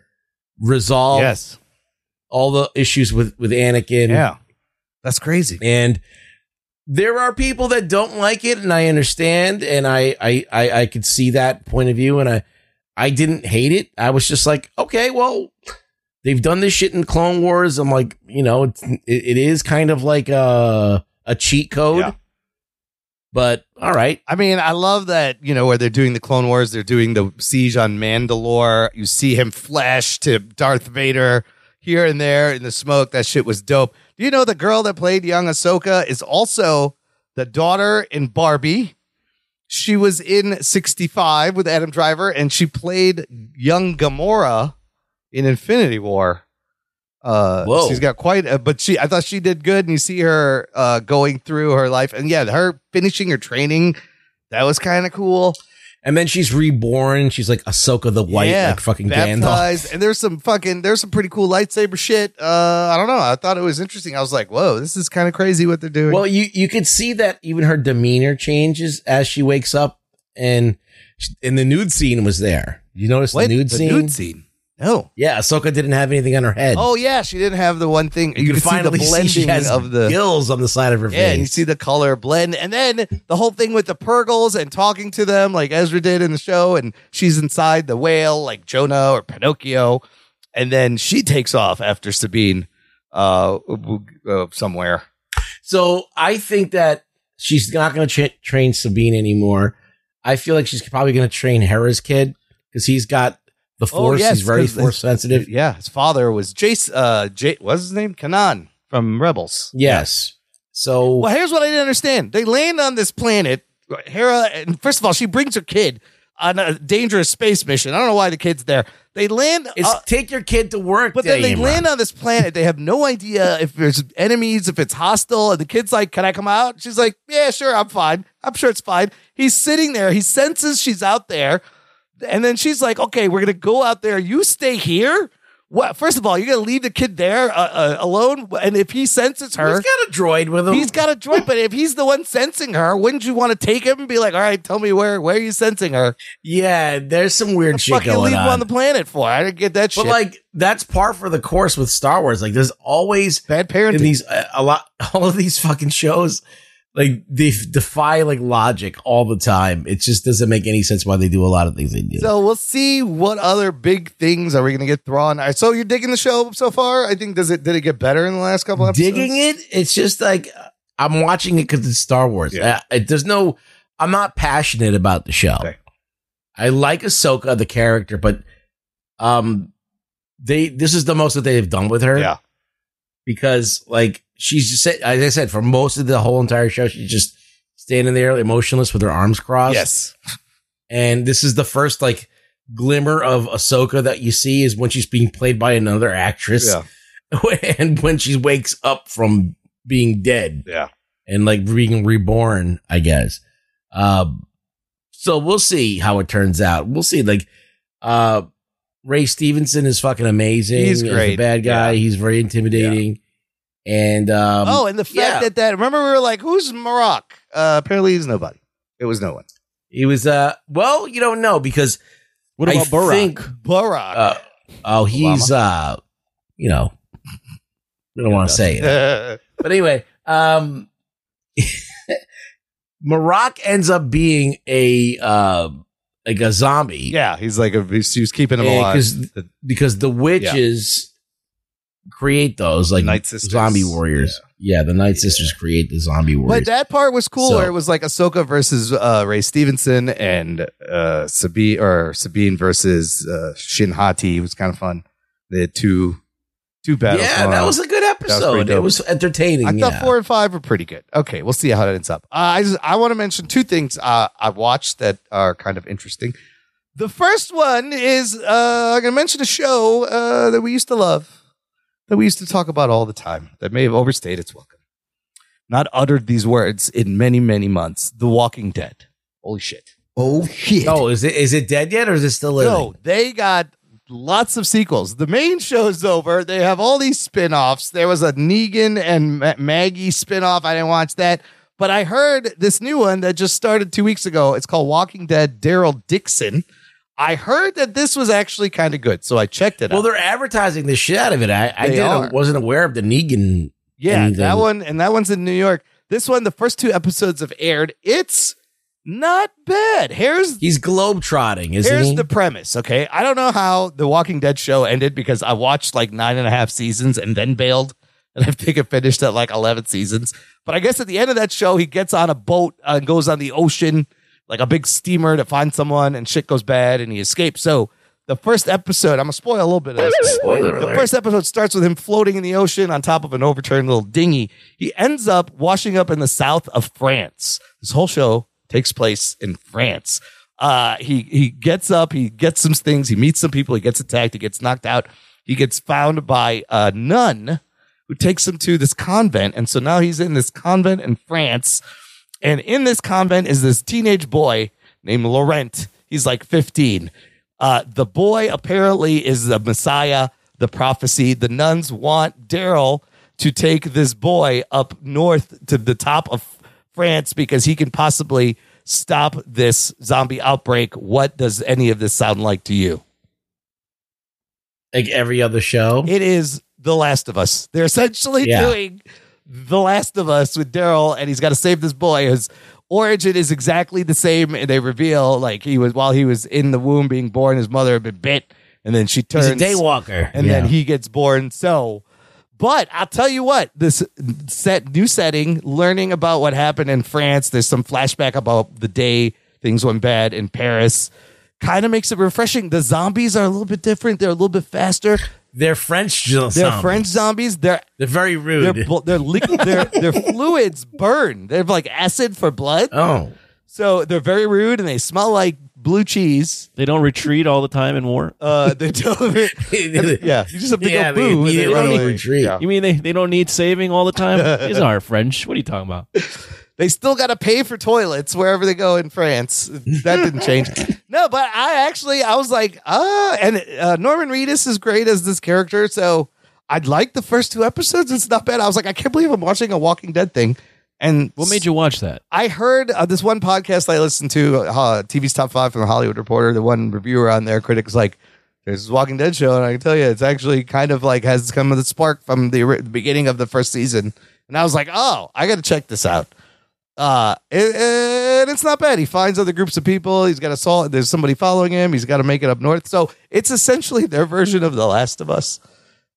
B: Resolve
A: Yes.
B: all the issues with with Anakin.
A: Yeah. That's crazy.
B: And there are people that don't like it, and I understand, and I I I, I could see that point of view, and I I didn't hate it. I was just like, okay, well, they've done this shit in Clone Wars. I'm like, you know, it's, it, it is kind of like a a cheat code. But all right.
A: I mean, I love that, you know, where they're doing the Clone Wars, they're doing the siege on Mandalore. You see him flash to Darth Vader here and there in the smoke. That shit was dope. Do you know the girl that played young Ahsoka is also the daughter in Barbie? She was in 65 with Adam Driver and she played young Gamora in Infinity War. Uh,
B: Whoa.
A: she's got quite a, but she, I thought she did good. And you see her, uh, going through her life and yeah, her finishing her training. That was kind of cool.
B: And then she's reborn. She's like Ahsoka the White,
A: yeah.
B: like fucking Gandalf.
A: baptized. And there's some fucking, there's some pretty cool lightsaber shit. Uh, I don't know. I thought it was interesting. I was like, whoa, this is kind of crazy what they're doing.
B: Well, you you could see that even her demeanor changes as she wakes up, and in the nude scene was there. You notice
A: Wait,
B: the nude
A: the
B: scene?
A: nude scene? No.
B: Yeah, Ahsoka didn't have anything on her head.
A: Oh yeah, she didn't have the one thing.
B: you, can
A: could
B: finally <laughs> see,
A: see the blending
B: she has
A: of the
B: gills on the side of her
A: yeah, and you
B: face.
A: see the color blend, and then the whole thing with the purgles and talking to them like Ezra did in the show, and she's inside the whale like Jonah or Pinocchio, and then she takes off after Sabine, uh, uh somewhere.
B: So I think that she's not going to tra- train Sabine anymore. I feel like she's probably going to train Hera's kid because he's got the force. he's very
A: Oh, 'cause
B: force
A: <laughs>
B: sensitive.
A: Yeah, his father was Jace. Uh, J- what's his name? Kanan from Rebels.
B: Yes. So
A: Well, here's what I didn't understand. They land on this planet, Hera, and first of all, she brings her kid on a dangerous space mission. I don't know why the kid's there. They land.
B: it's
A: uh,
B: take your kid to work,
A: but then
B: day,
A: they
B: Imran.
A: land on this planet. They have no idea if there's enemies, if it's hostile. And the kid's like, Can I come out? She's like, Yeah, sure, I'm fine. I'm sure it's fine. He's sitting there. He senses she's out there. And then she's like, Okay, we're going to go out there. You stay here. What? First of all, you're going to leave the kid there uh, uh, alone. And if he senses her,
B: He's got a droid with him.
A: He's got a droid, but if he's the one sensing her, wouldn't you want to take him and be like, "All right, tell me where where are you sensing her?"
B: yeah, there's some weird shit
A: Fucking
B: going
A: leave
B: on.
A: him on the planet for? I didn't get that
B: But
A: shit.
B: like that's par for the course with Star Wars. Like there's always
A: bad parenting.
B: in these uh, a, a lot <laughs> all of these fucking shows like they f- defy like logic all the time. It just doesn't make any sense why they do a lot of things they do.
A: so we'll see what other big things are we going to get thrown. All right, so you're digging the show so far. I think does it did it get better in the last couple episodes?
B: Digging it, it's just like uh, I'm watching it because it's Star Wars.
A: Yeah.
B: Uh, it- there's no, I'm not passionate about the show. I like Ahsoka the character, but um, they this is the most that they've done with her.
A: Yeah.
B: because like she's just said, as I said, for most of the whole entire show, she's just standing there emotionless with her arms crossed.
A: Yes.
B: and this is the first like glimmer of Ahsoka that you see is when she's being played by another actress, <laughs> and when she wakes up from being dead,
A: Yeah.
B: and like being reborn, I guess. Um, so we'll see how it turns out. We'll see. Like, uh, Ray Stevenson is fucking amazing.
A: He's
B: as
A: great.
B: the bad guy.
A: Yeah.
B: He's very intimidating. And um,
A: oh, and the fact
B: yeah.
A: that that remember we were like, "Who's Maroc?" Uh, apparently, he's nobody. It was no one.
B: he was uh, well, you don't know because
F: What
B: I
F: about Barack?
B: think
A: Barack.
B: uh, oh, he's uh, you know, I don't want to say it.
A: Uh,
B: but anyway, um, <laughs> Maroc ends up being a uh, a like a zombie.
A: <laughs> Yeah, he's like a he's, he's keeping him
B: Yeah,
A: alive.
B: 'cause- because the witches create those like
A: Night Sisters.
B: zombie warriors. Yeah, the Night Sisters create the zombie warriors.
A: But that part was cool.
B: So-
A: where it was like Ahsoka versus uh, Ray Stevenson and uh, Sabine or Sabine versus uh, Shin Hati. It was kind of fun. They had two two battles.
B: yeah,
A: going
B: that
A: on.
B: was a good
A: pretty
B: episode. it
A: dope.
B: was entertaining.
A: I
B: yeah.
A: thought four and five were pretty good. Okay, we'll see how that ends up. Uh, I just, I want to mention two things uh, I watched that are kind of interesting. The first one is uh, I'm going to mention a show uh, that we used to love, that we used to talk about all the time, that may have overstayed its welcome. Not uttered these words in many, many months. The Walking Dead. Holy shit.
B: Oh shit! Oh, is it is it dead yet, or is it still living?
A: No, they got lots of sequels. The main show's over. They have all these spin-offs. There was a Negan and Ma- Maggie spin-off. I didn't watch that. But I heard this new one that just started two weeks ago. It's called Walking Dead Daryl Dixon. I heard that this was actually kind of good. So I checked it
B: Well,
A: out.
B: they're advertising the shit out of it. I, I
A: They
B: didn't,
A: are.
B: wasn't aware of the Negan.
A: Yeah,
B: anything.
A: that one and that one's in New York. This one, the first two episodes have aired. It's not bad. Here's
B: He's globetrotting, isn't
A: Here's
B: he?
A: the premise, okay? I don't know how the Walking Dead show ended because I watched like nine and a half seasons and then bailed. <laughs> And I think it finished at like 11 seasons. But I guess at the end of that show, he gets on a boat uh, and goes on the ocean, like a big steamer to find someone, and shit goes bad and he escapes. So the first episode, I'm going to spoil a little bit of this.
B: Spoiler
A: The
B: alert.
A: first episode starts with him floating in the ocean on top of an overturned little dinghy. He ends up washing up in the south of France. This whole show takes place in France. Uh, he he gets up, he gets some things, he meets some people, he gets attacked, he gets knocked out, he gets found by a nun who takes him to this convent, and so now he's in this convent in France. And in this convent is this teenage boy named Laurent. He's like 15. Uh, the boy apparently is the Messiah, the prophecy. The nuns want Daryl to take this boy up north to the top of France because he can possibly stop this zombie outbreak. What does any of this sound like to you?
B: like every other show.
A: It is The Last of Us. They're essentially
B: Yeah.
A: doing The Last of Us with Daryl, and he's got to save this boy. His origin is exactly the same, and they reveal like he was while he was in the womb being born, his mother had been bit, and then she
B: He's
A: turns
B: a daywalker,
A: and then
B: Yeah.
A: he gets born. So, but I'll tell you what, this set new setting, learning about what happened in France. There's some flashback about the day things went bad in Paris. Kind of makes it refreshing. The zombies are a little bit different. They're a little bit faster.
B: they're French. Zombies.
A: They're French zombies. They're
B: They're very
A: their
B: <laughs> rude.
A: bl- their liquid their their fluids burn. They have like acid for blood.
B: Oh.
A: So they're very rude and they smell like blue cheese.
F: They don't retreat all the time in war.
A: Uh, <laughs> they don't. yeah, you just have to
B: Yeah,
A: go
B: they
A: boo. and they
B: immediately
A: run away.
B: retreat.
A: Yeah.
F: You mean they, they don't need saving all
A: <laughs>
F: the time? These aren't French. What are you talking about?
A: They still got to pay for toilets wherever they go in France. That didn't change. no, but I actually I was like, ah, and uh, Norman Reedus is great as this character. So I'd like the first two episodes. It's not bad. I was like, I can't believe I'm watching a Walking Dead thing. And
F: What made you watch that?
A: I heard uh, this one podcast I listened to, uh, TV's Top Five from the Hollywood Reporter. The one reviewer on there, critics like, "There's this Walking Dead show," and I can tell you, it's actually kind of like has come of the spark from the, ori- the beginning of the first season. And I was like, "Oh, I got to check this out." Uh, it- and it's not bad. He finds other groups of people. He's got a solid. There's somebody following him. He's got to make it up north. So it's essentially their version of The Last of Us.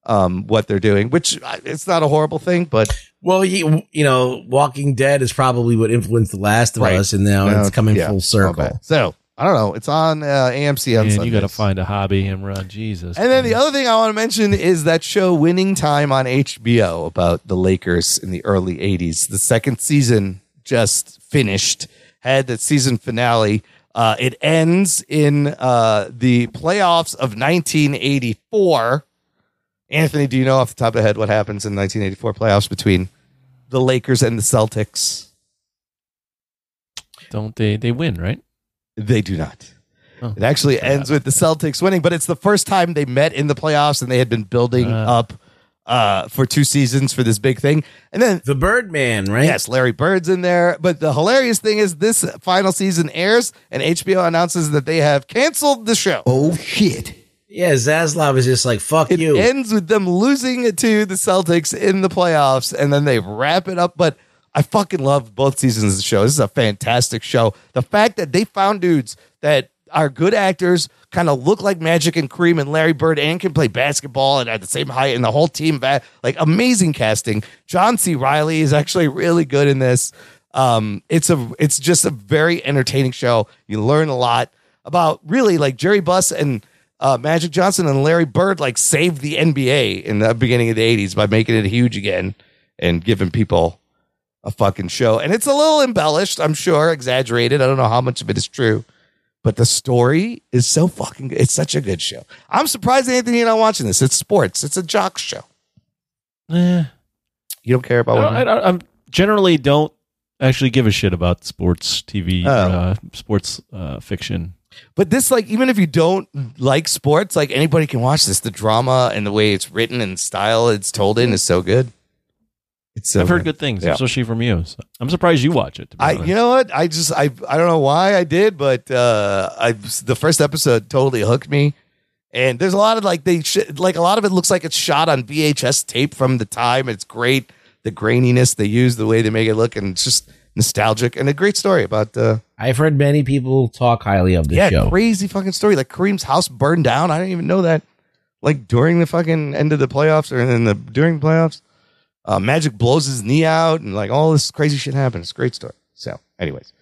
A: Um, what they're doing, which uh, it's not a horrible thing, but
B: Well, you, you know, Walking Dead is probably what influenced The Last of
A: Right.
B: Us, and now
A: No,
B: it's coming
A: yeah.
B: full circle.
A: Okay. So I don't know. It's on uh, AMC on
F: Man,
A: Sunday.
F: you got to find a hobby, Imran. Jesus.
A: and then the other thing I want to mention is that show Winning Time on HBO about the Lakers in the early 80s. The second season just finished, had the season finale. Uh, it ends in uh, the playoffs of 1984. Anthony, do you know off the top of the head what happens in 1984 playoffs between the Lakers and the Celtics?
F: Don't they? They win, right?
A: They do not. It actually ends with the Celtics winning, but it's the first time they met in the playoffs and they had been building up uh, for two seasons for this big thing. And then
B: The Birdman, right?
A: Yes, Larry Bird's in there. But the hilarious thing is this final season airs and HBO announces that they have canceled the show.
B: Oh shit! Yeah, Zaslav is just like fuck
A: it
B: you.
A: ends with them losing it to the Celtics in the playoffs, and then they wrap it up. But I fucking love both seasons of the show. This is a fantastic show. The fact that they found dudes that are good actors, kind of look like Magic and Cream and Larry Bird, and can play basketball and at the same height, and the whole team, va- like amazing casting. John C. Riley is actually really good in this. Um, it's a, it's just a very entertaining show. You learn a lot about really like Jerry Buss and uh, Magic Johnson and Larry Bird like saved the NBA in the beginning of the '80s by making it huge again and giving people a fucking show. And it's a little embellished, I'm sure, exaggerated. I don't know how much of it is true, but the story is so fucking good. It's such a good show. I'm surprised, Anthony, you're not watching this. It's sports. It's a jock show.
F: Eh.
A: You don't care about
F: No,
A: what
F: I, I, I generally don't actually give a shit about sports
A: Oh.
F: TV, uh, sports uh, fiction.
A: But this, like, even if you don't like sports, like anybody can watch this. The drama and the way it's written and style it's told in is so good. It's so
F: I've heard good things,
A: Yeah.
F: especially from you. So I'm surprised you watch it. To be
A: I,
F: honest.
A: you know what? I just, I, I don't know why I did, but uh, I, the first episode totally hooked me. And there's a lot of like they, sh- like a lot of it looks like it's shot on VHS tape from the time. It's great, the graininess they use, the way they make it look, and it's just nostalgic and a great story about. Uh,
B: I've heard many people talk highly of this
A: yeah,
B: show.
A: crazy fucking story. Like Kareem's house burned down. I didn't even know that. Like during the fucking end of the playoffs or in the during the playoffs, uh, Magic blows his knee out and like all this crazy shit happens. It's a great story. So, anyways,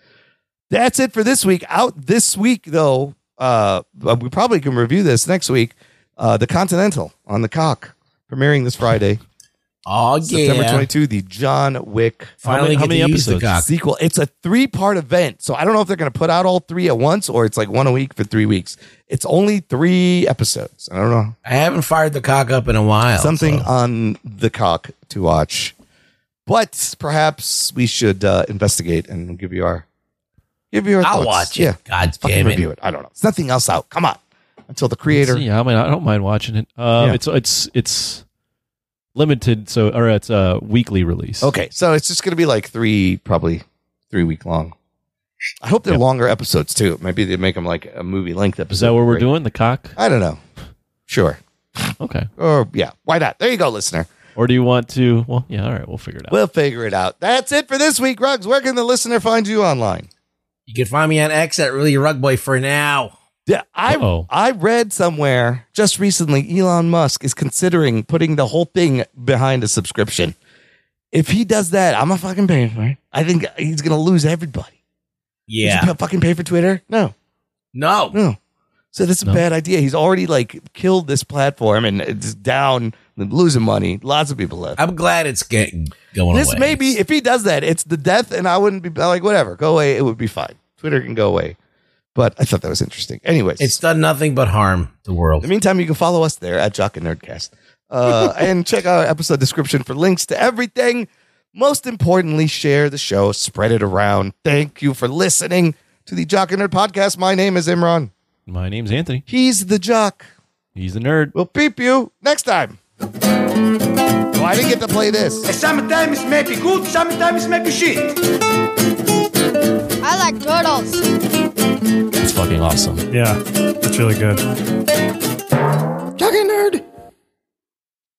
A: that's it for this week. Out this week though, uh, we probably can review this next week. Uh, the Continental on the cock premiering this Friday.
B: Oh <laughs> yeah,
A: September 22, the John Wick
B: Finally How many- get to how many use the episodes? cock.
A: sequel. It's a three part event, so I don't know if they're going to put out all three at once or it's like one a week for three weeks. It's only three episodes. I don't know.
B: I haven't fired the cock up in a while.
A: Something on the cock to watch, but perhaps we should uh, investigate and give you our give you our.
B: I'll
A: thoughts.
B: watch it. God
A: fucking
B: damn it.
A: review it. I don't know. It's nothing else out. Come on, until the creator.
F: Yeah, I mean, I don't mind watching it. Uh,
A: Yeah.
F: It's it's it's limited, so or it's a weekly release.
A: Okay, so it's just going to be like three, probably three week long. I hope they're longer episodes too. Maybe they make them like a movie length episode.
F: Is that what we're
A: Great.
F: doing? The cock?
A: I don't know. Sure.
F: Okay.
A: Or yeah, why not? There you go, listener.
F: Or do you want to? Well, yeah. All right, we'll figure it out.
A: We'll figure it out. That's it for this week, Rugs. Where can the listener find you online?
B: You can find me on X at Really Your Rug Boy for now.
A: Yeah, I
F: Uh-oh.
A: I read somewhere just recently Elon Musk is considering putting the whole thing behind a subscription. If he does that, I'm a fucking paying for it. I think he's gonna lose everybody. Would <laughs>
B: Yeah.
A: you fucking pay for Twitter? No.
B: No.
A: No. So that's a bad idea. He's already like killed this platform and it's down, losing money. Lots of people left.
B: I'm glad it's getting going
A: this
B: away.
A: may be if he does that, it's the death, and I wouldn't be like whatever. Go away. It would be fine. Twitter can go away. But I thought that was interesting. Anyways,
B: It's done nothing but harm the
A: in
B: world.
A: the meantime, you can follow us there at Jock and Nerdcast, uh,
F: <laughs>
A: and check out our episode description for links to everything. Most importantly, share the show, spread it around. Thank you for listening to the Jock and Nerd podcast. My name is Imran.
F: My name's Anthony.
A: He's the Jock.
F: He's a nerd.
A: We'll peep you next time. Oh, I didn't get to play this.
D: Sometimes it may be good, sometimes it may be shit.
L: I like turtles.
F: It's fucking awesome.
M: Yeah, that's really good.